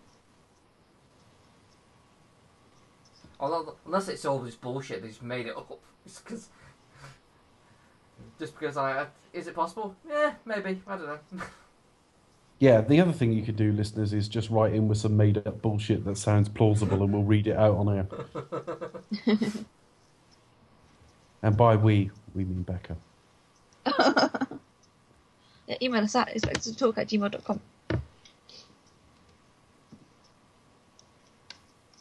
Although, unless it's all just bullshit, they just made it up. [LAUGHS] Just because, just because I, I is it possible? Yeah, maybe. I don't know.
Yeah, the other thing you could do, listeners, is just write in with some made up bullshit that sounds plausible and we'll read it out on air. and by we, we mean Becca.
yeah, email us at expected to talk at gmail.com.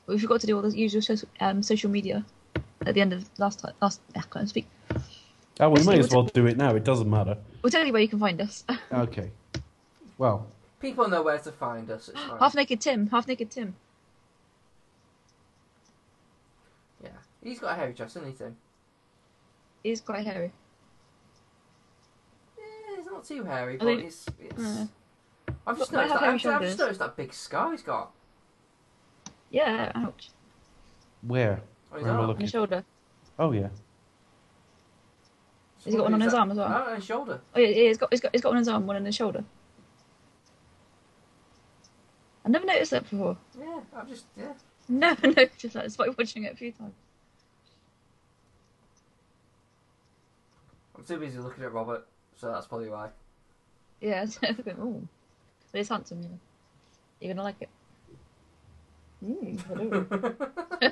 We forgot to do all the usual so- um, social media at the end of last time. Last, ah, I can't speak.
Oh, we
Actually,
may as
what's-
well do it now. It doesn't matter.
We'll tell you where you can find us. [LAUGHS]
Okay. Well,
People know where to find us.
[GASPS]
It's fine.
half naked Tim. Half naked Tim.
Yeah, he's got a hairy chest, isn't he, Tim?
He's quite hairy.
Yeah, it's not too hairy,
I
but
mean-
it's. it's...
Yeah.
I've just
But I
noticed that.
have
I've,
hairy
I've
shoulders.
just noticed that big scar he's got
Yeah. Ouch.
where?
on his
Where am I
arm.
On
looking?
his shoulder.
Oh, yeah.
Has he got one on his arm as well?
No, on his shoulder.
Oh yeah, yeah, he's got he's got he's got one on his arm, one on his shoulder. I never noticed that before. [LAUGHS]
Yeah, I've just yeah.
Never noticed that despite watching it a few times.
I'm too busy looking at Robert, so that's probably [LAUGHS] why.
Yeah, [LAUGHS] so I'm going, ooh. But it's handsome, you know. You're gonna like it. Mm, hello.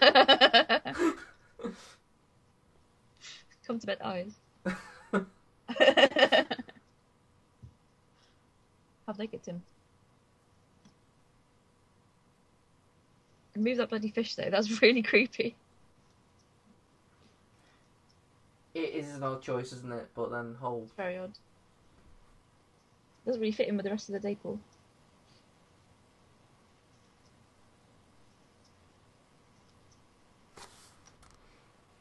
[LAUGHS] Come to bed eyes. Have they get him? Remove that bloody fish though. That's [LAUGHS] really creepy.
It is an odd choice, isn't it? But then oh, hold.
Very odd. Doesn't really fit in with the rest of the day pool.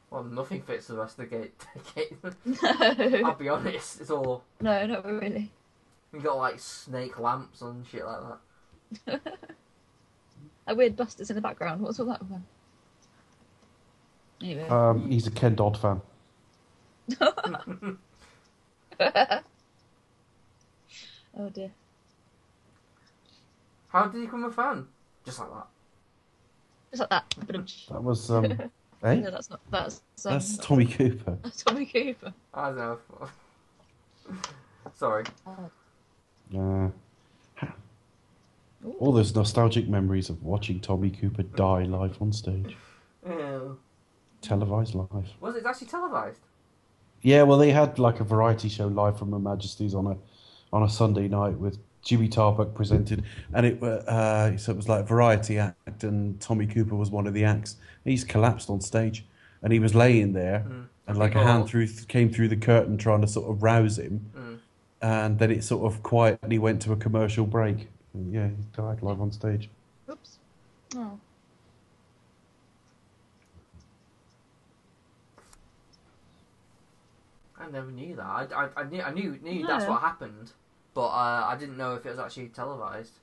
Well, nothing fits the rest of the gate. [LAUGHS] gate. I'll
No,
be honest, it's all
[LAUGHS] no, not really.
you got like snake lamps and shit like that.
A weird bust that's in the background. What's all that about? Anyway.
Um, he's a Ken Dodd fan.
[LAUGHS]
Uh.
[LAUGHS] oh dear.
How did he become a fan? Just like that.
Just like that. Ba-dum-tsh.
That was
[LAUGHS]
um, eh?
No, that's not. That's um,
That's Tommy Cooper.
that's [LAUGHS] Tommy Cooper.
I don't know. [LAUGHS] Sorry.
Uh, Yeah.
Ooh.
All those nostalgic memories of watching Tommy Cooper die live on stage,
Ew.
televised live.
Was it actually televised?
Yeah, well, they had like a variety show live from Her Majesty's on a on a Sunday night with Jimmy Tarbuck presented, and it were uh, so it was like a variety act, and Tommy Cooper was one of the acts. He's collapsed on stage, and he was laying there,
Mm.
and like a
Oh.
hand through came through the curtain trying to sort of rouse him,
Mm.
and then it sort of quietly went to a commercial break. And yeah, he died live on stage.
Oops. Oh.
I never knew that. I, I, I knew I knew, knew that's
No.
what happened, but uh, I didn't know if it was actually televised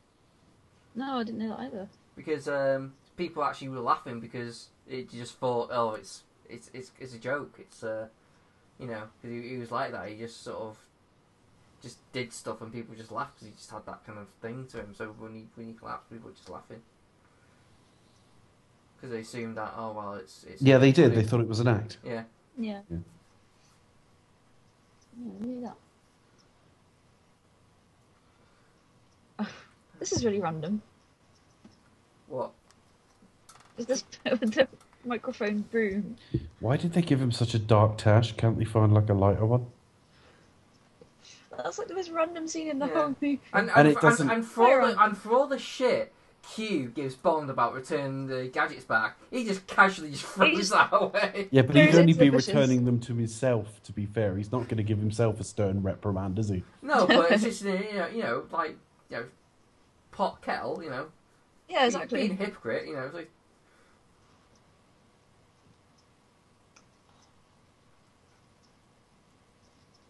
No, I didn't know that either.
because um, people actually were laughing because it you just thought, oh, it's it's it's, it's a joke. It's uh, you know, 'cause he, he was like that. He just sort of just did stuff and people just laughed because he just had that kind of thing to him. So when he when he collapsed, people were just laughing because they assumed that oh well, it's it's
Yeah, they did. They thought it was an act.
yeah.
Yeah.
Yeah.
Yeah, I knew that. [LAUGHS] this is really random.
What?
Is this [LAUGHS] with the microphone broom?
Why did they give him such a dark tash? Can't they find like a lighter one?
That's like the most random scene in the
Yeah.
whole movie.
And,
And
and,
it doesn't-
and, and for all
Iron.
the, and for all the shit Q gives Bond about returning the gadgets back, he just casually just throws
just-
that [LAUGHS] away.
Yeah, but
Throws
he'd
it
only
into the
be
bushes.
returning them to himself. To be fair, he's not going to give himself a stern reprimand, is he?
[LAUGHS]
No, but it's just you know, you know like you know, pot kettle, you know,
Yeah,
being
exactly.
a hypocrite, you know, it's like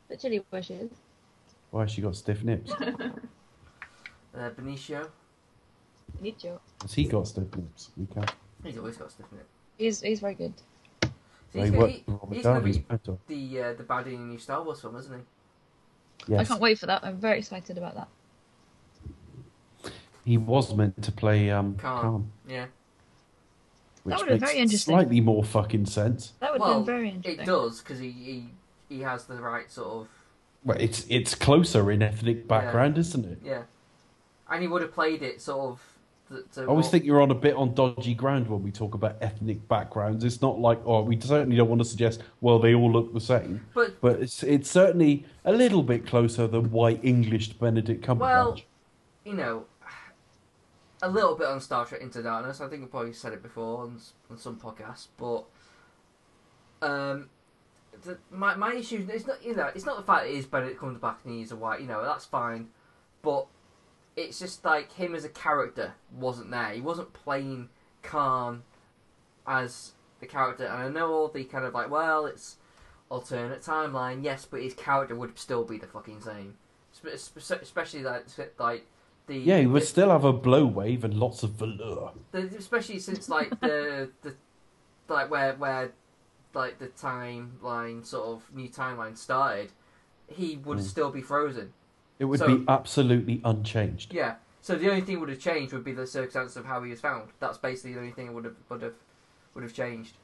But chili wishes.
Why has she got stiff nips?
uh, Benicio,
Need you.
Has he got stiff nips? We can't.
he's always got stuff in it.
He's he's very good.
So
They
he's
work
gonna,
for
he's
Robert
gonna
Darby's
be
mentor.
the uh, the baddie in the new Star Wars film, isn't he?
I
Yes,
can't wait for that. I'm very excited about that.
he was meant to play um,
Khan.
Khan,
Yeah,
which
would've been
makes
very interesting.
slightly more fucking sense.
That would
Well,
have been very
it
interesting.
does because he, he he has the right sort of
Well, it's it's closer in ethnic background, isn't it?
yeah, and he would have played it sort of. th- to
I always
what-
think you're on a bit on dodgy ground when we talk about ethnic backgrounds. It's not like, oh, we certainly don't want to suggest, well, they all look the same.
but
But it's it's certainly a little bit closer than white English to Benedict Cumberbatch.
Well, you know, a little bit on Star Trek Into Darkness. I think I've probably said it before on, s- on some podcasts, but um, the, my my issue it's not you know it's not the fact it is Benedict Cumberbatch and he's a white. You know that's fine, but it's just like him as a character wasn't there. He wasn't playing Khan as the character, and I know all the kind of like well it's alternate timeline. Yes, but his character would still be the fucking same. Spe- spe- Especially like like the
yeah, he would
the-
still have a blow wave and lots of velour.
the, especially since like the the like where where like the timeline sort of new timeline started, he would
Mm.
still be frozen.
It would
So-
be absolutely unchanged.
Yeah. So the only thing would have changed would be the circumstance of how he was found. That's basically the only thing that would have would have would have changed.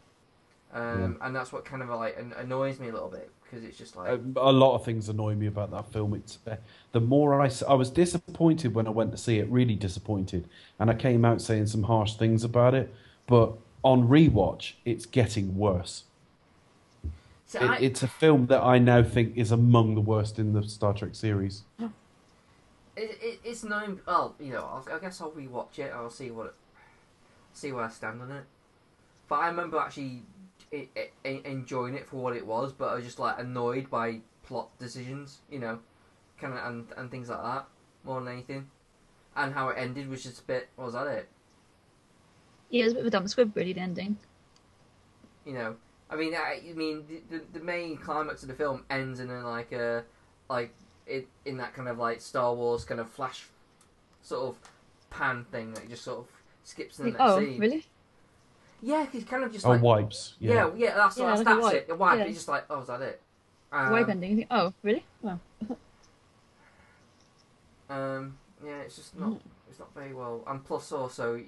Um, And that's what kind of like an- annoys me a little bit because it's just like
Um, A lot of things annoy me about that film. It's uh, the more I, s- I was disappointed when I went to see it, really disappointed, and I came out saying some harsh things about it. But on rewatch, it's getting worse.
See,
It,
I,
it's a film that I now think is among the worst in the Star Trek series.
it, it, it's known. Well, you know, I'll, I guess I'll rewatch it. I'll see what see where I stand on it. But I remember actually it, it, en- enjoying it for what it was, but I was just like annoyed by plot decisions, you know, kind of and, and things like that more than anything. And how it ended was just a bit. Was that it?
Yeah, it was a bit of a dumb squib, really, the ending.
you know i mean i, I mean the, the, the main climax of the film ends in a like a like it in that kind of like star wars kind of flash sort of pan thing that just sort of skips to the
Like,
next
oh,
scene
really?
yeah it's kind of just
Oh,
like
wipes.
yeah yeah, that's
Yeah,
that's,
like a
that's
wipe,
it the wipe
yeah.
it's just like oh is that it
Um,
um,
Wave ending. You think, oh, really? Well,
um yeah it's just not it's not very well and plus also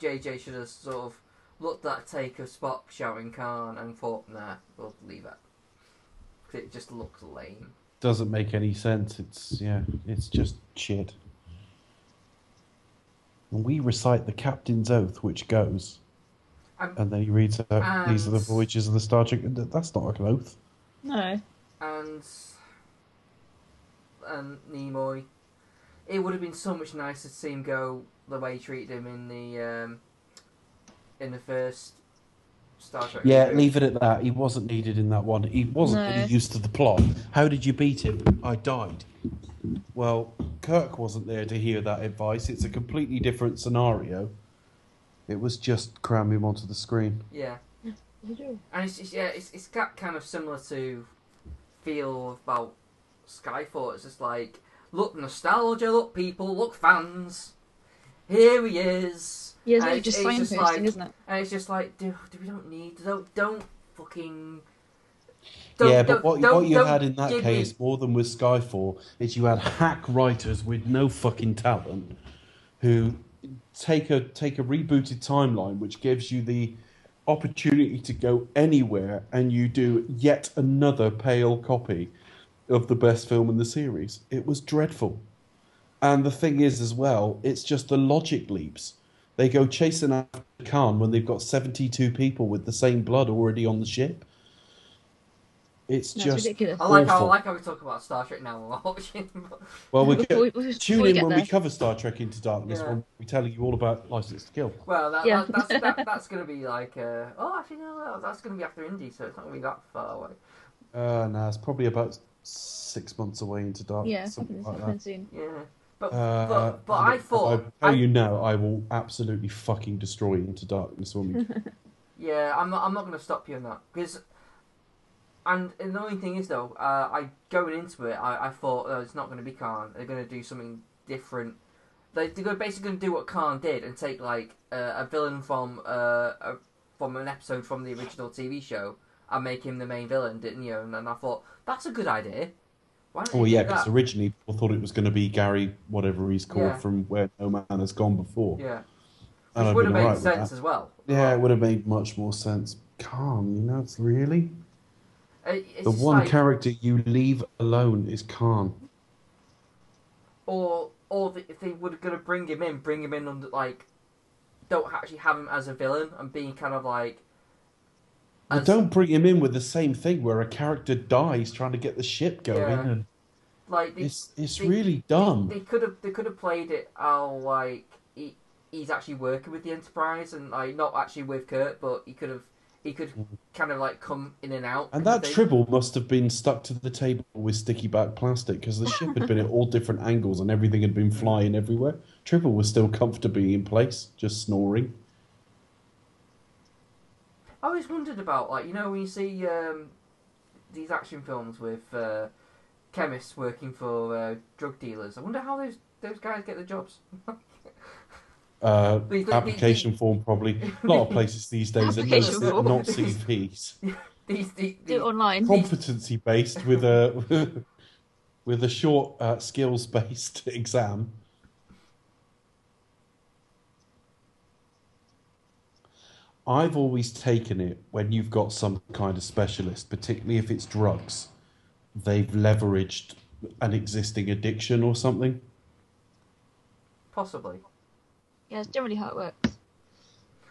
jj should have sort of looked at that take of spock shouting khan and thought nah we'll leave it 'Cause it just looks lame
Doesn't make any sense. It's yeah, it's just shit. And we recite the captain's oath, which goes,
Um,
and then he reads out, "These are the
and-
voyages of the Star Trek." Th- That's not an oath.
No.
and and Nimoy. It would have been so much nicer to see him go the way he treated him in the um, in the first Star Trek.
Yeah,
reboot.
leave it at that. He wasn't needed in that one. He wasn't
No.
really used to the plot. How did you beat him? I died. Well, Kirk wasn't there to hear that advice. It's a completely different scenario. It was just cram him onto the screen.
Yeah, and it's just, yeah, it's it's got kind of similar to feel about Skyfall. It's just like look nostalgia, look people, look fans. Here he is.
Yeah, it's
And
really just
it's
signposting,
like-
isn't it?
And it's just like, do, do we don't need don't don't fucking. Don't,
yeah, but
don't-
what,
don't-
what you
don't
had in that
give me-
case, more than with Skyfall, is you had hack writers with no fucking talent who take a take a rebooted timeline, which gives you the opportunity to go anywhere, and you do yet another pale copy of the best film in the series. It was dreadful. And the thing is, as well, it's just the logic leaps. They go chasing after Khan when they've got 72 people with the same blood already on the ship. It's
That's
just
ridiculous.
I like how I
awful.
like how we talk about Star Trek now. [LAUGHS] We're watching.
Well, we
Before
go-
[LAUGHS] we- before
tune
we
in
get
when
there.
we cover Star Trek Into Darkness
Yeah.
when we tell you all about License to Kill.
well, that,
Yeah.
that, that's
[LAUGHS]
that, that's going to be like. Uh, oh, actually, no, no, that's going to be after Indy, so it's not going to be that far away.
Uh, no, it's probably about six months away into darkness.
Yeah,
something
something
like that.
happening soon.
Yeah, but
Uh,
but, but I
I
thought.
tell
I-
you now, I will absolutely fucking destroy Into Darkness
[LAUGHS]
when we.
Yeah, I'm not. I'm not going to stop you on that because. And the annoying thing is though, uh, I going into it, I, I thought oh, it's not going to be Khan. They're going to do something different. They, they're basically going to do what Khan did and take like uh, a villain from uh, a, from an episode from the original TV show and make him the main villain, didn't you? And, then I thought that's a good idea. Why don't
oh
you
yeah,
do that?
because originally people thought it was going to be Gary, whatever he's called,
Yeah.
from where no man has gone before.
yeah, which
And I'd
would have
been
made
alright with
sense
that.
as well.
Yeah, it would have made much more sense. Khan, you know, it's really
It- it's
the
just
one
like-
character you leave alone is Khan.
or or th if they were going to bring him in, bring him in under like don't actually have him as a villain and being kind of like
But
as-
don't bring him in with the same thing where a character dies trying to get the ship going,
Yeah.
and
like they,
it's it's
they-
really dumb.
they could have they could have played it how like he, he's actually working with the Enterprise and like not actually with Kurt, but he could have he could kind of like come in and out.
Mm-hmm.
kind
And
of
that
thing.
tribble must have been stuck to the table with sticky back plastic because the ship had been at all different angles and everything had been flying everywhere. Tribble was still comfortably in place, just snoring.
I always wondered about like you know when you see um, these action films with uh, chemists working for uh, drug dealers. I wonder how those those guys get the jobs.
Uh,
But you-
application form probably. A
[LAUGHS]
lot of places these days are no,
Application form.
not CVs,
These, these,
Do
these
it online.
competency based with a [LAUGHS] with a short uh, skills based [LAUGHS] exam. I've always taken it when you've got some kind of specialist, particularly if it's drugs, they've leveraged an existing addiction or something.
Possibly. [LAUGHS]
Yeah, it's generally how it works.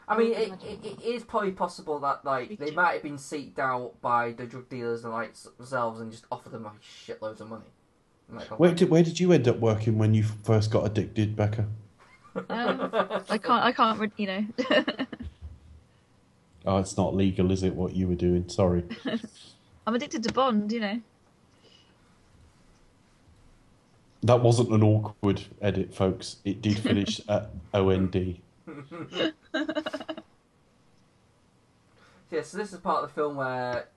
I mean, it,
Mm, I
it, it is probably possible that like they might have been seeked out by the drug dealers and like themselves and just offered them like shitloads of money. And, like, [LAUGHS]
Where did where did you end up working when you first got addicted, Becca?
Um, I can't. I can't. re- You know. [LAUGHS]
Oh, it's not legal, is it? What you were doing? Sorry.
I'm addicted to Bond. You know. [LAUGHS]
That wasn't an awkward edit, folks. It did finish at OND.
Yeah, so this is part of the film where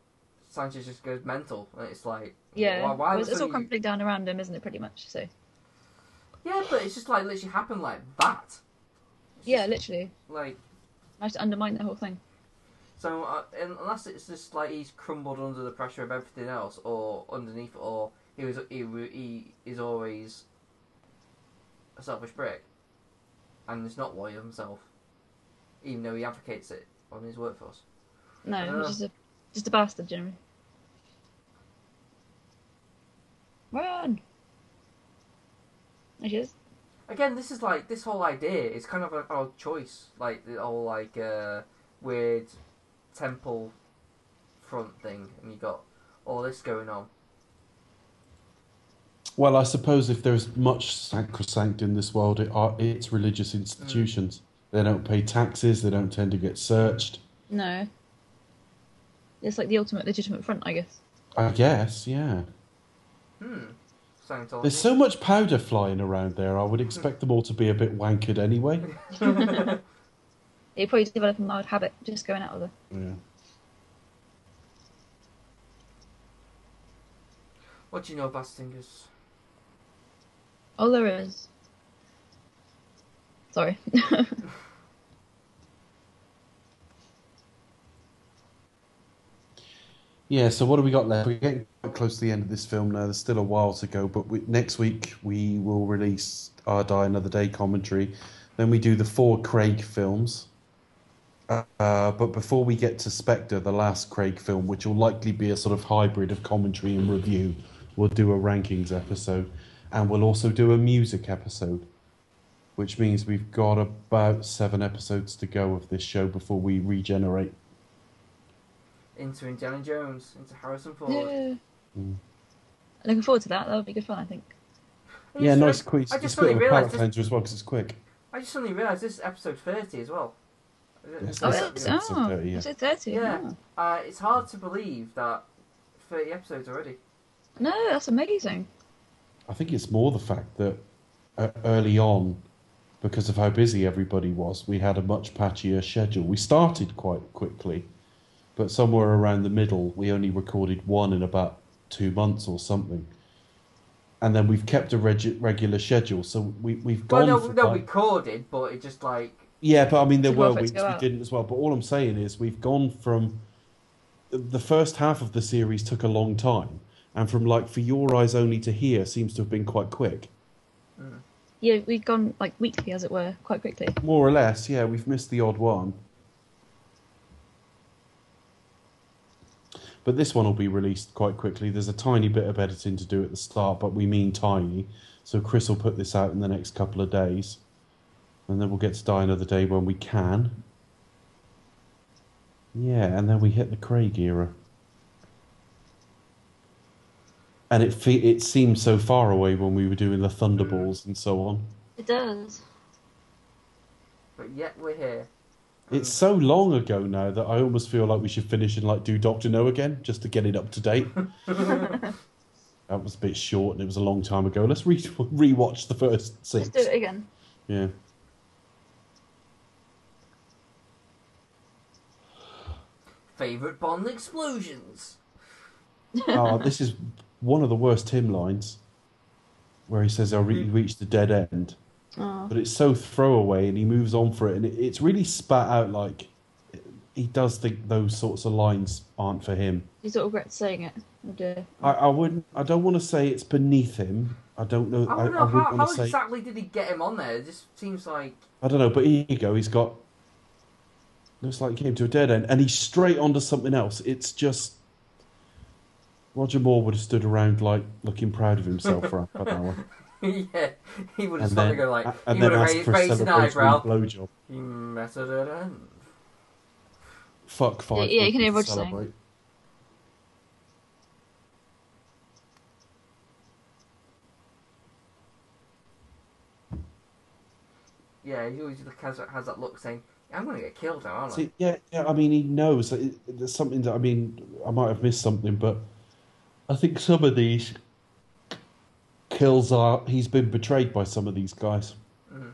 Sanchez just goes mental, and it's like,
Yeah.
why, why
Well,
was
it's, it's all
somebody-
crumbling down around him, isn't it? Pretty much. So.
Yeah, but it's just like literally happened like that.
Yeah, literally.
Like
I have to undermine that whole thing.
so, uh, un- unless it's just like he's crumbled under the pressure of everything else, or underneath, it, or he was he w- he is always a selfish prick, and it's not loyal himself, even though he advocates it on his workforce.
No,
Uh.
he's just a just a bastard generally. Run. There she is.
again this is like this whole idea is kind of an odd choice like the whole like uh, weird temple front thing and you got all this going on
Well, I suppose if there's much sacrosanct in this world, it are, it's religious institutions. They don't pay taxes. They don't tend to get searched.
No. It's like the ultimate legitimate front, I guess.
I guess, yeah.
hmm Scientology.
There's so much powder flying around there. I would expect them all to be a bit wankered anyway.
They probably develop a mild habit just going out with her.
Yeah.
[LAUGHS] what do you know about stingers
All Oh, there is. Sorry.
[LAUGHS] Yeah, so what do we got left? We're getting quite close to the end of this film now. There's still a while to go, but we, next week we will release our Die Another Day commentary. Then we do the four Craig films. Uh, uh, but before we get to Spectre, the last Craig film, which will likely be a sort of hybrid of commentary and review, we'll do a rankings episode. And we'll also do a music episode, which means we've got about seven episodes to go of this show before we regenerate.
into Indiana Jones into Harrison Ford
yeah.
Mm.
Looking forward to that. That would be good fun, I think.
I
Yeah,
just-
nice quiz.
I
It's
just
a bit
suddenly
of a palate
realised this,
cleanser as well because it's quick.
I just suddenly realised this is episode 30 as well
Yes,
Oh,
It's
it's,
episode
oh,
30, yeah.
episode 30.
Yeah.
oh.
uh, it's hard to believe that 30 episodes already
No, that's amazing.
I think it's more the fact that uh, early on, because of how busy everybody was, we had a much patchier schedule. We started quite quickly, but somewhere around the middle, we only recorded one in about two months or something. And then we've kept a reg- regular schedule, so we, we've
well
gone.
no,
for
no
like-
recorded but it just like
Yeah, but I mean, there
Didn't want
were
for it to
weeks we
go out.
didn't as well. But all I'm saying is we've gone from the first half of the series took a long time, and from like for your eyes only to here seems to have been quite quick,
Yeah, we've gone like weekly, as it were, quite quickly.
more or less. Yeah, we've missed the odd one, but this one will be released quite quickly. There's a tiny bit of editing to do at the start, but we mean tiny. So Chris will put this out in the next couple of days, and then we'll get to die another day when we can. Yeah, and then we hit the Craig era, and it fe- it seemed so far away when we were doing the Thunderballs and so on.
It does.
but yet we're here
It's so long ago now that I almost feel like we should finish and like do Doctor No again just to get it up to date. that was a bit short and it was a long time ago. Let's re- rewatch the first
Let's
six.
do it again.
Yeah.
Favorite Bond explosions.
Oh, this is one of the worst Tim lines, where he says, "I re- reached the dead end,"
Oh.
but it's so throwaway, and he moves on for it, and it, it's really spat out like he does think those sorts of lines aren't for him.
He sort of regrets saying it. Oh dear.
I, I wouldn't. I don't want to say it's beneath him. I don't know.
I
I, I
don't know
wouldn't
how,
want
how
to say.
exactly did he get him on there. It just seems like [LAUGHS]
I don't know, but here you go. He's got. Looks like he came to a dead end, and he's straight onto something else. It's just. Roger Moore would have stood around like looking proud of himself for half
[LAUGHS]
an hour,
yeah, he would
and
have started
then
to go like
and
he would
then
have
asked
raised,
for a
raised an eyebrow.
celebratory blowjob.
He messed it up.
Fuck five.
Yeah, you can hear
monkeys
Roger saying.
celebrate.
Yeah, he always look- has, has that look saying, I'm going to get killed now, aren't I?
See, yeah, yeah, I mean, he knows. That it, there's something that I mean, I might have missed something, but I think some of these kills are he's been betrayed by some of these guys.
Mhm.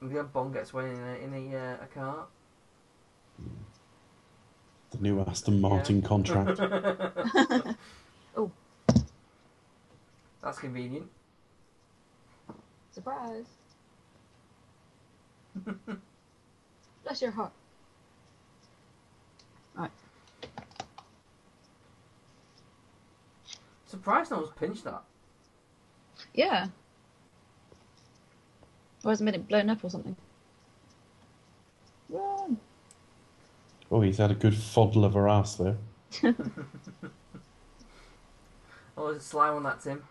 And The other Bond gets away in a, in a, uh, a car.
The new Aston Martin contract.
Oh.
[LAUGHS] That's convenient.
[LAUGHS]
[LAUGHS]
Surprise. Bless your heart.
Surprised no one's pinched that.
Yeah. Or has it been it blown up or something? Run.
oh, he's had a good foddle of her ass there.
Oh, there's a slime on that, Tim.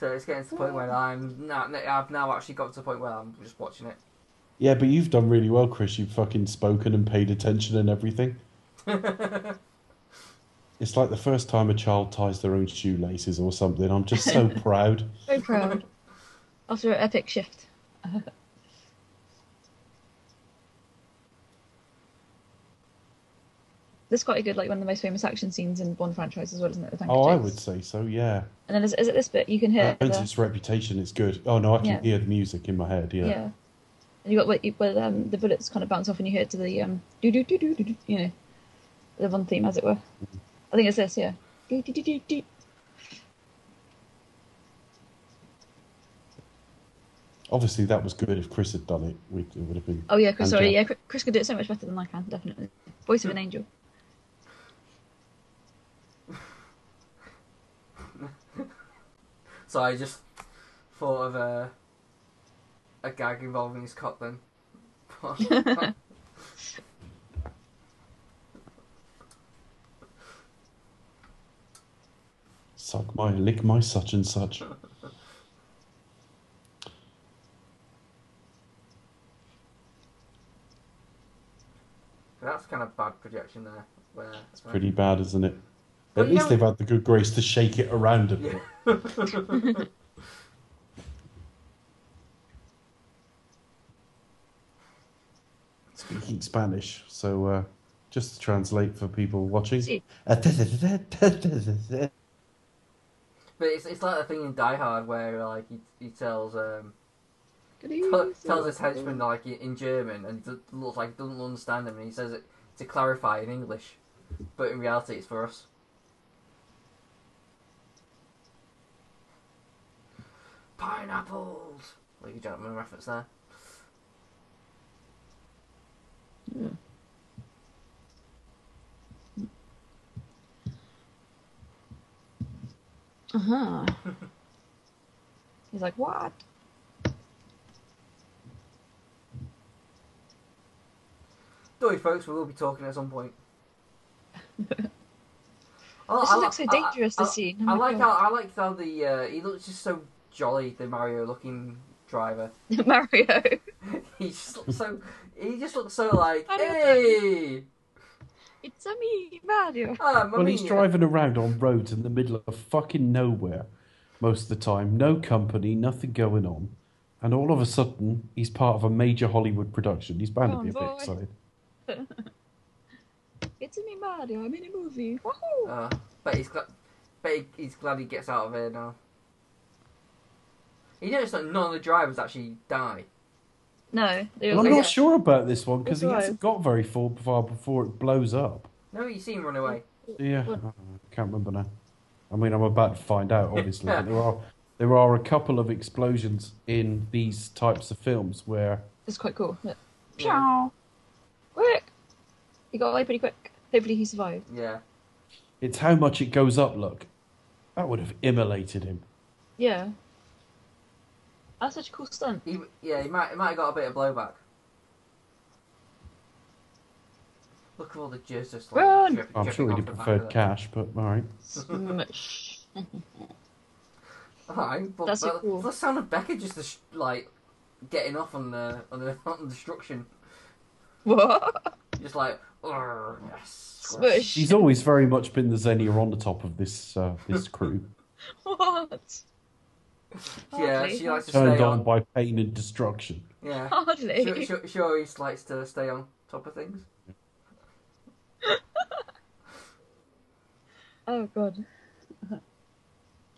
So it's getting to the point where I'm now. I've now actually got to the point where I'm just watching it.
Yeah, but you've done really well, Chris. You've fucking spoken and paid attention and everything. It's like the first time a child ties their own shoelaces or something. I'm just so proud.
Very [LAUGHS] proud. After an epic shift. [LAUGHS] This is quite a good, like one of the most famous action scenes in the Bond franchise as well, isn't it? The tanker
Oh, I
chase.
would say so. Yeah,
And then is, is it this bit you can hear?
that earns
the-
its reputation. It's good. Oh no, I can
Yeah.
hear the music in my head.
yeah.
Yeah.
And you got what you, well, um, the bullets kind of bounce off, and you hear to the um, do do do do do do, you know, the one theme as it were.
Mm-hmm.
I think it's this, yeah. Do do do do do.
Obviously, that was good. If Chris had done it, we, it would have been.
Oh yeah, Chris,
And
sorry,
Jack.
yeah, Chris, Chris could do it so much better than I can, definitely. Voice of an angel.
So I just thought of a a gag involving his cock then. [LAUGHS]
Suck my, lick my such and such.
That's kind of bad projection there. Where
It's pretty bad, isn't it?
But
At
you
least
know-
they've had the good grace to shake it around a bit.
[LAUGHS] Yeah.
Speaking Spanish, so uh, just to translate for people watching. [LAUGHS]
Sí.
But it's, it's like the thing in Die Hard where like he, he tells um
Good
tell-
evening.
tells his henchman like in German and it looks like he doesn't understand him and he says it to clarify in English, but in reality it's for us. Pineapples. Like you don't remember reference there. [LAUGHS]
Uh-huh. He's like, what? [LAUGHS]
Don't worry, folks. We will be talking at some
[LAUGHS]
point. Oh, I,
This looks so dangerous,
I,
this scene. Oh
I
my
like how
God.
I like how the uh, he looks just so jolly, the Mario looking driver.
Mario.
[LAUGHS] He just looks so he just looks so like
Mario
hey,
It's a me, Mario.
I'm a
When he's
ah, minion."
driving around on roads in the middle of fucking nowhere, most of the time, no company, nothing going on, and all of a sudden, he's part of a major Hollywood production. He's bound
Come
to be a
on,
bit
boy.
excited.
It's a me, Mario. I'm in a movie. Woohoo!
Uh, but he's glad, but he, he's glad he gets out of here now. You notice that none of the drivers actually die.
no, they
And
were
I'm
like,
not sure about this one because
It's
he
all
hasn't got very far far before it blows up.
No, you see him run away.
Yeah,
Well-
I can't remember now. I mean, I'm about to find out, obviously. but there are there are a couple of explosions in these types of films where
it's quite cool. Look.
Yeah.
Pshaw. Quick! He got away pretty quick. Hopefully he survived.
Yeah,
it's how much it goes up. Look, that would have immolated him.
Yeah. That's such a cool stunt.
he yeah he might he might have got a bit of blowback. Look at all the jizz just like
Run!
dripping-
I'm
dripping
sure
off
he'd have
the back
preferred
of
cash, but all right.
Smush. [LAUGHS]
it. Alright, but
That's so
but
cool.
the sound of Becca just dis- like getting off on the on the [LAUGHS] on destruction,
what?
just like "Urgh, yes,
Smush.
She's always very much been the Xenia on the top of this uh, this crew,
[LAUGHS] What?
Yeah,
Hardly.
she
[LAUGHS]
likes [LAUGHS] to
turned
stay
on
on.
by pain and destruction.
Yeah, she,
Hardly.
she, she always likes to stay on top of things.
Oh god. [LAUGHS]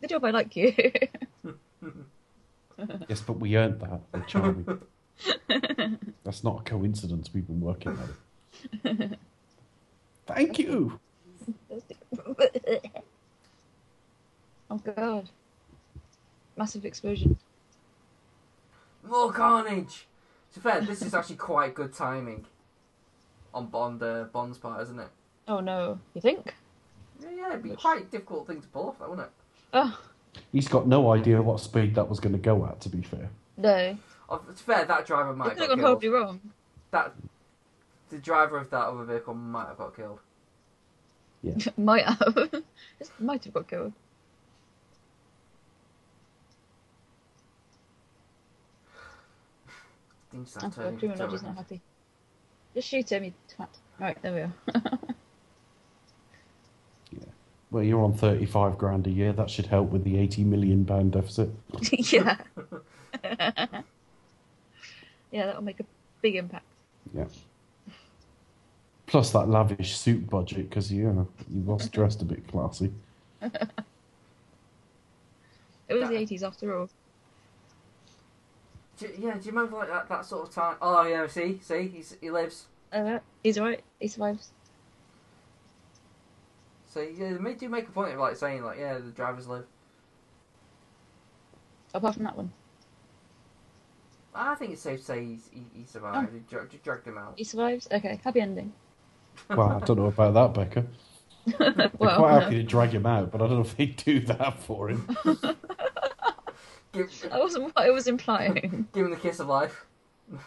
Good job, I like you. [LAUGHS]
Yes, but we earned that. We're
[LAUGHS]
charming. That's not a coincidence. We've been working at it.
[LAUGHS]
Thank you.
oh god. Massive explosion.
More carnage. To be fair, this is actually quite good timing on Bond uh, Bond's part, isn't it?
Oh no. You think?
Yeah, yeah, it'd be quite a difficult thing to pull off, that wouldn't it?
Oh
He's got no idea what speed that was going to go at. To be fair,
no.
Oh, to be fair, that driver
It
might
could
have
have
got
gone
killed.
horribly wrong. [LAUGHS]
That the driver of that other vehicle might have got killed.
might have. [LAUGHS] This might have got killed.
Things
Oh
that
god,
turn.
Drew Lodge is not happy. Just shoot him, you twat. Right, there we are. [LAUGHS]
well, you're on thirty-five grand a year. That should help with the eighty million pound deficit.
yeah. [LAUGHS] yeah, that'll make a big impact.
Yeah. Plus that lavish suit budget because you know you was dressed a bit classy.
It was the
Yeah.
80s after all.
Do, yeah, do you remember like that, that sort of time? Oh yeah, see, see, he's, he lives.
Uh, he's alright, he survives.
So yeah, they do make a point of like saying like, yeah, the drivers live.
Apart from that one.
I think it's safe to say he's, he, he survived. He dra- dragged him out.
Oh. He survives? Okay, happy ending. [LAUGHS]
Well, I don't know about that, Becca. They're
well,
quite
no.
happy to drag him out, but I don't know if they do that for him.
[LAUGHS]
Give,
that wasn't what [LAUGHS] I was implying.
give him the kiss of life. [LAUGHS]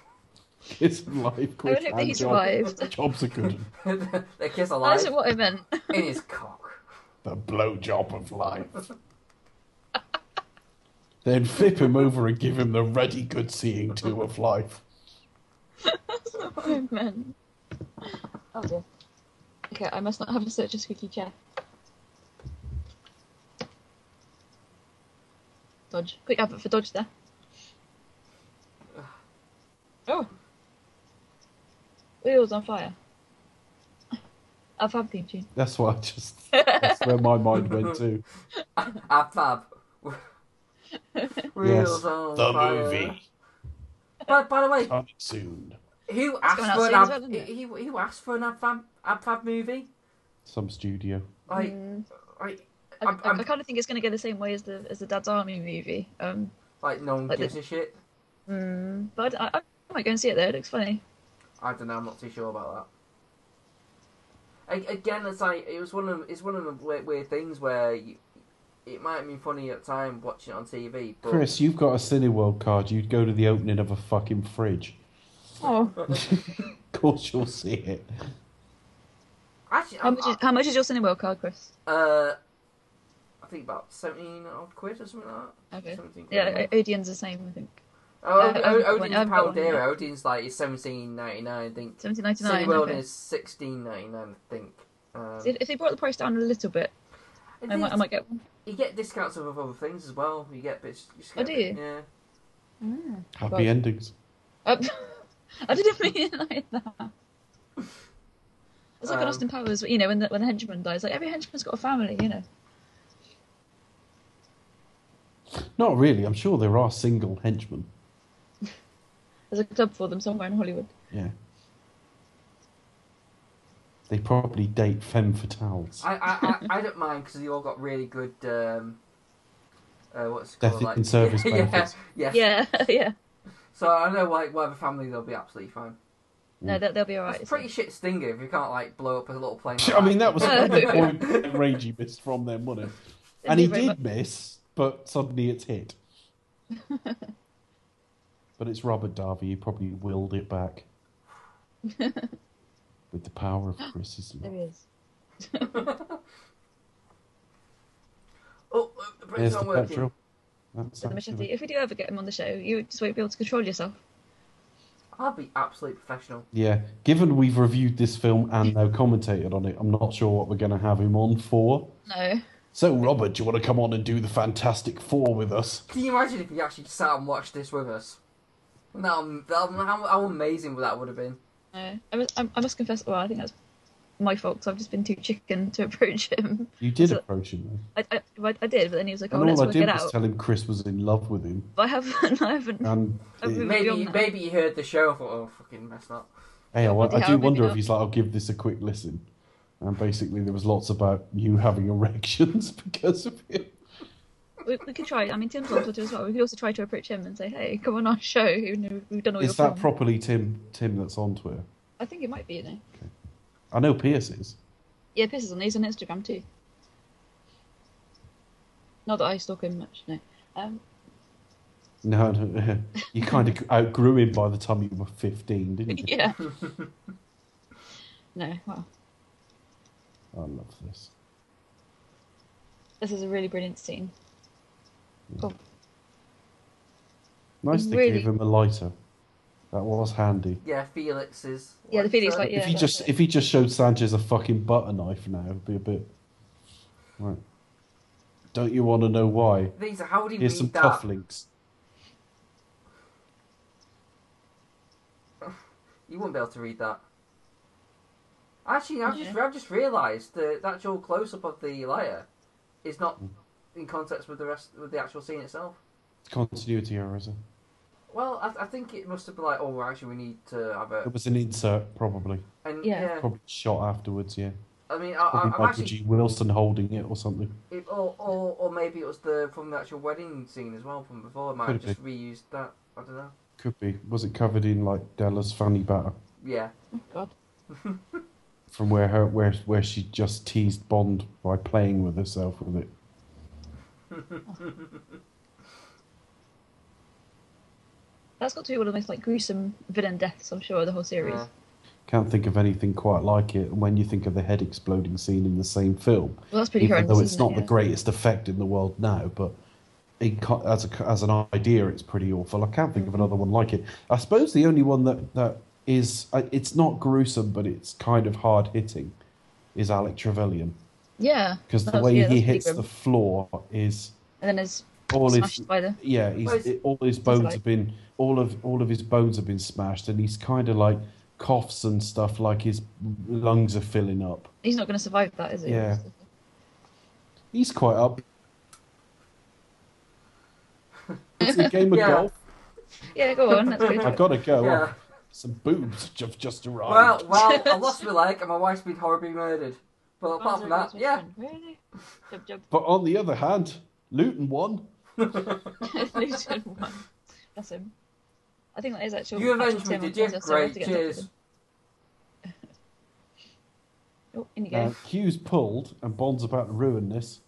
It's life.
I would hope that he survived.
Jobs are good.
the kiss of
That
life
isn't what I meant. [LAUGHS]
in his cock.
The blow job of life.
[LAUGHS]
then flip him over and give him the ready good seeing to of life.
That's not what I meant. Oh dear. Okay, I must not have such a squeaky chair. Dodge. Quick advert for Dodge there. Oh! Wheels on fire. A fab theme tune.
That's what I just.
[LAUGHS]
That's where my mind went to.
Ab fab. Wheels on
the
fire.
movie
By, by the way,
coming soon.
who
going
asked
out
for an
soon as
ab,
well, isn't it?
he, who asked for an ab fab, ab fab movie?
Some studio.
Like,
Mm,
like,
I,
I'm- I'm-
kind of think it's going to go the same way as the as the Dad's Army movie. Um,
like no one
Like
gives a shit.
mm, but I, I might go and see it though. It looks funny.
I don't know. I'm not too sure about that. A- Again, it's like it was one of it's one of the weird, weird things where you, it might have been funny at the time watching it on TV, but
Chris, you've got a Cineworld card. You'd go to the opening of a fucking
[LAUGHS]
fridge.
Oh,
Of course, you'll see it.
actually,
how
I'm,
much is, how much is your Cineworld card, Chris?
uh, I think about seventeen odd quid or something like that.
Okay.
Seventeen quid.
Yeah, Odeon's the same, I think.
Oh,
I've- I've got one,
Odin's a
I've got
pound
one,
dearer.
yeah.
Odin's like is seventeen ninety nine. I think.
Seventeen ninety nine.
Cineworld
Okay.
is sixteen ninety nine. I think. Um,
So if- if they brought the price down a little bit, I might, I might get one.
You get discounts of other things as well. You get bits. You just
Oh,
get-
do you?
Yeah.
Happy
Right.
endings. Ah.
Up. [LAUGHS] I didn't mean it like that. It's like an
Um,
Austin Powers, you know, when the when the henchman dies, like every henchman's got a family, you know.
Not really. I'm sure there are single henchmen.
There's a club for them somewhere in Hollywood.
Yeah. They probably date femme fatales.
I, I, I,
[LAUGHS]
I don't mind because they all got really good. Um, uh, what's it
Death
called?
in
like,
service
[LAUGHS] yeah,
benefits.
yeah,
Yeah, [LAUGHS] yeah.
So I know like whatever family they'll be absolutely fine.
No, they'll, they'll be alright.
That's pretty shit stinger if you can't like blow up a little plane.
[LAUGHS]
Oh,
I
[LAUGHS]
mean, that was
Yeah.
the point Ragey missed from them, wasn't it?
They'll
And
do
he
very
did
much-
miss, but suddenly it's hit. [LAUGHS]
[LAUGHS]
but it's Robert Darby. He probably willed it back. with the power of Chris's
There
love.
he is.
Oh, uh, the brakes
There's the
aren't working.
petrol. That's
So the mission
actually-
if we do ever get him on the show, you just won't be able to control yourself.
I'd be absolute professional.
Yeah, given we've reviewed this film and now commentated on it, I'm not sure what we're going to have him on for.
No.
So, Robert, do you want to come on and do the Fantastic Four with us?
Can you imagine if you actually sat and watched this with us? No, that, how, how amazing that would have been.
[LAUGHS] No. I, must- I I must confess, well, I think that's my fault because I've just been too chicken to [LAUGHS] approach him.
You did
So-
approach him, though.
I, I, I did, but then he was like, oh,
and
let's
all I
work
did
it
was
out.
tell him Chris was in love with him.
But I [LAUGHS] haven't, I haven't. [LAUGHS]
And
I've been-
Maybe
Beyond that.
maybe you heard the show and thought, oh, fucking mess up.
hey, I,
bloody
I do
hell,
wonder
maybe
if
not.
he's like, I'll give this a quick listen. And basically, there was lots about you having erections [LAUGHS] because of him.
We, we could try. I mean, Tim's on Twitter as well. We could also try to approach him and say, "Hey, come on our show. even though We've done all your
Is that
film."
properly Tim? Tim, that's on Twitter.
I think it might be. You know,
I know Pierce is.
yeah, Piss is on these on Instagram too. Not that I stalk him much. No. Um, [LAUGHS]
No, no you kind of outgrew him by the time you were 15, didn't you? [LAUGHS]
yeah. no. Wow,
I love this.
this is a really brilliant scene.
Nice they
Really-
gave him a lighter. That was handy.
Yeah, Felix is.
Yeah, the Felix, like,
if
yeah.
he just if he just showed Sanchez a fucking butter knife now, it'd be a bit. Right. Don't you want to know why?
These, how would he
Here's some
read that?
cuff links.
You wouldn't be able to read that. Actually, I've just
Yeah.
I've just realised the the actual close up of the liar is not
Hmm.
in context with the rest with the actual scene itself.
Continuity error. Is it?
Well, I, I think it must have been like, oh, well, actually, we need to have a
it was an insert, probably.
and yeah.
Yeah.
Probably shot afterwards. Yeah.
I mean, I, I,
Probably
Uh, I'm
Michael
actually,
G. Wilson holding it or something.
it, or, or or maybe it was the from the actual wedding scene as well from before. I might have
Could
just reused that. I don't know.
Could be. Was it covered in like Della's fanny batter
Yeah,
Oh, God.
from where her where where she just teased Bond by playing with herself with it?
That's got to be one of the most like gruesome villain deaths I'm sure of the whole series.
Yeah.
Can't think of anything quite like it. And when you think of the head exploding scene in the same film,
Well, that's pretty
even
horrendous.
though it's
isn't
not
it?
the greatest effect in the world now, but in, co- as a, as an idea, it's pretty awful. I can't think of another one like it. I suppose the only one that that is uh, it's not gruesome, but it's kind of hard hitting, is Alec Trevelyan
Yeah.
because the
That's-
way
Oh, yeah,
he
that's pretty
hits
grim.
the floor is
and then is
all his
smashed by the
yeah, he's,
Well, it's-
it- all his
it
bones
like-
have been all of all of his bones have been smashed, and he's kind of like coughs and stuff, like his lungs are filling up.
He's not going to survive that, is he?
Yeah. He's quite up. It's a game of
[LAUGHS] Yeah.
golf.
Yeah, go
[LAUGHS]
on. That's good.
I gotta go.
yeah.
Some boobs have just arrived.
Well, well, I
[LAUGHS]
lost my leg and my wife's been horribly murdered. But
Oh,
apart from that, yeah.
Really? Jump, jump.
But on the other hand, Luton won.
[LAUGHS] Luton won. That's him. I think that is actually.
You avenged
actually
me,
Tim on
did you?
Twitter, so I have
Great,
to get in touch with
cheers.
him. Oh, in you go.
Uh, Hughes pulled, and Bond's about to ruin this.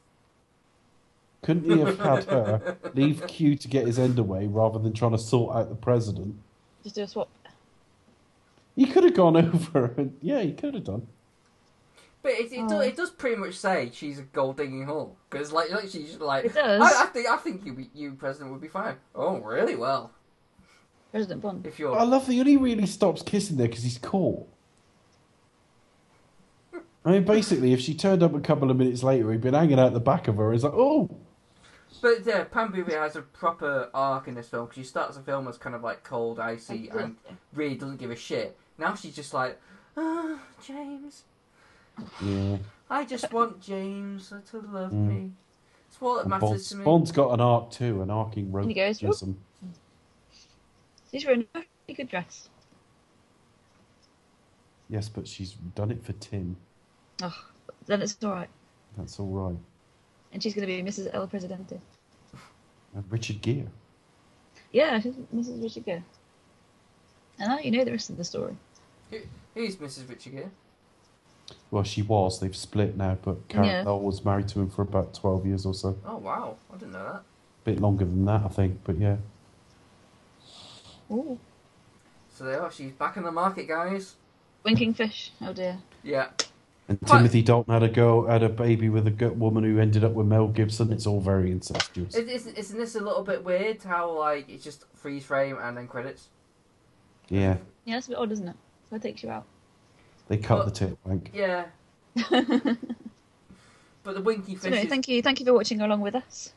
Couldn't he have had
[LAUGHS]
her leave Q to get his end away rather than trying to sort out the president?
Just do a swap.
He could have gone [LAUGHS] over and yeah, he could have done.
But it, it,
Oh.
does, it does pretty much say she's a gold digging whore because like like she's like
It does.
I, I think I think you be- you president would be fine. Oh really? Well,
President Bond.
if you're
I love that he only really stops kissing there because he's caught. I mean, basically, if she turned up a couple of minutes later, he'd been hanging out the back of her. He's like, oh,
but yeah, Pam Bouvier has a proper arc in this film because she starts the film as kind of like cold, icy, and really doesn't give a shit. Now she's just like, oh, James,
yeah.
I just want James to love
Mm.
me. It's all that
And
matters
Bond's,
to me.
Bond's got an arc too, an arcing rope.
he goes,
or some-
She's wearing a pretty good dress.
Yes, but she's done it for Tim.
Oh, then it's all right.
That's all right.
And she's going to be Mrs. El Presidente.
And Richard Gere.
Yeah, she's Mrs. Richard Gere. And now you know the rest of the story.
Who's Mrs. Richard Gere?
Well, she was. They've split now, but Karen
Yeah.
Bell was married to him for about 12 years or so.
Oh wow, I didn't know that.
bit longer than that, I think, but yeah.
Ooh.
So there, you are, she's back in the market, guys.
Winking fish. Oh dear.
Yeah.
And
Quite-
Timothy Dalton had a girl, had a baby with a good woman who ended up with Mel Gibson. It's all very incestuous.
Is, is, isn't this a little bit weird how, like, it's just freeze frame and then credits?
yeah,
Yeah, that's a bit odd, isn't it? So it takes you out. [LAUGHS]
they cut
Well-
the tit wank.
Yeah. But the winky
so
fish
anyway,
is,
thank you, thank you for watching along with us.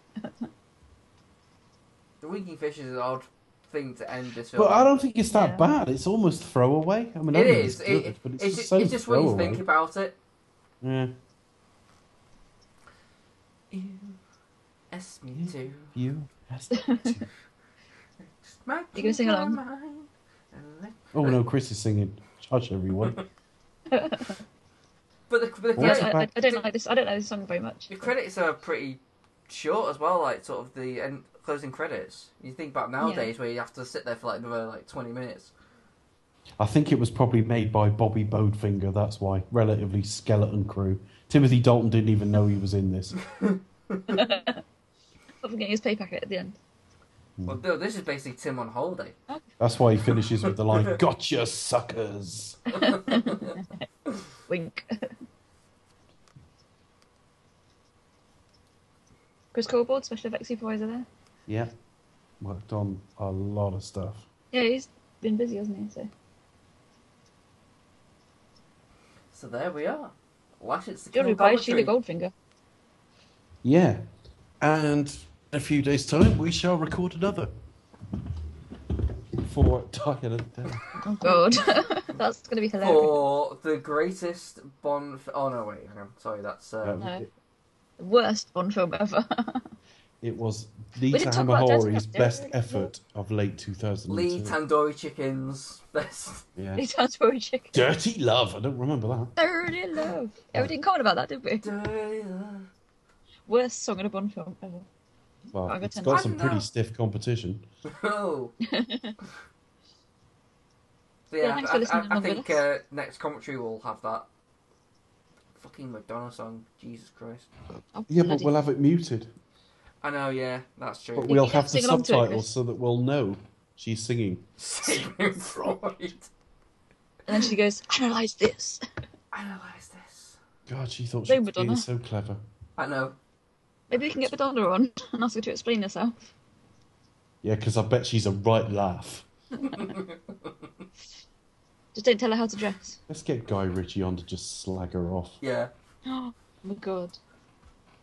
the winking fish is an odd thing to end this film.
But I don't think it's that
Yeah.
bad. It's almost throwaway. I mean, I
It
know
is.
It's
It-
good, but it's,
it's,
just
just,
so
it's just when you
throwaway.
think about it.
Yeah.
You asked me
Yeah.
to. [LAUGHS]
You. asked me to.
Smack
You gonna sing
my
along?
mind and let-
oh no, Chris is singing. Hush, everyone.
But the, but the,
Well,
Yeah,
that's
credit,
about-
I, I, I don't like this. I don't know this song very much.
the credits are pretty short as well, like sort of the end, closing credits. You think about nowadays where you have to sit there for like another like 20 minutes.
I think it was probably made by Bobby Bodefinger. That's why. Relatively skeleton crew. Timothy Dalton didn't even know he was in this.
Not forgetting his pay packet at the end.
Well, no, this is basically Tim on holiday.
That's why he finishes with the line,
[LAUGHS]
"Gotcha, suckers."
Wink. [LAUGHS] Chris Colboard, special effects supervisor there.
Yeah. Worked on a lot of stuff.
Yeah, he's been busy, hasn't he? So,
So there we are. License to
do you
Kill
want to buy Sheila
commentary.
Goldfinger?
Yeah. And in a few days' time, we shall record another. [LAUGHS] For Diana Day.
Oh God, [LAUGHS] that's going to be hilarious.
For the greatest Bond. F- oh no, wait, hang on. Sorry, that's. Uh,
Um,
No.
it,
The worst Bond film ever. [LAUGHS]
it was
We
Lita
didn't talk about Dirty
Hamahori's
Harry.
best effort of late 2002.
Lee Tandoori Chickens. Best. [LAUGHS]
yeah.
he sounds very chicken.
Dirty Love. I don't remember that.
Dirty love. Yeah, we didn't comment about that, did we?
Dirty
Worst song in a Bond film ever. [LAUGHS]
Well,
I got
it's
ten.
got some
I'm
pretty
not-
stiff competition.
Oh. So,
Yeah,
yeah,
thanks
I,
for
I-
listening
I, I
along with
think
us.
uh, next commentary will have that fucking Madonna song. Jesus Christ.
Oh,
Yeah, but
bloody-
we'll have it muted.
I know, yeah, that's true.
But
If
we'll
you
have
don't
the
sing along to it,
subtitles
Chris.
so that we'll know she's singing.
[LAUGHS] Saving Freud.
And then she goes, analyze this.
Analyze this.
God, she thought she
Blame
was being
Madonna.
so clever.
I know. [LAUGHS]
Maybe we can get Madonna on [LAUGHS] and ask her to explain herself.
Yeah, because I bet she's a right laugh.
Just don't tell her how to dress.
Let's get Guy Ritchie on to just slag her off.
Yeah.
[GASPS] Oh my God.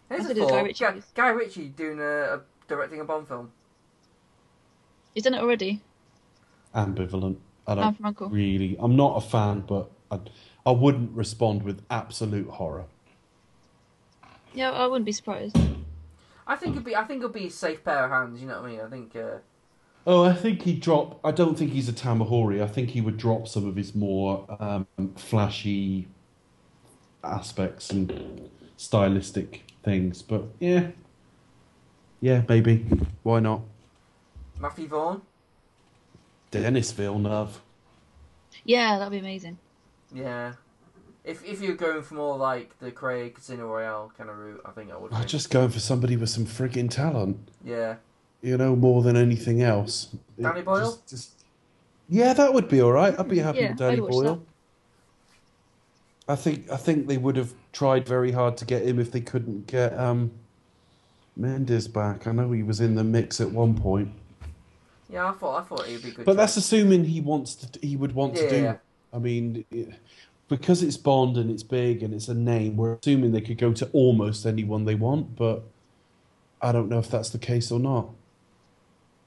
Here's
That's
a
what it is,
thought. Guy
Guy Ritchie
Ritchie, Guy,
is.
Ritchie doing a, a directing a Bond film.
He's done it already.
Ambivalent. I
I'm
don't
from Uncle.
really. I'm not a fan, but I, I wouldn't respond with absolute horror.
Yeah, I wouldn't be surprised.
I think it'd be. I think it'd be a safe pair of hands. You know what I mean? I think. Uh,
Oh, I think he'd drop. I don't think he's a Tamahori. I think he would drop some of his more um, flashy aspects and stylistic things. But yeah, yeah, maybe. Why not?
Matthew Vaughn.
Dennis Villeneuve.
Yeah, that'd be amazing.
Yeah. If if you're going for more like the Craig Casino Royale kind of route, I think I would.
I'm
think.
just going for somebody with some friggin' talent.
Yeah.
you know, more than anything else. It
Danny Boyle?
just- just- yeah, that would be all right. I'd be happy
Yeah,
with Danny
I'd watch
Boyle. I think I think they would have tried very hard to get him if they couldn't get um, Mendes back. I know he was in the mix at one point,
Yeah, I thought I thought it'd be a good.
but
choice.
that's assuming he wants to. He would want to
Yeah,
do.
yeah.
I mean, it, because it's Bond and it's big and it's a name, we're assuming they could go to almost anyone they want. But I don't know if that's the case or not.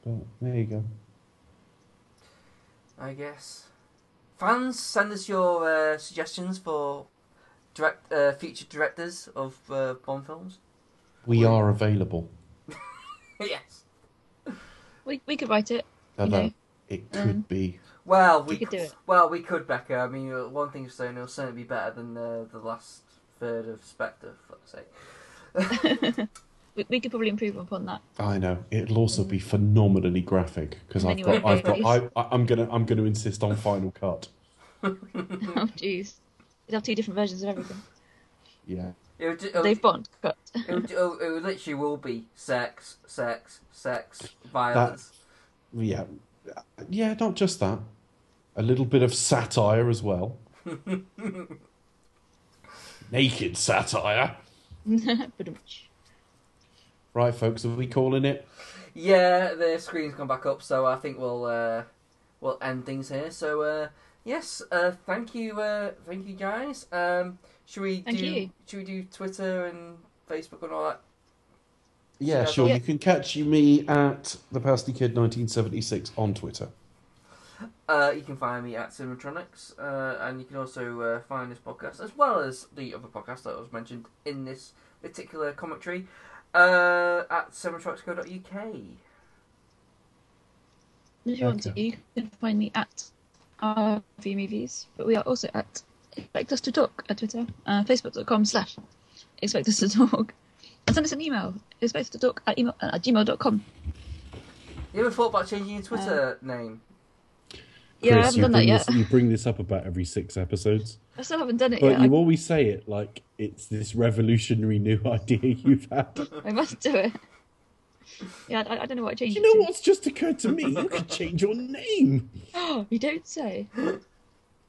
But there you go.
I guess. Fans, send us your uh, suggestions for direct uh, future directors of uh, Bond films. [LAUGHS]
We are available.
yes.
We we could write it. You
Although
know.
it could
Um,
be.
Well, we
We could do
c-
it.
Well, we could, Becca. I mean, uh, one thing's certain, it'll certainly be better than uh, the last third of Spectre. For fuck's sake.
[LAUGHS] We, we could probably improve upon [LAUGHS] that.
I know it'll also be phenomenally graphic because I've
Anyway,
got, I've got, I,
please.
I- I'm gonna, I'm gonna insist on Final Cut.
Oh jeez. We'd have two different versions of everything.
Yeah,
It would, ju- it, would,
Dave Bond [LAUGHS] cut.
it, would, it would- it would literally will be sex, sex, sex, violence.
[LAUGHS]
yeah, yeah. Not just that, a little bit of satire as well. Naked satire.
Ba-dum-tsh.
Right, folks, are we calling it?
Yeah, the screen's gone back up, so I think we'll uh, we'll end things here. So uh, yes, uh, thank you, uh, thank you guys. Um, should we
Thank
do
you.
should we do Twitter and Facebook and all that?
Yeah,
Yeah.
sure. You can catch me at the Pasty Kid 1976 on Twitter.
Uh, you can find me at Cinematronics, uh, and you can also uh, find this podcast as well as the other podcast that was mentioned in this particular commentary uh, at cinematronics.co.uk.
If you want to,
Okay.
you can find me at RV Movies, but we are also at Expect Us to Talk at Twitter, uh, facebook.com slash Expect Us to Talk. And send us an email, expect us to talk at, email, uh, at gmail.com.
You ever thought about changing your Twitter
Uh,
name?
Yeah, I
Chris,
haven't
you
done that
bring
yet.
This, you bring this up about every six episodes,
I still haven't done it
but
yet.
you always say it like it's this revolutionary new [LAUGHS] idea you've had. Do
I, I must do it. [LAUGHS] Yeah, I, I don't know what I changed
you
it
know
to.
what's just occurred to me? You could change your name.
Oh, you don't say. [LAUGHS]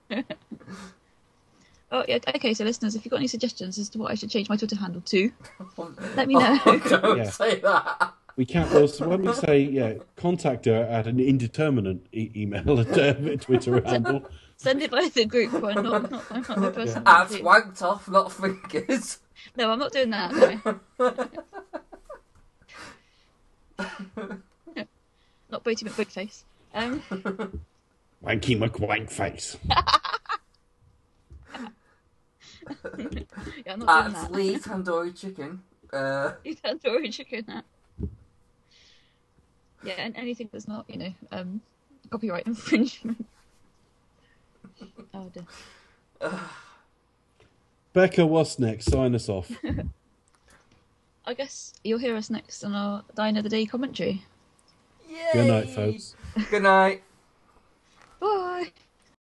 oh, yeah, okay, so listeners, if you've got any suggestions as to what I should change my Twitter handle to, let me know.
[LAUGHS] Oh, don't
Yeah.
say that.
We can't. Well, so why don't we say, yeah, contact her at an indeterminate e- email at uh, [LAUGHS] Twitter handle.
Send it by the group one, not, not by my personal
At
tweet.
wanked off, not fingers.
No, I'm not doing that. No. [LAUGHS] not Boaty McBigface. Um, [LAUGHS]
[LAUGHS]
Wanky McWank face.
yeah, I'm not doing
At
that.
Lee Tandoori Chicken. Uh,
You can't throw a chicken at. Yeah, and anything that's not, you know, um, copyright [LAUGHS] infringement. Oh dear.
Becca, what's next? Sign us off.
I guess you'll hear us next on our Dine of the Day commentary.
yay!
Good night, folks.
Good night.